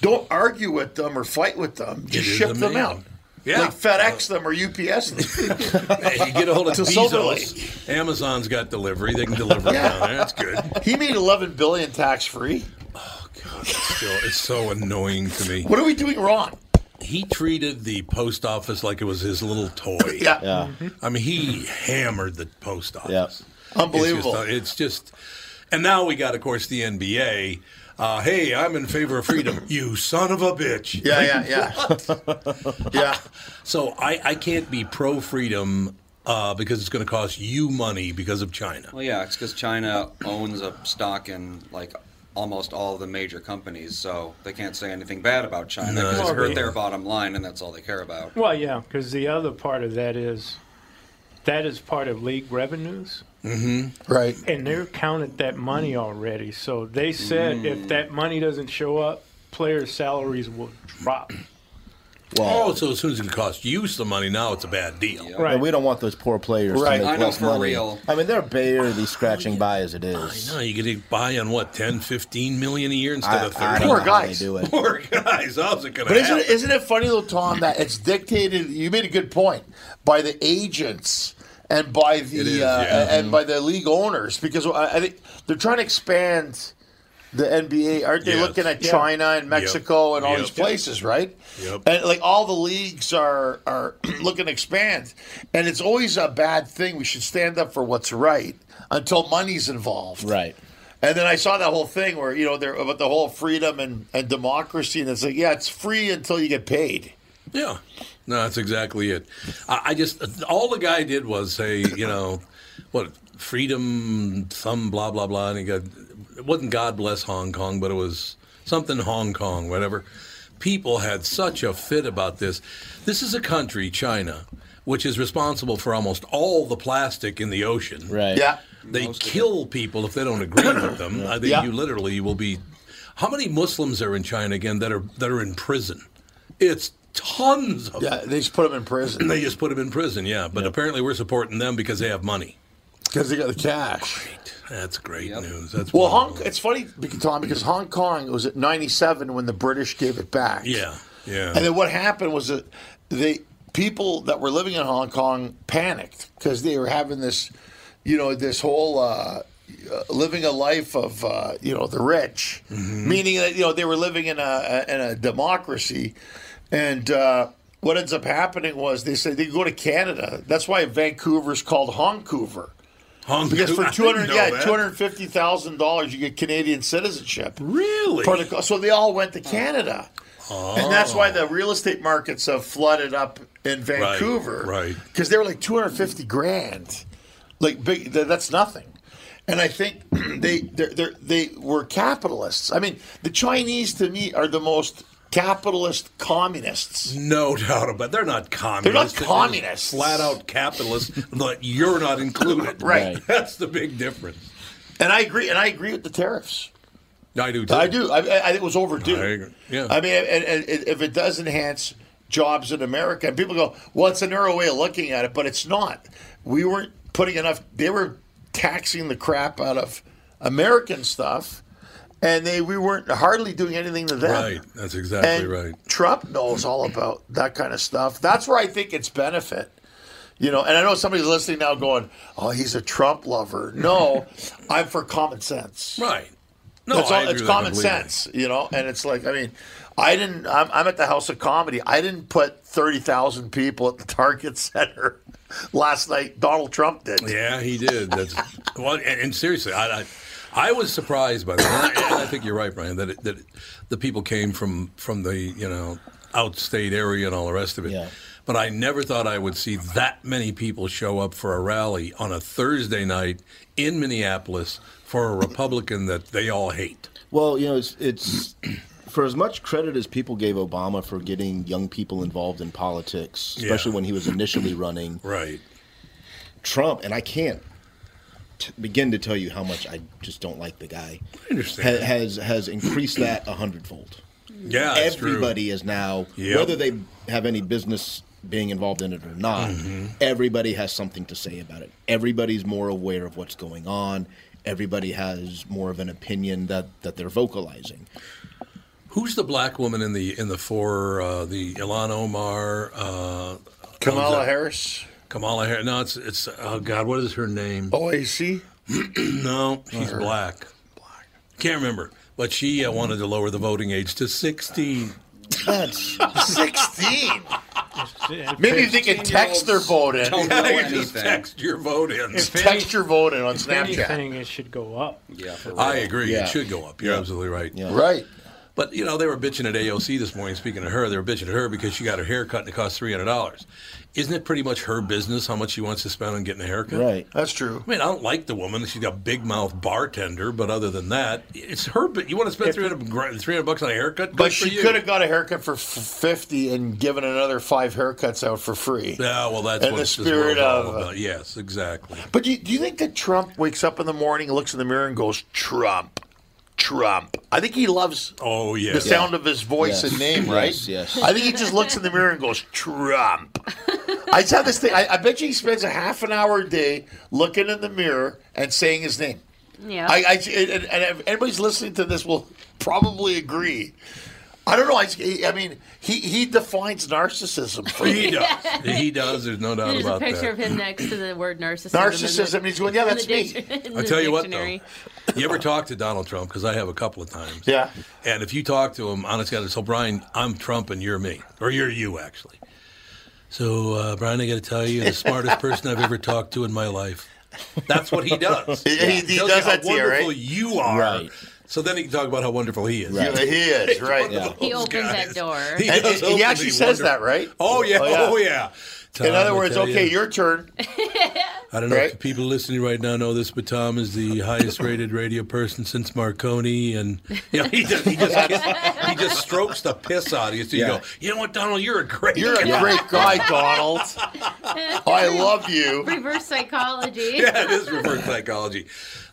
Don't argue with them or fight with them. Just
is
ship them
amazing.
out.
Yeah. Uh,
Like FedEx them or UPS
[LAUGHS]
them.
Hey, you get a hold of
[LAUGHS] To Silver
Bezos. Amazon's got delivery. They can deliver it down there. That's good.
he made 11 billion tax free.
Still, it's so annoying to me.
What are we doing wrong?
He treated the post office like it was his little toy.
[LAUGHS] Yeah.
Yeah.
I mean, he hammered the post office.
Unbelievable.
uh, It's just, it's just- and now we got, of course, the NBA. Uh, hey, I'm in favor of
[CLEARS THROAT]
freedom. you son of a bitch.
Yeah, yeah, yeah.
[LAUGHS]
[LAUGHS]
yeah.
So I, I can't be pro freedom uh, because it's going to cost you money because of China.
Well, yeah, it's because China owns a stock in like almost all the major companies, so they can't say anything bad about China
No,
because
that's
it hurt
right.
their bottom line, and that's all they care about.
Well, yeah, because the other part of that is that is part of league revenues.
Mm-hmm. Right.
And they've counted that money already. So they
Mm.
said if that money doesn't show up, players' salaries will drop.
oh, so as soon as it costs you some money, now it's a bad deal.
Right. we don't want those poor players
Right,
to make
I know
less
for
money.
real.
I mean, they're barely scratching by as it is.
No, you could buy on what 10, 15 million a year instead
I-
of
I
thirty.
don't Poor know how they guys. do
[LAUGHS]
it.
Poor guys. How's it going
But
to happen?
isn't it, isn't it funny though, Tom, that it's dictated? You made a good point by the agents and by the
It is,
uh,
yeah.
and by the league owners because I, I think they're trying to expand the NBA. Aren't they
Yes.
looking at
Yeah.
China and Mexico
Yep.
and all
Yep.
these places, right?
Yep.
And like all the leagues are are [CLEARS THROAT] looking to expand, and it's always a bad thing. We should stand up for what's right until money's involved,
right?
And then I saw that whole thing where you know they're about the whole freedom and, and democracy, and it's like yeah, it's free until you get paid.
Yeah, no, that's exactly it. I, I just all the guy did was say, you know, what freedom, some blah blah blah, and he got it wasn't God bless Hong Kong, but it was something Hong Kong, whatever. People had such a fit about this. This is a country, China, which is responsible for almost all the plastic in the ocean. Right.
Yeah.
They kill people if they don't agree with them. I think
Yeah.
you literally will be. How many Muslims are in China again that are that are in prison? It's tons of
Yeah, they just put them in prison.
[CLEARS THROAT] they just put them in prison, yeah. But apparently we're supporting them because they have money.
Because they got the cash.
That's great news. That's
Well, Hong, it's funny, because, Tom, because Hong Kong was at '97 when the British gave it back.
yeah, yeah.
And then what happened was that the people that were living in Hong Kong panicked because they were having this, you know, this whole uh, uh, living a life of uh, you know the rich,
Mm-hmm.
Mm-hmm.
meaning that you know they were living in a- a in a democracy, and. Uh, what ends up happening was they said they go to Canada. That's why Vancouver's called Hongcouver.
Hong-
because
[LAUGHS]
for
I didn't
two hundred
know
yeah
that.
two hundred fifty thousand dollars you get Canadian citizenship.
Really?
For the co- so they all went to Canada. And that's
Oh,
why the real estate markets have flooded up in Vancouver.
right.
Because they were like 250 grand. Like, big, th- that's nothing. And I think [CLEARS THROAT] they they're, they're, they were capitalists. I mean, the Chinese to me are the most capitalist communists.
No doubt about it. They're not communists.
They're not
just
communists.
Flat out capitalists, but you're not included.
Right.
[LAUGHS] That's the big difference.
And I agree. And I agree with the tariffs.
I do too.
I do. I, I, I- it was overdue.
I agree. Yeah.
I mean, and, and, and if it does enhance jobs in America, and people go, "Well, it's a narrow way of looking at it," but it's not. We weren't putting enough. They were taxing the crap out of American stuff, and they we weren't hardly doing anything to them.
Right. That's exactly
And
right.
Trump knows all about that kind of stuff. That's where I think it's benefit. You know, and I know somebody's listening now going, "Oh, he's a Trump lover."
[LAUGHS]
No, I'm for common sense.
Right. No,
That's
I
all-
agree
it's
with that
common
completely.
sense, you know. And it's like, I mean, I didn't. I'm, I'm at the House of Comedy. I didn't put thirty thousand people at the Target [LAUGHS] Center last night. Donald Trump did. [LAUGHS]
Yeah, he did. That's well, and, and seriously, I, I I was surprised by that. And I, and I think you're right, Brian. That it, that it, the people came from from the you know outstate area and all the rest of it. But I never thought I would see that many people show up for a rally on a Thursday night in Minneapolis for a Republican that they all hate.
Well, you know, it's, it's for as much credit as people gave Obama for getting young people involved in politics, especially
Yeah.
when he was initially running.
Right.
Trump, and I can't t- begin to tell you how much I just don't like the guy.
I understand.
Ha- has has increased that a hundredfold.
Yeah, that's true.
everybody is now
Yep.
whether they have any business being involved in it or not. Everybody has something to say about it. Everybody's more aware of what's going on. Everybody has more of an opinion that that they're vocalizing.
Who's the black woman in the in the four? Uh, the Ilan Omar, uh,
Kamala
uh,
Harris.
Kamala Harris. No, it's it's. Oh God, what is her name?
Oh, OAC.
[CLEARS THROAT] no, she's
her.
black. Black. Can't remember, but she uh, wanted to lower the voting age to sixteen.
That's
[LAUGHS]
sixteen. Maybe they can text their vote in. [LAUGHS]
Don't know anything. Text your vote in.
Just text your vote in on
If
Snapchat.
anything, it should go up.
Yeah,
I agree.
Yeah.
It should go up. You're absolutely right.
Right.
But you know, they were bitching at AOC this morning. Speaking of her, they were bitching at her because she got her hair cut and it cost three hundred dollars. Isn't it pretty much her business how much she wants to spend on getting a haircut?
That's true.
I mean, I don't like the woman. She's got big mouth bartender, but other than that, it's her. bu- You want to spend 300, gra- 300 bucks on a haircut? Good
But
for
she
you.
could have got a haircut for f- fifty and given another five haircuts out for free.
Yeah, well, that's
in
what
the
this
spirit
world's all
of. uh,
about. Yes, exactly.
But do you, do you think that Trump wakes up in the morning, looks in the mirror, and goes Trump, Trump? I think he loves
oh yeah
the sound of his voice
Yes.
and name,
Yes,
right?
yes.
I think he just looks in the mirror and goes Trump. I saw this thing. I, I bet you he spends a half an hour a day looking in the mirror and saying his name.
Yeah.
I, I and, and if anybody's listening to this will probably agree. I don't know. I, I mean, he, he defines narcissism. For
He
me.
does. he does. There's no doubt
There's a
about
picture
that.
of him next to the word narcissism.
Narcissism, he's going, "Yeah, that's me."
[LAUGHS]
I tell you what, though, you ever talk to Donald Trump? Because I have a couple of times.
Yeah.
And if you talk to him, honest to God, so Brian, I'm Trump and you're me, or you're you actually. So uh, Brian, I got to tell you, the
[LAUGHS]
smartest person I've ever talked to in my life. That's what he does.
[LAUGHS] He- he- he
Tells
does
you
that to
how
you,
wonderful
right?
you are.
Right.
So then he can talk about how wonderful [LAUGHS] he is.
Yeah, he is right.
He opens that door.
He
And-
does
and he
openly
actually says
wonder-
that, right?
Oh yeah,
Oh,
oh
yeah.
yeah.
In
Tom,
other
I
words,
tell
okay,
you-
your turn.
I don't know if the people listening right now know this, but Tom is the highest rated radio person since Marconi, and [LAUGHS] you know, he just he just, he just strokes the piss out of you. So you
Yeah.
go, you know what, Donald, you're a great,
You're a great
[LAUGHS]
guy, Donald. "Oh, I love you.
[LAUGHS] Reverse psychology.
[LAUGHS] Yeah, it
[LAUGHS]
is reverse psychology.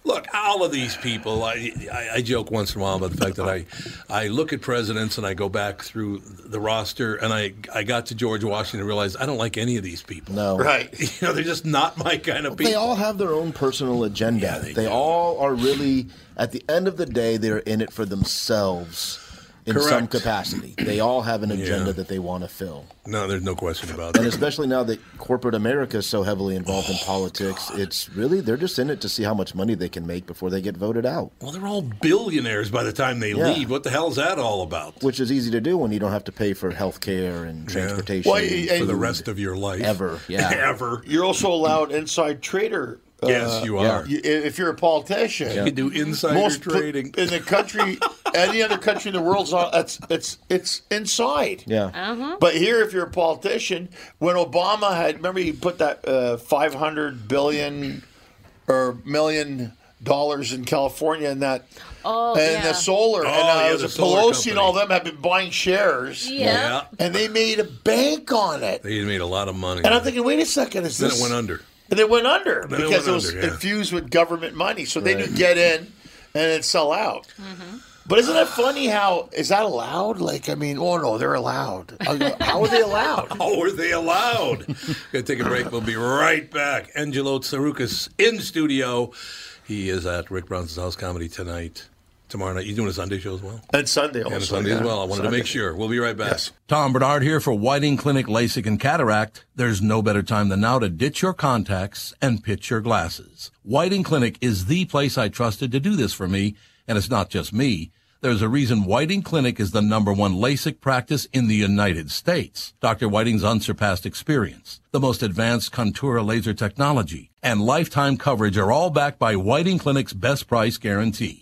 Look, all of these people, I, I, I joke once in a while about the fact that I, I look at presidents and I go back through the roster, and I, I got to George Washington and realized I don't like any of these people.
No.
Right.
[LAUGHS] You know, they're just not my kind of people.
They all have their own personal agenda. they all are really, at the end of the day, they're in it for themselves in some
Correct.
capacity. They all have an agenda
Yeah.
that they want to fill.
No, there's no question about
And
it.
especially now that corporate America is so heavily involved
Oh,
in politics, it's really, they're just in it to see how much money they can make before they get voted out,
Well, they're all billionaires by the time they
Yeah.
leave. What the hell is that all about?
which is easy to do when you don't have to pay for health care and transportation
Well, y-
for the
food.
rest of your life.
Ever, yeah.
[LAUGHS] Ever.
You're also allowed inside trader. uh,
Yes, you are.
y- If you're a politician,
You can do insider
pl-
trading.
in
[LAUGHS]
the country. any other country in the world's on. It's it's it's inside.
Yeah.
Uh-huh.
But here, if you're a politician, when Obama had, remember he put that uh, 500 billion or million dollars in California and that,
Oh,
and
yeah.
the solar,
Oh,
and uh,
yeah,
it was
the
a
solar
Pelosi
company.
and all them have been buying shares.
Yeah. Yeah.
And they made a bank on it.
They made a lot of money.
And I'm thinking, wait a second, is
then
this?
it went under.
And it went under
Then it
because
went
it, was
under, yeah.
infused with government money, so they
Right.
didn't get in and it sell out. But isn't that funny? How is that allowed? Like, I mean, oh no, they're allowed. I go, How are they allowed?
How are Oh, they allowed?
[LAUGHS]
Gonna take a break. We'll be right back. Angelo Tsaroukas in studio. He is at Rick Bronson's House Comedy tonight. Tomorrow night. You doing a Sunday show as well?
And Sunday
And
also.
a Sunday as
yeah.
well. I wanted to
Sunday.
make sure. We'll be right back. Tom Bernard here for Whiting Clinic LASIK and Cataract. There's no better time than now to ditch your contacts and pitch your glasses. Whiting Clinic is the place I trusted to do this for me, and it's not just me. There's a reason Whiting Clinic is the number one LASIK practice in the United States. Dr. Whiting's unsurpassed experience, the most advanced Contura laser technology, and lifetime coverage are all backed by Whiting Clinic's best price guarantee.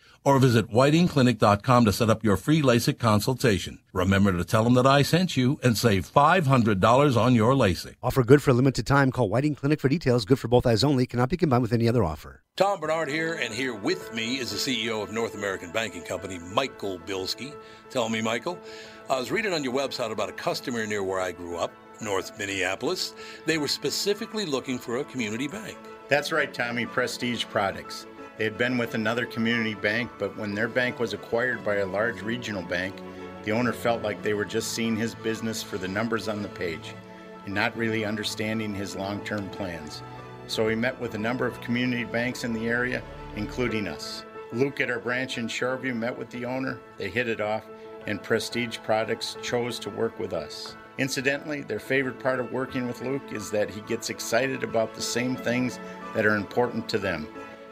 or visit whitingclinic.com to set up your free LASIK consultation. Remember to tell them that I sent you and save $500 on your LASIK.
Offer good for a limited time. Call Whiting Clinic for details. Good for both eyes only. Cannot be combined with any other offer.
Tom Bernard here, and here with me is the CEO of North American Banking Company, Michael Bilski. Tell me, Michael, I was reading on your website about a customer near where I grew up, North Minneapolis. They were specifically looking for a community bank.
That's right, Tommy, Prestige Products. They had been with another community bank, but when their bank was acquired by a large regional bank, the owner felt like they were just seeing his business for the numbers on the page and not really understanding his long term plans. So he met with a number of community banks in the area, including us. Luke at our branch in Shoreview met with the owner, they hit it off, and Prestige Products chose to work with us. Incidentally, their favorite part of working with Luke is that he gets excited about the same things that are important to them.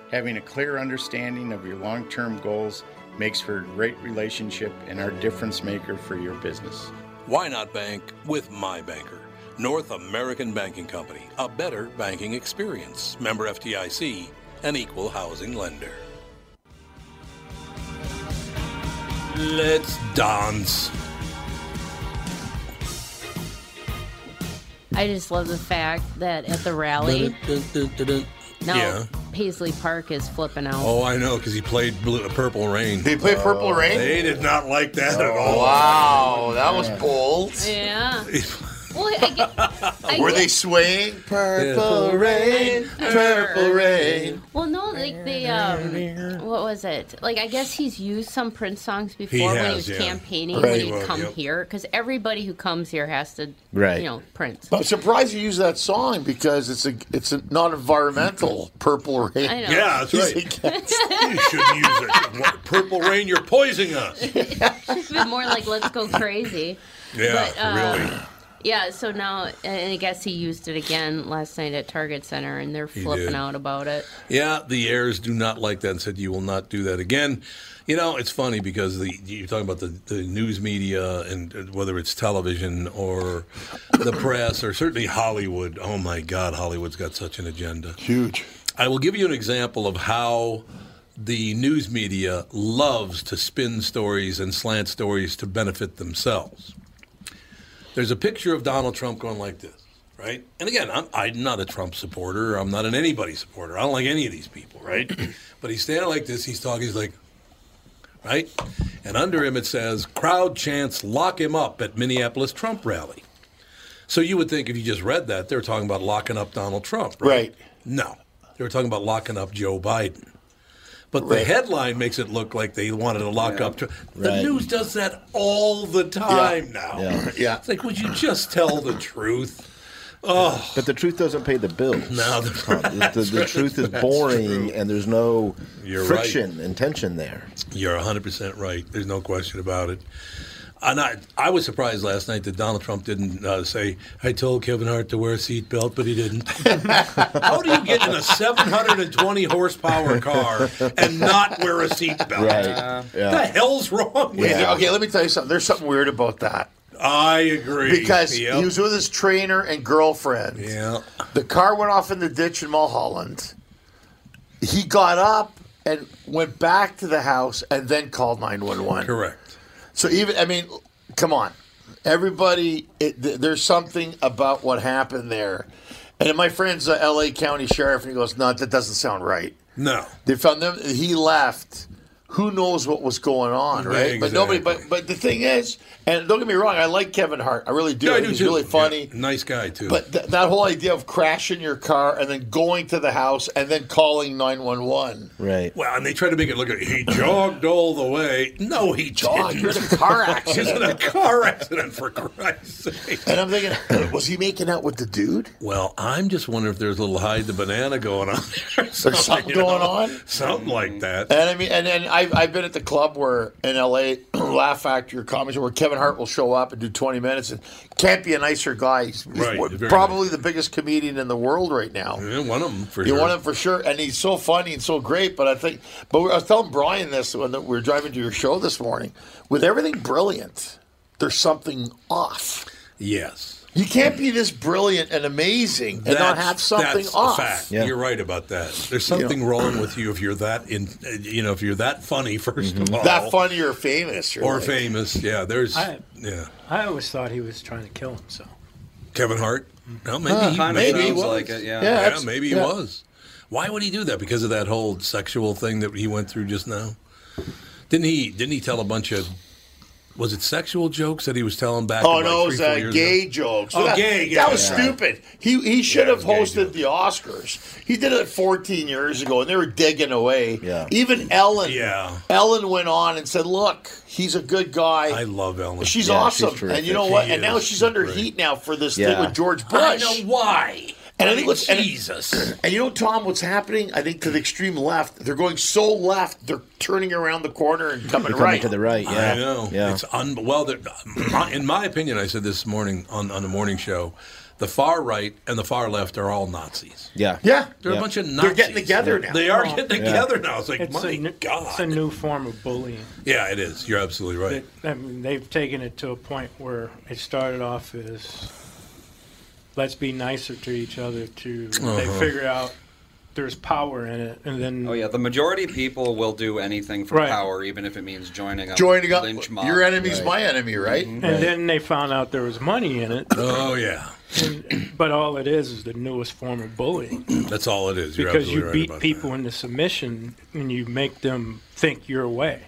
Having a clear understanding of your long term goals makes for a great relationship and are a difference maker for your business.
Why not bank with my banker? North American Banking Company, a better banking experience. Member FDIC, an equal housing lender. Let's dance.
I just love the fact that at the rally, now
Yeah.
Paisley Park is flipping out.
Oh, I know, because he played Blue, uh, Purple Rain. Oh,
They played Purple Rain?
They did not like that at all.
Wow, that was bold.
[LAUGHS] Yeah. well, I get, [LAUGHS] I
Were
get-
they swaying? Purple rain, purple rain.
Well, no, like the um, what was it? Like I guess he's used some Prince songs before when
has,
he was
yeah.
campaigning
Right.
when he'd
Well,
come
yep.
here because everybody who comes here has to,
Right.
You know, Prince.
But I'm surprised you use that song because it's a it's a not environmental. Purple rain.
I know. Yeah,
Mm-hmm.
[LAUGHS]
that's right.
[LAUGHS]
you shouldn't use it. [LAUGHS] What, Purple Rain, you're poisoning us.
It's been more like let's go crazy.
Yeah,
But, uh,
really.
Yeah, so now, and I guess he used it again last night at Target Center, and they're
He
flipping
did.
out about it.
Yeah, the heirs do not like that and said, You will not do that again. You know, it's funny because the, you're talking about the, the news media and uh, whether it's television or the press or certainly Hollywood. Oh my God, Hollywood's got such an agenda.
Huge.
I will give you an example of how the news media loves to spin stories and slant stories to benefit themselves. There's a picture of Donald Trump going like this, right? And again, I'm, I'm not a Trump supporter. I'm not an anybody supporter. I don't like any of these people, right? but he's standing like this. He's talking. He's like, right? And under him it says, crowd chants, lock him up at Minneapolis Trump rally. So you would think if you just read that, they were talking about locking up Donald Trump, right?
Right.
No, they were talking about locking up Joe Biden. But the
Right.
headline makes it look like they wanted to lock up Trump. The
Right.
news does that all the time now.
Yeah. Yeah.
It's like, would you just tell the truth? Oh,
But the truth doesn't pay the bills.
[LAUGHS] No, the-
Tom. the, the,
that's
the
[LAUGHS] right.
truth is
That's
boring,
true.
and there's no
You're
friction and tension there.
You're 100% right. There's no question about it. And I, I was surprised last night that Donald Trump didn't uh, say, I told Kevin Hart to wear a seatbelt, but he didn't. How do you get in a 720 horsepower
[LAUGHS]
car and not wear a seatbelt?
Right.
The hell's wrong with
Yeah.
you?
Okay, let me tell you something. There's something weird about that.
I agree.
Because
Yep.
he was with his trainer and girlfriend.
Yeah.
The car went off in the ditch in Mulholland. He got up and went back to the house and then called 911.
Correct.
So even I mean, come on. Everybody it, th- there's something about what happened there. And my friend's a LA County sheriff and he goes, "No, that doesn't sound right."
No.
They found them. He left. Who knows what was going on, right? But nobody. But but the thing is, and don't get me wrong, I like Kevin Hart. I really do.
Yeah, I
I
do
think he's
too.
really funny.
Nice guy, too.
But th- that whole idea of crashing your car and then going to the house and then calling nine one one.
Right.
Well, and they try to make it look like he jogged all the way. No,
[LAUGHS]
he
Dog,
jogged.
you're in a car
[LAUGHS] He's in a
accident.
car accident, for Christ's sake.
And I'm thinking, was he making out with the dude?
Well, I'm just wondering if there's a little hide the banana going on there. There's [LAUGHS]
something going on?
Something like that.
And I mean, and then I've, I've been at the club where in LA, [CLEARS THROAT] Laugh Factory or Comedy Store, where Kevin Hart will show up and do 20 minutes and can't be a nicer guy. He's, he's
Right,
one-
very
probably the biggest comedian in the world right now.
Yeah, one of them for
you
sure.
want him for sure, and he's so funny and so great. But I think, but I was telling Brian this when we were driving to your show this morning. With everything brilliant, there's something off.
Yes.
You can't be this brilliant and amazing and not
That's-
have something
that's
off.
A fact. You're right about that. There's something wrong with you if you're that in. You know, if you're that funny, 1st of all,
That funny or famous. you're
or
like-
famous. Yeah, there's.
I-
yeah,
I always thought he was trying to kill himself.
Kevin Hart. Well, maybe
Huh.
he,
Kinda
maybe he
sounds
was.
like it, yeah. Yeah,
yeah,
abs-
maybe he
yeah.
was. Why would he do that? Because of that whole sexual thing that he went through just now. Didn't he? Didn't he tell a bunch of? Was it sexual jokes that he was telling back?
Oh
in, like, three,
no, it was
four
uh,
years
gay
ago?
jokes.
Oh,
that,
gay.
That
yeah,
was
yeah.
stupid. He he should have hosted the Oscars. He did it 14 years ago, and they were digging away. Yeah. Even Ellen.
Yeah.
Ellen went on and said, "Look, he's a good guy. I
love Ellen.
She's
Yeah, she's
awesome. and you know
terrific.
what?
She
and now
is.
she's under heat now for this thing
Yeah.
with George
I
Bush.
know
why.
And I,
I mean,
think what's and-
Jesus.
And, you know, Tom, what's happening? I think to the extreme left, they're going so left, they're turning around the corner and coming,
They're coming
right
to the right,
I
yeah.
know.
Yeah.
It's un- well, there- my- in my opinion, I said this morning on, on the morning show, the far right and the far left are all Nazis.
Yeah.
Yeah.
They're a bunch of Nazis. They are getting together now. It's like, my
a, God. It's a new form of bullying.
yeah, it is. You're absolutely right.
I mean, they've taken it to a point where it started off as let's be nicer to each other to they
Uh-huh.
figure out there's power in it and then
Oh yeah, the majority of people will do anything for
Right.
power, even if it means joining up.
Joining up-
lynch mob.
your enemy's
my enemy, right?
and then they found out there was money in it.
Oh yeah.
And, but all it is is the newest form of bullying.
[CLEARS THROAT] That's all it is. You're
because
absolutely right
you beat
about
people into submission and you make them think your way.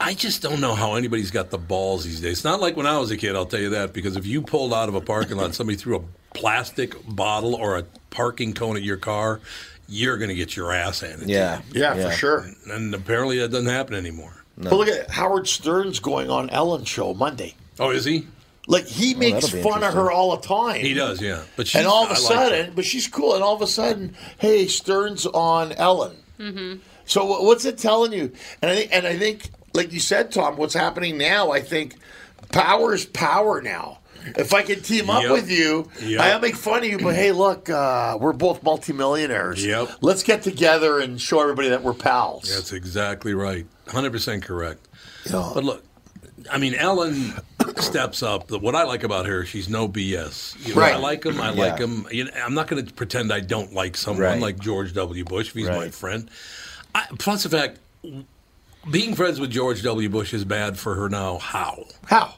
I just don't know how anybody's got the balls these days. It's not like when I was a kid, I'll tell you that, because if you pulled out of a parking lot and somebody threw a plastic bottle or a parking cone at your car, you're going to get your ass handed. to
Yeah.
you.
Yeah, for Yeah.
sure.
And apparently that doesn't happen anymore.
But look at Howard Stern's going on Ellen's show Monday.
Oh, is he?
Like he
Oh,
makes
that'll be
fun of
interesting.
her all the time.
He does, yeah. But she's,
and all of
I
a
like
sudden, but she's cool. And all of a sudden, hey, Stern's on Ellen. So wh- what's it telling you? And I think, and I think, like you said, Tom, what's happening now? I think power is power now. If I can team up
Yep.
with you,
Yep.
I'll make fun of you. But hey, look, uh, we're both multimillionaires.
Yep.
Let's get together and show everybody that we're pals.
That's exactly right. 100% correct. But look, I mean, Ellen [COUGHS] steps up. What I like about her, she's no BS. You know, I
Right.
like him. I
Yeah.
like him. You know, I'm not going to pretend I don't like someone
Right.
like George W. Bush if he's my
Right.
friend. I, plus the fact, being friends with George W. Bush is bad for her now. How?
How?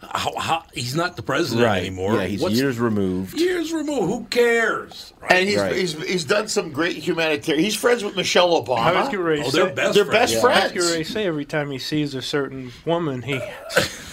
How? how he's not the president
right.
anymore.
Yeah, he's
What's-
years removed.
years removed. Who cares?
And he's,
Right.
he's he's done some great humanitarian. He's friends with Michelle Obama.
I was getting ready
Oh,
to say,
They're best
I was
friends.
getting ready to say every time he sees a certain
[LAUGHS]
woman, he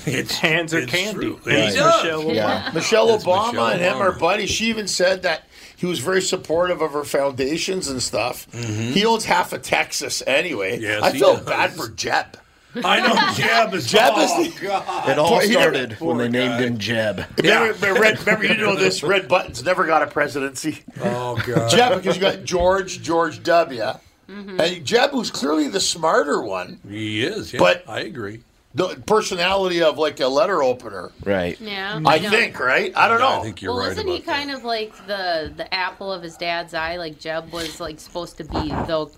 hands her candy.
He
And it's
does.
Michelle Obama.
[LAUGHS] Michelle
It's
Obama
Michelle
and him
Obama.
are buddies. She even said that he was very supportive of her foundations and stuff. He owns half of Texas anyway.
Mm-hmm. Yes,
I
he
feel
does.
bad for Jeb.
I
[LAUGHS]
know
[LAUGHS]
Jeb is.
Jeb is
oh, [LAUGHS]
the- [LAUGHS]
God.
It all
Poor- he never-
started when they named him Jeb.
Remember, remember, Red, remember, you know this. Red Buttons never got a presidency. [LAUGHS]
Oh God,
Jeb, because you got George, George W.
Mm-hmm.
And Jeb, who's clearly the smarter one,
He is. Yeah,
But-
I agree.
the personality of like a letter opener.
Right.
Oh, Yeah.
I
No.
think, right? I don't
Yeah, I
know.
think you're
well,
right
wasn't
about
he kind of like the the apple of his dad's eye? Like Jeb was like supposed to be the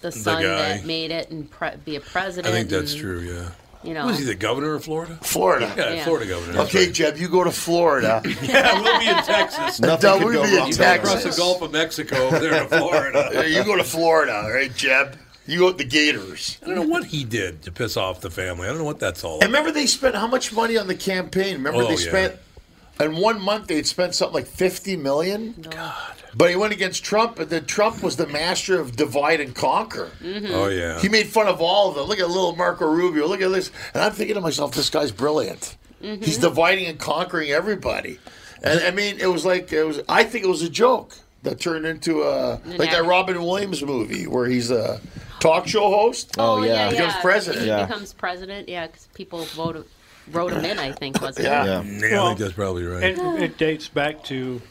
the son
guy.
that made it and pre- be a
I
president.
think that's
and-
true. Yeah.
you know.
was he the governor of Florida?
Florida.
Yeah,
Yeah.
Florida governor. that's
Okay,
right.
Jeb, you go
[CLEARS THROAT]
to Florida.
yeah, we'll be in Texas.
Nothing We'll could go be in wrong with that.
Across the
Texas.
Gulf of Mexico over
[LAUGHS]
there to Florida.
Yeah, you go to Florida, all right, Jeb? You go with the Gators.
I don't know what he did to piss off the family. I don't know what that's all.
And remember, they spent how much money on the campaign? Remember,
Oh,
they
yeah.
spent in one month they'd spent something like fifty million. God! But he went against Trump, and then Trump was the master of divide and conquer.
Oh, yeah.
He made fun of all of them. Look at little Marco Rubio. Look at this, and I'm thinking to myself, this guy's brilliant.
Mm-hmm.
He's dividing and conquering everybody. And I mean, it was like it was. I think it was a joke that turned into a like that Robin Williams movie where he's a talk show host.
Oh, yeah, yeah.
becomes president.
He becomes president. Yeah, because people vote wrote him in. I think wasn't
Yeah.
it?
Yeah, I
Well,
think that's probably right.
It, it dates back to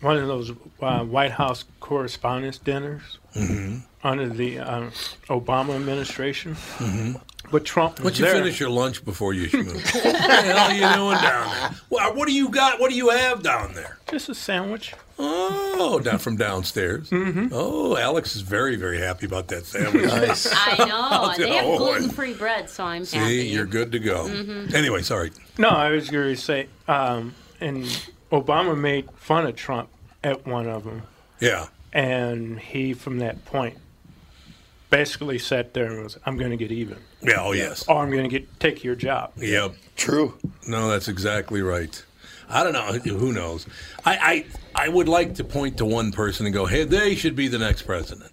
one of those uh, White House correspondence dinners
Mhm.
under the um, Obama administration.
Mhm.
But Trump
Why
was
don't you
there.
finish your lunch before you schmoo?
[LAUGHS]
what the hell are you doing down there? Wha- What do you got? What do you have down there?
Just a sandwich.
Oh, down from downstairs.
Mm-hmm.
Oh, Alex is very, very happy about that sandwich.
Nice. I
[LAUGHS]
know.
I'll
they have
tell you.
gluten free bread, so I'm
See,
happy.
you're good to go.
Mhm.
Anyway, sorry.
No, I was going to say, um, and Obama made fun of Trump at one of them.
Yeah.
And he, from that point, basically sat there and was, I'm going to get even.
Yeah, oh, yes.
Or I'm going to get take your job.
Yep. True. No, that's exactly right. I don't know. Who knows? I, I I would like to point to one person and go, "Hey, they should be the next president,"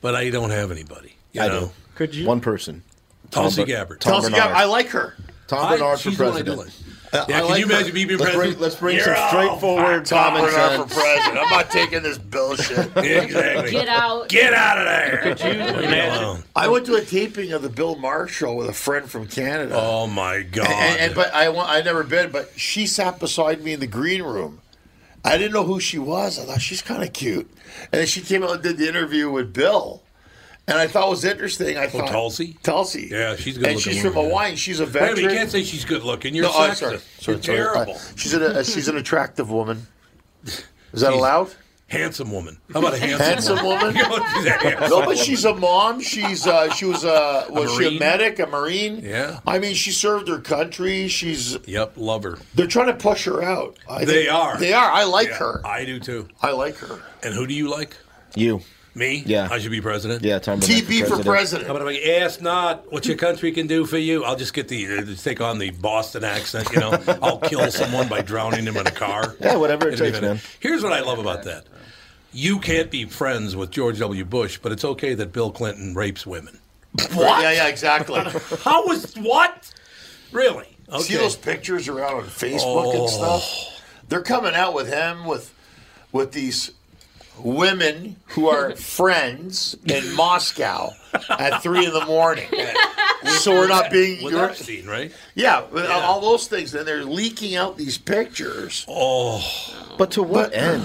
but I don't have anybody. You
I
know,
do. Could you? One person.
Tulsi
Ber-
Gabbard.
Tom
Tulsi
Bernard.
Gabbard,
I like her.
I-
Tom Bernard for
she's the one I do
president.
like. Yeah, can you imagine me being
let's
president?
Bring, let's bring
You're
some
all
straightforward
Tom
common
Bernard for
sense.
president. I'm not taking this
[LAUGHS]
bullshit.
exactly.
Get out.
Get out of there.
Could you
imagine?
I went to a taping of the Bill Maher show with a friend from Canada.
Oh my god!
And, and- but I wa- I never been, but she sat beside me in the green room. I didn't know who she was. I thought she's kind of cute, and then she came out and did the interview with Bill, and I thought it was interesting. I
Oh,
thought
Tulsi?
Tulsi,
Yeah, she's a good.
and she's from Hawaii. She's a
Wait a minute,
veteran.
you can't say she's good looking. You're
No,
sexist.
I'm sorry.
You're
Sorry, sorry.
terrible.
Uh, she's an uh, she's an attractive woman. Is that allowed?
Handsome woman. How about a handsome, [LAUGHS]
Handsome woman?
Yeah.
no, but she's a mom. She's uh, she was uh, was she
Marine?
a medic, a marine?
Yeah.
I mean, she served her country. She's
Yep, love her.
they're trying to push her out. I
they
think-
are.
They are. I like
Yeah,
her.
I do too.
I like her.
And who do you like?
You.
Me?
Yeah.
I should be president.
Yeah, Tom Bernard
TB for president.
How about if I ask not what your country can do for you? I'll just get the uh, just take on the Boston accent.
[LAUGHS]
You know, I'll kill someone by drowning him in a car.
Yeah, whatever it
It'll be
takes,
better.
man.
Here's what I love about that: you can't be friends with George W. Bush, but it's okay that Bill Clinton rapes women.
What? Yeah, yeah, exactly.
[LAUGHS] How was what? Really?
See
Okay.
those pictures around on Facebook
Oh.
and stuff. They're coming out with him with with these women
[LAUGHS]
who are friends in Moscow at three in the
[LAUGHS]
morning. so we're not being
With
you're-
Epstein, right?
Yeah, with all those things, and they're leaking out these pictures.
Oh,
But to what end?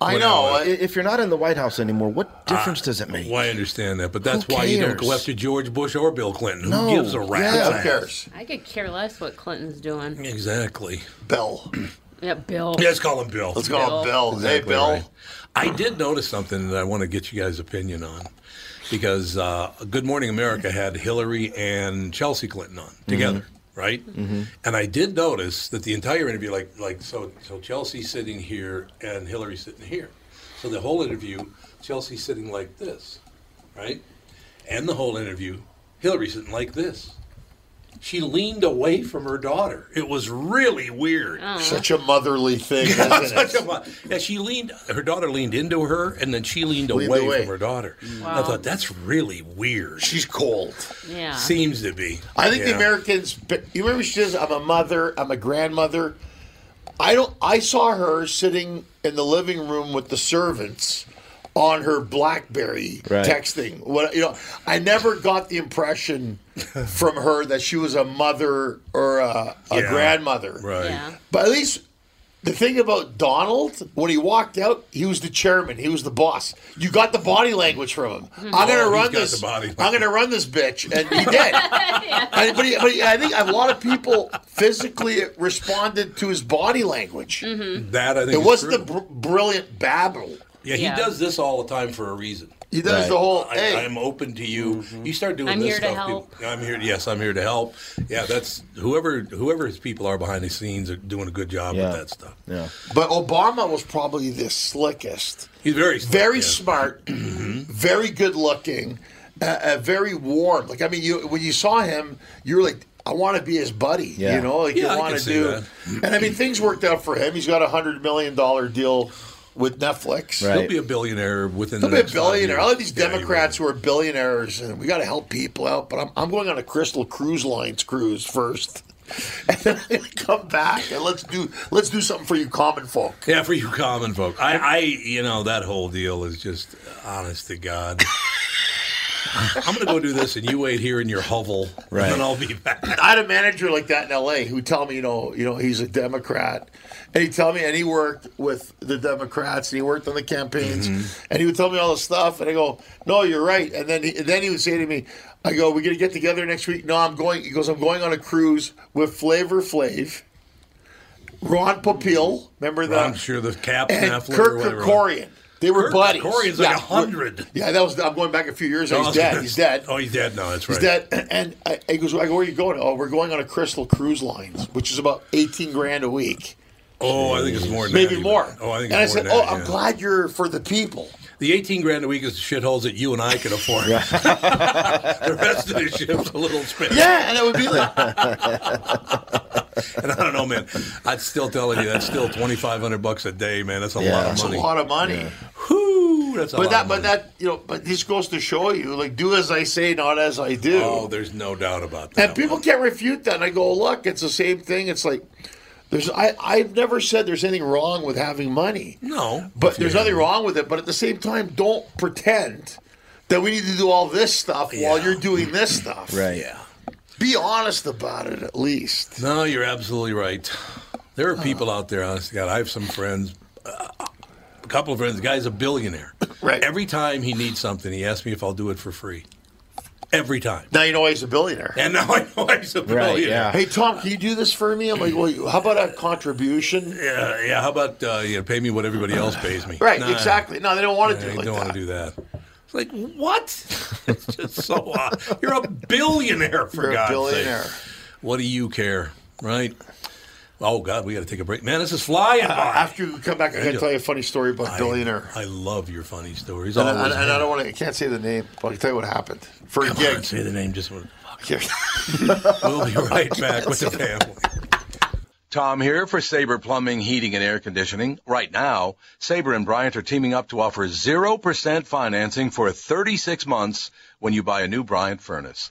I know.
I- If you're not in the White House anymore, what
Uh,
difference does it make?
Well, I understand that, but that's why you don't go
cares?
after George Bush or Bill Clinton. Who
No.
gives a rat's
Yeah, who
ass?
cares?
I could care less what Clinton's doing.
Exactly.
Bill.
Yeah, Bill.
Yeah, let's call him Bill.
Let's call him Bill. Hey, Bill.
I did notice something that I want to get you guys' opinion on because uh, Good Morning America had Hillary and Chelsea Clinton on
Mm-hmm.
together, right?
Mhm.
And I did notice that the entire interview, like, like so, so Chelsea's sitting here and Hillary sitting here. So the whole interview, Chelsea's sitting like this, right? And the whole interview, Hillary's sitting like this. She leaned away from her daughter. It was really weird.
Such a motherly
[LAUGHS]
thing.
Yeah,
isn't it?
such a mo- yeah, she leaned. Her daughter leaned into her, and then she leaned
Leaned
away,
away.
from her daughter. I
Wow.
thought that's really weird.
She's cold.
Yeah.
Seems to be.
I think the
Yeah.
Americans. but You remember she says, "I'm a mother. I'm a grandmother." I don't. I saw her sitting in the living room with the servants on her BlackBerry
Right.
texting. What you know? I never got
[LAUGHS]
the impression from her that she was a mother or a, a
Yeah.
grandmother.
Right. Yeah.
But at least. The thing about Donald, when he walked out, he was the chairman. He was the boss. You got the body language from him. I'm gonna
Oh, he's
run
got
this.
the body
I'm gonna run this bitch, and
[LAUGHS]
he did. I, but, he, but he- I think a lot of people physically responded to his body language.
That I think
it
is
wasn't
true.
the br- brilliant babble.
Yeah, he
Yeah.
does this all the time for a reason.
He does Right. the whole, Mm-hmm.
I,
hey.
I'm open to you. You start doing
I'm
this
here to
stuff.
help.
people- I'm here. Yes, I'm here to help. Yeah, that's whoever whoever his people are behind the scenes are doing a good job with that stuff.
Yeah.
But Obama was probably the slickest.
He's very
very smart, very good looking, uh, uh, very warm. Like I mean, you when you saw him, you were like, I want to be his buddy.
Yeah.
You know, like
Yeah, I
you want
can
to
see
do.
that.
And I mean, things worked out for him. He's got a hundred million dollar deal with Netflix.
He'll be a billionaire within
He'll
the
be a
next five
billionaire.
years.
All these
Yeah, he will.
Democrats who are billionaires, and we got to help people out. But I'm, I'm going on a Crystal Cruise Lines cruise first, [LAUGHS] and then I'm gonna come back and let's do let's do something for you common folk.
[LAUGHS] Yeah, for you common folk. I, I, you know, that whole deal is just uh, honest to God. I'm going to go do this, and you wait here in your hovel,
Right.
and then I'll be back.
I had a manager like that in L.A. who tell me, you know, you know, he's a Democrat, and he tell me, and he worked with the Democrats, and he worked on the campaigns, and he would tell me all this stuff, and I go, no, you're right, and then he, and then he would say to me, I go, we gonna get together next week? No, I'm going. He goes, I'm going on a cruise with Flavor Flav, Ron Papil, remember that?
I'm sure the cap
and
Affleck or
Kirk
whatever.
Kerkorian. They were
Kirk
buddies.
Kerkorian's like 100.
Yeah, that was. I'm going back a few years.
No, I
he's
was
dead.
gonna-
He's dead.
Oh, he's dead. No, that's
He's
right.
dead. And I, I goes, "Where are you going?" Oh, we're going on a Crystal Cruise Lines, which is about 18 grand a week.
Oh, I think it's more than
Maybe
that even.
more.
Oh, I think
and I
it's
said,
more than
"Oh,
that,
I'm
yeah.
glad [LAUGHS] you're for the people."
The 18 grand a week is the shitholes that you and I can afford. the rest of [LAUGHS] the ship's a little spit.
Yeah, and it would
[LAUGHS]
be [LAUGHS] like-
and I don't know, man. I'm still telling you, that's still 2,500 bucks a day, man. That's a lot of
That's
money.
a lot of money.
Whew, that's a
but
lot
that,
of
but that, you know, but this goes to show you, like, do as I say, not as I do.
Oh, there's no doubt about that.
and people can't refute that. And I go, look, it's the same thing. It's like there's I I've never said there's anything wrong with having money.
No,
but
If
there's
you-
nothing wrong with it. But at the same time, don't pretend that we need to do all this stuff while you're doing this stuff.
Right. Yeah.
Be honest about it at least.
No, you're absolutely right. There are people out there, honest to God. I have some friends, uh, a couple of friends. The guy's a billionaire. Right. Every time he needs something, he asks me if I'll do it for free. Every time.
Now you know why he's a billionaire.
And now I know he's a billionaire.
Oh, Hey Tom, can you do this for me? I'm like, well, how about a contribution?
Yeah, yeah. How about uh, yeah, pay me what everybody else pays me?
Right,
Nah,
exactly. No, they don't want to
I
do it like
don't
that.
want to do
[LAUGHS]
that. It's like what? it's just so odd. You're a billionaire for
You're a
God's
billionaire.
sake. What do you care, right? Oh God, we got to take a break, man. This is flying by.
Uh, After you come back, I gotta tell you a funny story about a billionaire.
I love your funny stories.
And, I-
always
and I
have.
don't want to. I can't say the name, but I can tell you what happened for a
Come
gig.
on, say the name. Just want [LAUGHS] we'll be right back with the family.
Tom here for Sabre Plumbing, Heating, and Air Conditioning. Right now, Sabre and Bryant are teaming up to offer 0% financing for 36 months when you buy a new Bryant furnace.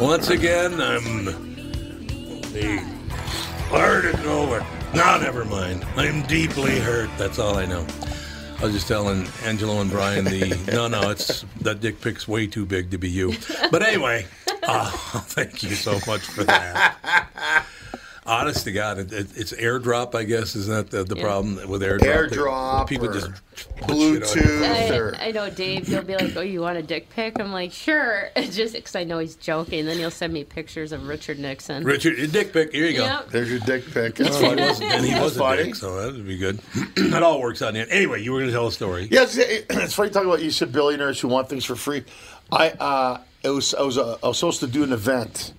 Once again, I'm the hurt and over. No, never mind. I'm deeply hurt. That's all I know. I was just telling Angelo and Brian the [LAUGHS] no, no, it's that dick pic's way too big to be you. But anyway, [LAUGHS] uh, thank you so much for that. Honest to God, it, it, it's airdrop. I guess is not the, the problem with airdrop. They-
Airdrop
people
or
just
I, I know Dave. He'll be like, "Oh, you want a dick pic?" I'm like, "Sure," [LAUGHS] just because I know he's joking. Then he'll send me pictures of Richard Nixon.
[LAUGHS]
Richard, your dick pic. Here you go.
Yep.
There's your dick pic.
That's why he wasn't. And he
That's
was a
funny.
dick, so that would be good. [CLEARS THROAT] that all works out in the end. Anyway, you were going to tell a story.
Yes, it- [CLEARS THROAT] it's funny talking about you said billionaires who want things for free. I uh, it was I was uh, I was supposed to do an event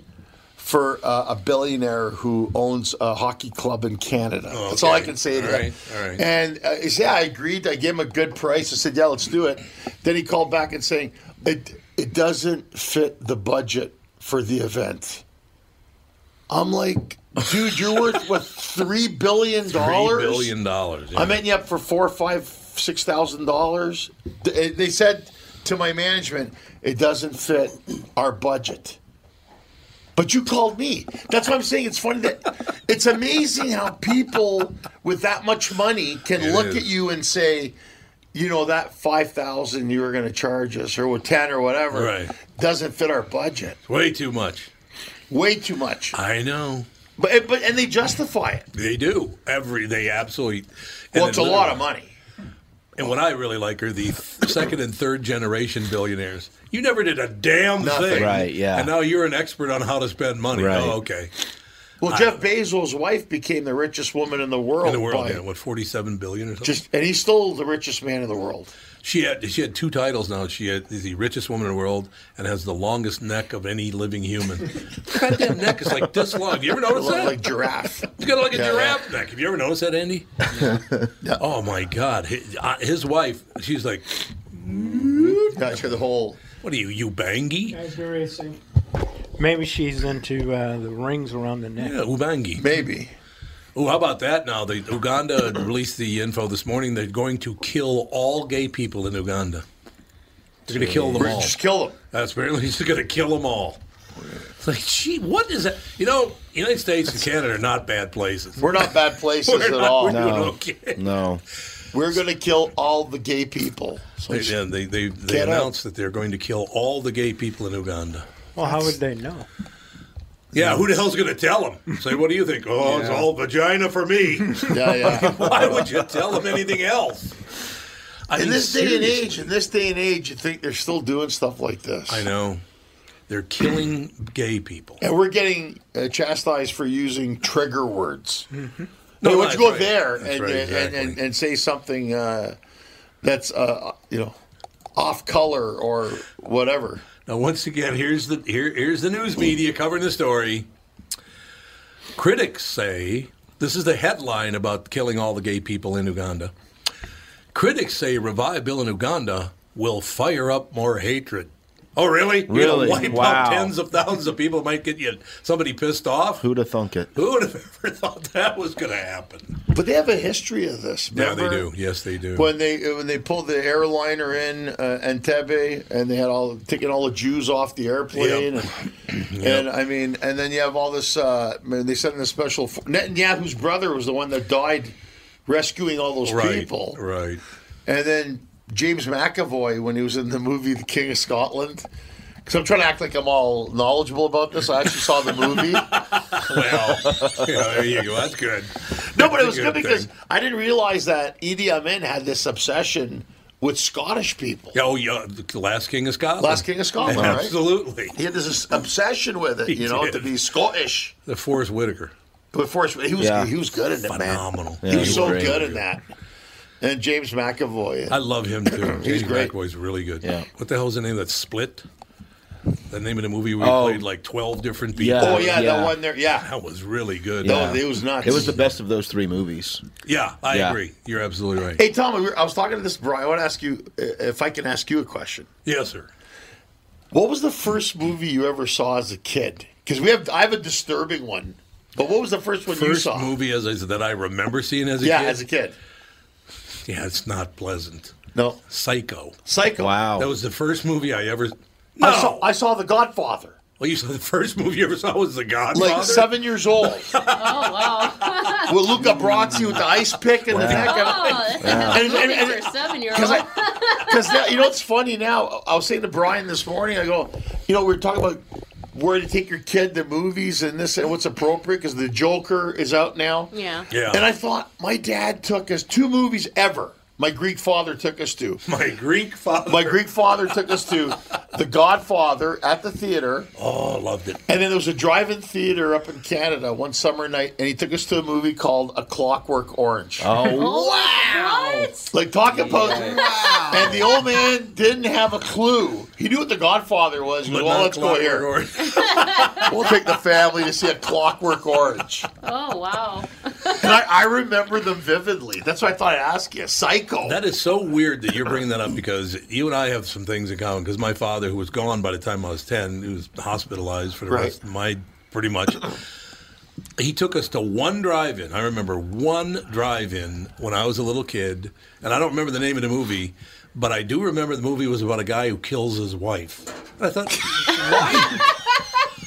for uh, a billionaire who owns a hockey club in Canada. That's all I
Oh, okay.
can say to
All
that.
right, all right.
And uh, he said, "Yeah, I agreed. I gave him a good price. I said, yeah, let's do it." Then he called back and saying, "It it doesn't fit the budget for the event." I'm like, dude, you're worth what three billion dollars?
Three billion dollars.
I'm hitting you up for four, five, six thousand dollars. They they said to my management, it doesn't fit our budget. But you called me. That's what I'm saying. It's funny that
[LAUGHS]
it's amazing how people with that much money can
It
look
is.
at you and say, you know, that five thousand you were going to charge us or with ten or whatever
Right.
doesn't fit our budget.
Way too much.
Way too much.
I know.
But eh, but and they justify it.
They do. Every they absolutely.
Well,
and
it's a lot of
another-
money.
And what I really like are the th- second and third generation billionaires. You never did a damn
Nothing.
thing,
Right,
yeah.
And now you're an expert on how to spend money.
Right.
Oh, okay.
Well, Jeff Bezos' wife became the richest woman in the world.
In the world,
by-
yeah, what forty-seven billion or something?
Just and he's still the richest man in the world.
She had she had two titles now. She had, is the richest woman in the world and has the longest neck of any living human. Goddamn neck is like this long. Have you ever noticed
Look
that?
like giraffe.
It's got like a
Yeah.
giraffe neck. Have you ever noticed that,
[LAUGHS]
Andy? Oh my God! His, uh, his wife, she's like,
got the whole.
What are you, you bangy?
Maybe she's into uh, the rings around the neck.
Yeah, Ubangi.
Maybe.
Oh, how about that now? The,
[CLEARS THROAT]
Uganda released the info this morning. They're going to kill all gay people in Uganda. They're going to kill them
We're
all.
Just kill them.
That's [LAUGHS] apparently he's going to kill them all. It's like, gee, what is that? You know, United States and Canada are not bad places.
We're
[LAUGHS]
not bad places
We're
at
not-
all.
we're doing No. okay.
No.
We're going to kill all the gay people.
They, yeah, they, they, they
Get up.
announced that they're going to kill all the gay people in Uganda.
Well, how would they know?
Yeah, who the hell's going to tell them? Say, what do you think? Oh, it's
Yeah.
all vagina for me. [LAUGHS]
Yeah, yeah.
Why would you tell them anything else? I
in
mean,
this day and
seriously.
age, in this day and age, you think they're still doing stuff like this.
I know. They're killing gay people.
And we're getting uh, chastised for using trigger words.
No,
No, let's
that's
go
right.
there
That's
and,
right,
and, and, and say something uh, that's uh, you know off color or whatever.
Now, once again, here's the here, here's the news media covering the story. Critics say this is the headline about killing all the gay people in Uganda. Critics say revive bill in Uganda will fire up more hatred. Oh, really? It'll
Really?
wipe
Wow.
out tens of thousands of people. It might get you somebody pissed off.
Who'da thunk it?
Who would have [LAUGHS] ever thought that was going to happen?
But they have a history of this.
Yeah, they
remember?
do. Oh, Yes, they do.
When they uh, when they pulled the airliner in uh, Entebbe and they had all taking all the Jews off the airplane
[CLEARS THROAT]
and, and I mean and then you have all this uh, man they sent in a special fo- Netanyahu's brother was the one that died rescuing all those
Right,
people
right
and then James McAvoy when he was in the movie The King of Scotland because I'm trying to act like I'm all knowledgeable about this I actually saw
[LAUGHS]
the movie.
well, [LAUGHS] yeah, there you go. That's good.
No, but it
That's
was
a
good
thing.
because I didn't realize that E Idi Amin had this obsession with Scottish people.
Yeah, oh, yeah, the last king of Scotland.
Last King of Scotland, right?
Absolutely.
He had this obsession with it,
He
you know,
did.
to be Scottish.
The Forrest Whitaker.
But Forrest, he was
Yeah.
he was good in it, man.
Phenomenal.
he
Yeah,
was
he
so
was great.
good in that. And James McAvoy.
I love him too.
[CLEARS THROAT] He's
James
great.
McAvoy's really good. What the hell's the name of that split? The name of the movie where he
Oh.
played like twelve different people.
Yeah, Oh, yeah, that yeah. one
there. Yeah,
that was really good.
It was the best of those three movies.
Yeah, I
Yeah.
agree. You're absolutely right.
Hey Tom, we were- I was talking to this Brian. I want to ask you uh, if I can ask you a question.
Yes, sir.
What was the first movie you ever saw as a kid? Because we have I have a disturbing one. But what was the first one you
First
saw?
movie as I, that I remember seeing as a
yeah,
kid.
as a kid.
Yeah, it's not pleasant.
No.
Psycho.
Psycho.
Wow.
That was the first movie I ever.
I saw I saw The Godfather.
Well, you saw the first movie you ever saw was The Godfather.
Like seven years old.
[LAUGHS] Oh wow.
with Luca Brasi with the ice pick in the
Oh,
neck. [LAUGHS]
that's
Yeah.
a
And- and-
movie
and-
for a seven-year-old.
Because you know what's funny now? I was saying to Brian this morning, I go, you know, we are talking about where to take your kid to movies and this and what's appropriate because the Joker is out now.
Yeah.
Yeah.
And I thought my dad took us two movies ever. My Greek father took us to.
My Greek father.
My Greek father took us to The Godfather at the theater.
Oh, loved it.
And then there was a drive-in theater up in Canada one summer night, and he took us to a movie called A Clockwork Orange. [LAUGHS]
Oh.
wow.
Like talk about [LAUGHS] and the old man didn't have a clue. He knew what the Godfather was. He goes,
But
well,
not
let's go here. [LAUGHS] we'll take the family to see a Clockwork Orange.
Oh wow.
And I, I remember them vividly. That's why I thought I'd ask you. [LAUGHS] Psycho.
That is so weird that you're bringing that up because you and I have some things in common. Because my father, who was gone by the time I was ten, he was hospitalized for the
Right.
rest of my pretty much. He took us to one drive-in. I remember one drive-in when I was a little kid, and I don't remember the name of the movie, but I do remember the movie was about a guy who kills his wife. And I thought, [LAUGHS] why?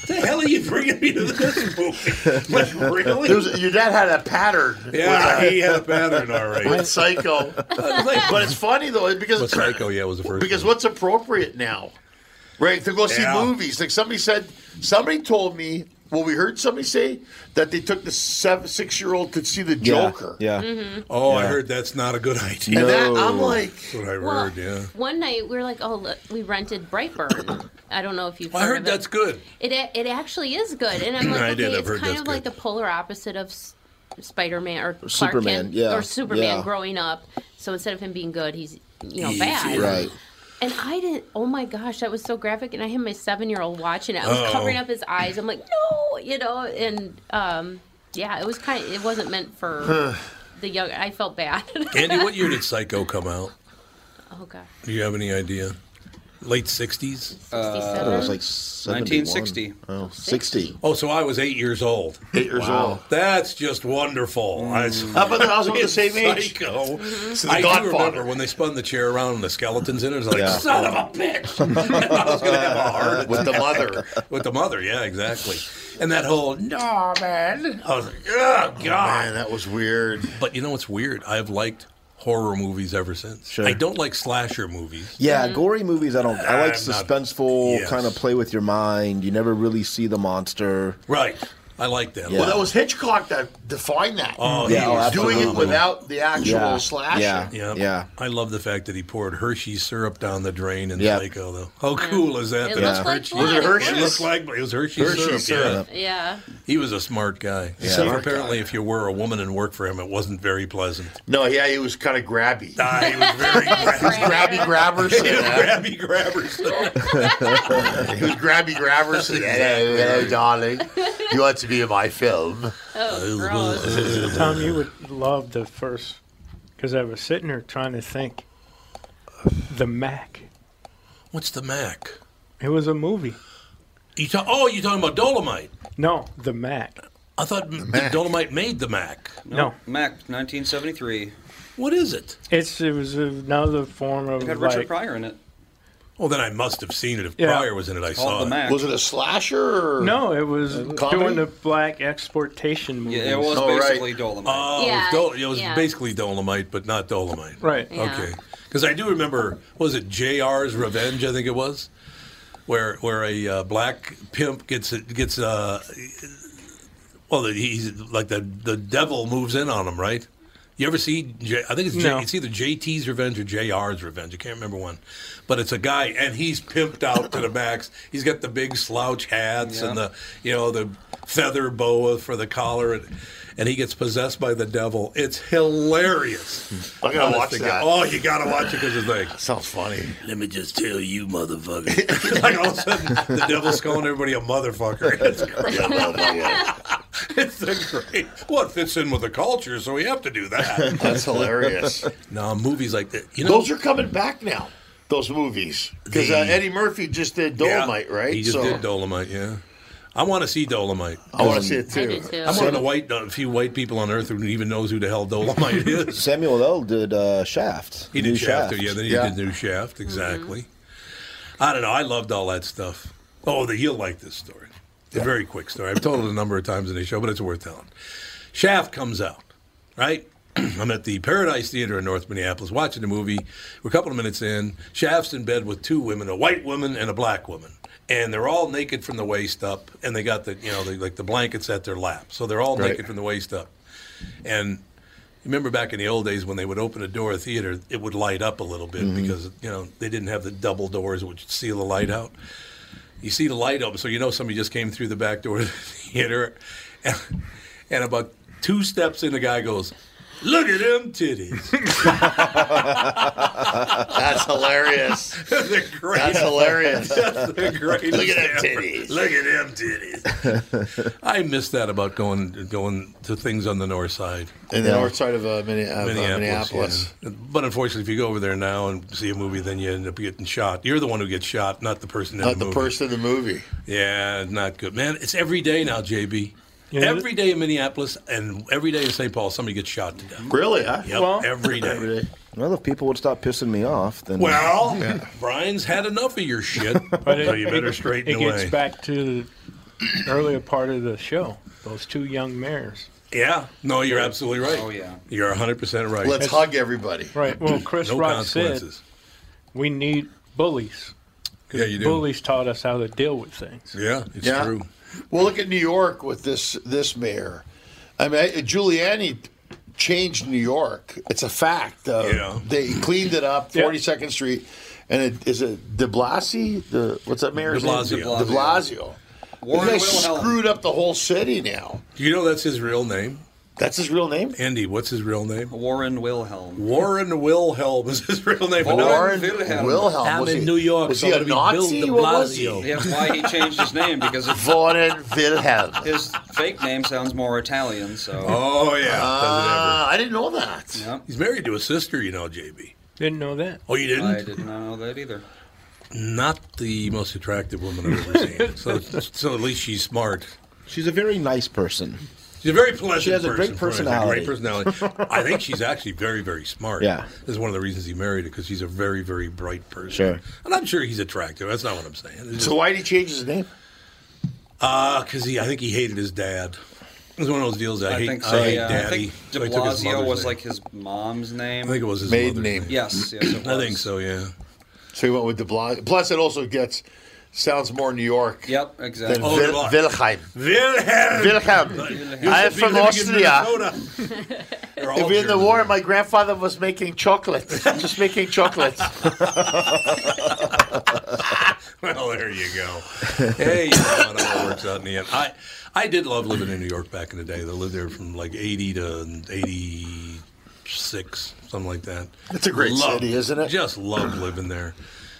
the hell are you bringing me to this movie? Like, really?
There was- your dad had a pattern.
Yeah,
with-
he had a pattern already.
With Psycho.
[LAUGHS]
but it's funny though because
But Psycho, yeah, was the first.
because what's appropriate now, right? To go see
Yeah.
movies. Like somebody said, somebody told me. Well, we heard somebody say that they took the seven, six-year-old to see the Joker.
Yeah.
Oh, I
Yeah.
heard that's not a good idea.
And that- I'm No. like-
that's what I
Well,
heard. Yeah,
One night we were like, oh, look, we rented Brightburn. I don't know if you've.
Well, I
heard,
heard
of
that's
it.
good.
It a- it actually is good,
[CLEARS THROAT]
and I'm like,
I
okay,
did, I've
it's
heard
kind
that's
of like the polar opposite of S- Spider-Man or Clark
Superman,
Kent,
yeah,
or Superman
yeah.
growing up. So instead of him being good, he's you know,
Easy.
bad.
Right.
And I didn't. Oh my gosh, that was so graphic. And I had my seven-year-old watching it. I was
Uh-oh.
covering up his eyes. I'm like, no, you know. And um, yeah, it was kind. Of, it wasn't meant
[SIGHS]
for the young. I felt bad.
Andy, what year did Psycho come out?
[LAUGHS] Oh gosh.
Do you have any idea? Late 60s?
Uh, it was like
1960.
Oh, 60. Oh, so I was eight years old.
Eight years old.
That's just wonderful. I,
How about that? I was about the same
[LAUGHS]
age.
Psycho. Mm-hmm.
It's The
I do
Godfather.
remember when they spun the chair around and the skeletons in it. I was like,
Yeah.
son of a bitch! I was going to have a heart
With the
attack.
mother.
[LAUGHS] With the mother, yeah, exactly. And that whole
No, man.
I was like, oh, God.
man, that was weird.
But you know what's weird? I've liked horror movies ever since. I don't like slasher movies.
Yeah, gory movies. I don't. I like
I'm not-
suspenseful,
yes.
kind of play with your mind. You never really see the monster.
Right. I like that.
Yeah.
Well, that was Hitchcock that defined that.
Oh,
he
Yeah,
was
oh,
doing it
absolutely.
without the actual
Yeah,
slasher.
yeah.
Yep.
Yeah.
I love the fact that he poured Hershey syrup down the drain in
Yep.
Psycho, though. How cool is that?
It
that
looked
it's Hershey.
like blood. Was it
It
Hershey's?
looked like it was Hershey,
Hershey
syrup.
syrup.
Yeah.
Yeah.
He was a smart guy.
Yeah.
So
Smart
apparently, if you were a woman and worked for him, it wasn't very pleasant.
No, yeah, he was kind of grabby.
he was
[LAUGHS]
very [LAUGHS]
grabby grabbers.
grabby grabbers.
[LAUGHS] he was grabby grabbers. Hello, hello, darling. You want to be in my film? [LAUGHS]
Tom, you would love the first, because I was sitting here trying to think. The Mac.
What's the Mac?
It was a movie.
You ta- oh, you're talking about Dolomite.
No, The Mac.
I thought m- Dolomite made the Mac.
No.
Mac, 1973.
What is it?
It's it was another form of
It had
like
Richard Pryor in it.
Well, then I must have seen it if
Yeah.
Pryor was in it. I
It's
saw
called The Mac.
Was it a slasher? Or
No, it was
comedy?
doing the black exportation movies.
Yeah, it was
Oh, right.
basically Dolomite.
Oh, it was,
Yeah,
Dol- it was
yeah.
basically Dolomite, but not Dolomite.
Right.
Okay. 'Cause Okay. Because I do remember, what was it J.R.'s Revenge? I think it was, where where a uh, black pimp gets gets uh, well, the- he's like the the devil moves in on him, right? You ever see? J- I think it's J-
No.
it's either JT's Revenge or JR's Revenge. I can't remember one, but it's a guy and he's pimped out to the max. He's got the big slouch hats and
Yeah.
the you know the feather boa for the collar, and, and he gets possessed by the devil. It's hilarious.
I gotta
Honest
watch
to
that.
God. Oh, you gotta watch it because it's like
sounds funny.
Let me just tell you, [LAUGHS] motherfucker. like all of a sudden, the devil's calling everybody a
[LAUGHS]
motherfucker. It's great. [LAUGHS] it's a great. Well, it fits in with the culture, so we have to do that.
That's hilarious.
No, movies like that. You know,
Those are coming back now. Those movies, because uh,
The-
Eddie Murphy just did Dolomite, right?
He just
So-
did Dolomite. Yeah. I want to see Dolomite.
I wanna see it, too. I do, too.
I'm one of the white, a few white people on earth who even knows who the hell [LAUGHS]
[LAUGHS]
Dolomite is.
Samuel L. did uh, Shaft.
He
The new
did Shaft, yeah. Then he did New
Mm-hmm.
Shaft, exactly. I don't know. I loved all that stuff. Oh, the, you'll like this story. It's a very quick story. I've told it a number of times in the show, but it's worth telling. Shaft comes out, right? [CLEARS THROAT] I'm at the Paradise Theater in North Minneapolis watching the movie. We're a couple of minutes in. Shaft's in bed with two women, a white woman and a black woman. And they're all naked from the waist up, and they got the you know the, like the blankets at their lap, so they're all
Right.
naked from the waist up. And you remember back in the old days when they would open a door of theater, it would light up a little bit
Mhm.
because you know they didn't have the double doors which seal the light out. You see the light open, so you know somebody just came through the back door of the theater, and, and about two steps in, the guy goes, "Look at them titties."
[LAUGHS] [LAUGHS]
[LAUGHS]
That's hilarious.
That's a great- [LAUGHS]
That's hilarious.
That's the greatest
Look at them
ever.
titties.
Look at them titties. I miss that about going going to things on the north side.
In the north side of uh, Minne- of, uh, Minneapolis.
yeah. But unfortunately, if you go over there now and see a movie, then you end up getting shot. You're the one who gets shot, not the person in
Not
the
the
movie.
person in the movie.
Yeah, not good, man. It's every day now, JB. every day in Minneapolis and every day in St. Paul, somebody gets shot to death.
Really? Huh?
Yep, every
[LAUGHS]
day.
Well, if people would stop pissing me off, then
uh,
Well, Brian's had enough of your
[LAUGHS]
shit, so you better straighten
it
away.
gets back to the earlier part of the show. Those two young mares.
Yeah, no, you're absolutely right.
Oh, yeah.
you're 100 percent right.
Let's hug
everybody.
[CLEARS THROAT]
Right. Well, Chris
no
Rock said
consequences.
we need bullies. 'Cause
Yeah, you do.
Bullies taught us how to deal with things.
Yeah, it's true.
Well, look at New York with this this mayor. I mean, I- Giuliani changed New York. It's a fact. Uh,
Yeah.
They cleaned it up,
Yeah.
Forty Second Street, and it is it De Blasi. The what's that mayor's
De Blasio.
name? De Blasio.
Warren
they
Wilhelm.
screwed up the whole city now.
Do you know that's his real name?
That's his real name?
Andy, what's his real name?
Warren Wilhelm.
Warren Wilhelm is his real name.
Warren
Warren
Wilhelm.
Wilhelm,
Down
was
in
he-
New York.
was
so
he a
it'll be Bill
Nazi?
de
What was he?
Blasio.
Yeah, [LAUGHS] that's why he changed his name because it,
Warren Wilhelm.
his fake name sounds more Italian. So.
Oh yeah,
Ah, I didn't know that.
He's married to a sister, you know, JB.
Didn't know that.
Oh, you didn't?
I did not know that either.
Not the most attractive woman I've ever seen. so, so at least she's smart.
She's a very nice person.
She's a very pleasant.
She has a great
person, right? She's a Great personality. I think she's actually very, very smart.
Yeah.
this is one of the reasons he married her because she's a very, very bright person.
Sure.
and I'm sure he's attractive. That's not what I'm saying. It's
So why did he change his name?
Uh, because he, I think he hated his dad. It was one of those deals. I,
I
hate,
think so.
I hate
yeah. I
daddy.
think De
So he took his
Blasio
mother's
was
name.
like his mom's name.
I think it was his mother's
Yes, yes, it
I
was.
think so. Yeah.
So he went with De Blasio. Plus, it also gets sounds more New York.
Yep, exactly.
Than
Oh,
Wil-
De Blasio.
Wilhelm.
Wilhelm.
Wilhelm. I am
Used to be
from
living in
Austria.
Minnesota. They're all
During the
German.
war, my grandfather was making chocolate. Just
[LAUGHS]
making chocolate.
[LAUGHS] well, there you go. Hey, you know, it all works out in the end. I, I did love living in New York back in the day. I lived there from like 80 to 86, something like that.
It's a great
Loved-
city, isn't it?
Just loved living there.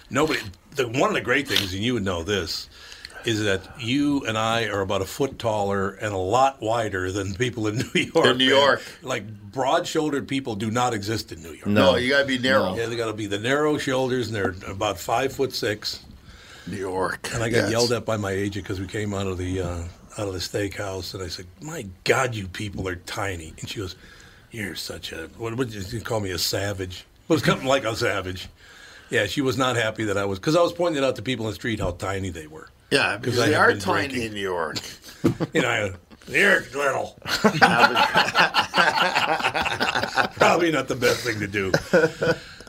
Nobody. The, one of the great things, and you would know this, is that you and I are about a foot taller and a lot wider than people in New York.
In New
man.
York.
like broad-shouldered people do not exist in New York.
No, No. you gotta be narrow.
Yeah, they got to be the narrow shoulders, and they're about five foot six.
New York.
And I got
Yes.
yelled at by my agent because we came out of the uh, out of the steakhouse, and I said, "My God, you people are tiny." And she goes, "You're such a what would you call me a savage?" Well, it's something like a savage. Yeah, she was not happy that I was because I was pointing out to people in the street how tiny they were.
Yeah, because
I
they
had
are
been
tiny
drinking.
in New York.
[LAUGHS] You know, they're little. Probably not the best thing to
[LAUGHS]
do.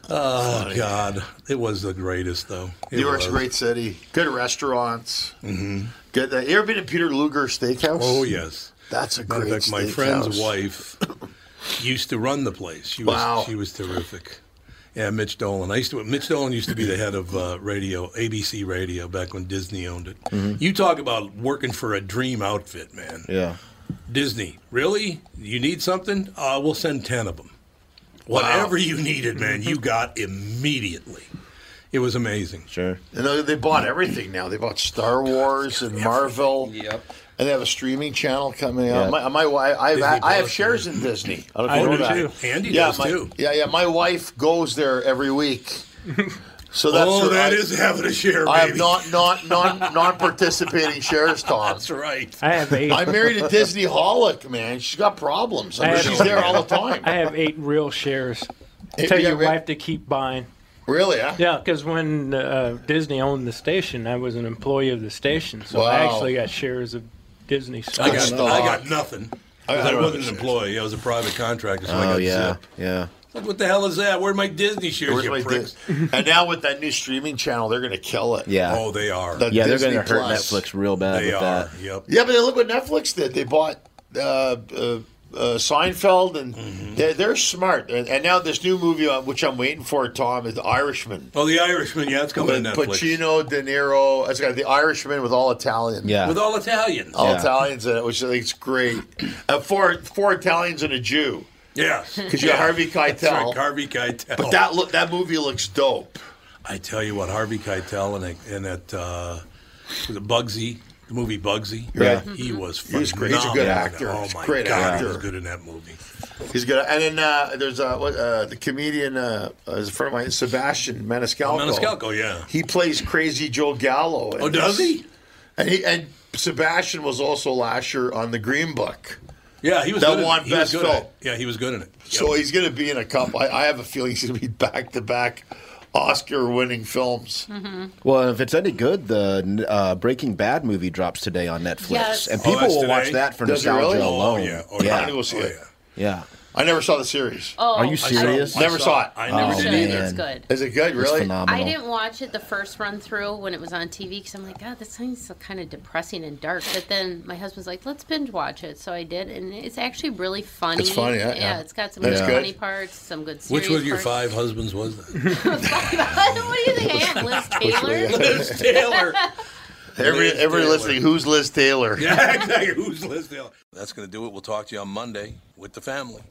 Oh God, it was the greatest though. It
New York's a
was.
great city. Good restaurants. Mm-hmm. Good. Uh, you ever been to Peter Luger Steakhouse?
Oh yes,
That's a
Matter of
great
fact, my
steakhouse.
friend's wife used to run the place. She was
Wow.
she was terrific. Yeah, Mitch Dolan. I used to. Mitch Dolan used to be the head of uh, radio, ABC Radio, back when Disney owned it.
Mhm.
You talk about working for a dream outfit, man.
Yeah.
Disney, really? You need something? Uh, we'll send ten of them. Whatever you needed, man, you got immediately. It was amazing.
Sure.
You know, they bought everything now. They bought Star Wars and Marvel. Yep. And they have a streaming channel coming out.
Yeah.
My, my wife, I've,
Disney
I have
Plus,
shares in Disney. I don't know
I
if you
do
know that.
too. Andy
yeah,
does
my,
too.
Yeah, yeah. My wife goes there every
[LAUGHS]
week. So that's
Oh,
where
that
I,
is having a share,
I have
baby.
not
[LAUGHS]
non non non participating shares, Tom.
That's right.
I have eight.
I married a
[LAUGHS]
Disney holic, man. She's got problems. I mean, she's there all the time.
I have eight real shares.
Hey,
Tell
you got
your
re-
wife to keep buying.
Really? Huh?
Yeah, because when uh, Disney owned the station, I was an employee of the station, so I
Wow.
actually got shares of Disney.
I got,
stock.
I got nothing. 'Cause
I
I,
don't
wasn't an employee. I was a private contractor, so I
Oh
got
yeah.
zip.
Yeah.
Like, what the hell is that? Where are my Disney shares,
Where's
you
my
pricks?
Dis- and now with that new streaming channel, they're going to kill it.
Yeah.
Oh, they are.
The
yeah,
Disney
they're going to hurt
Plus.
Netflix real bad
They
uh, with
are.
that.
Yep.
Yeah, but look what Netflix did. They bought uh, uh, uh, Seinfeld, and
Mm-hmm.
they're, they're smart. And, and now this new movie, uh, which I'm waiting for, Tom, is The Irishman.
Oh, The Irishman. Yeah, it's coming
With
to Netflix.
Pacino, De Niro. It's got The Irishman with all Italian.
With all Italians.
all Italians in it, which I think is great. Uh, four four Italians and a Jew.
Yes.
because you got
Yeah.
Harvey
That's
Keitel.
right, Harvey Keitel.
But that look that movie looks dope.
I tell you what, Harvey Keitel and, that- and that uh, was it Bugsy, the movie Bugsy.
Yeah.
He was
He was great.
phenomenal.
He's a good actor.
Oh,
He's a
my
great
God.
actor.
He was good in that movie.
He's good. And then uh, there's uh, what, uh, the comedian uh, uh, is a friend of mine, Sebastian Maniscalco.
Maniscalco, yeah.
He plays Crazy Joe Gallo. in
Oh, does
this.
he?
And he and Sebastian was also last year on the Green Book.
Yeah, he was
that
good
won
in, he was
best
good
film.
In it. Yeah, he was good in it.
So he's going to be in a couple. I, I have a feeling he's going to be back to back Oscar winning films.
Mm-hmm.
Well, if it's any good, the uh, Breaking Bad movie drops today on Netflix,
Yes.
and
Oh,
people
that's
will
today?
watch that for
Does it
nostalgia
really? Oh,
alone.
yeah.
Oh,
I
yeah.
need to go see it.
Yeah.
I never saw the series.
Oh,
Are you
I saw-
serious?
I
Never saw it.
I never Oh, did man. either. It's good.
Is it good?
It's
Really?
phenomenal.
I didn't watch it the first run through when it was on TV because I'm like, God, this thing's so kind of depressing and dark. But then my husband's like, let's binge watch it. So I did. And it's actually really funny.
It's funny, yeah, yeah.
it's got some
That's
good
good.
funny parts, some good serious
Which was your
parts.
five husbands was that?
[LAUGHS] what do you think I am, Liz
[LAUGHS] Which [LAUGHS]
Taylor?
one? Liz Taylor.
Every
Liz
every
Taylor.
listening, who's Liz Taylor? [LAUGHS]
Yeah, exactly. Who's Liz Taylor? That's going to do it. We'll talk to you on Monday with the family.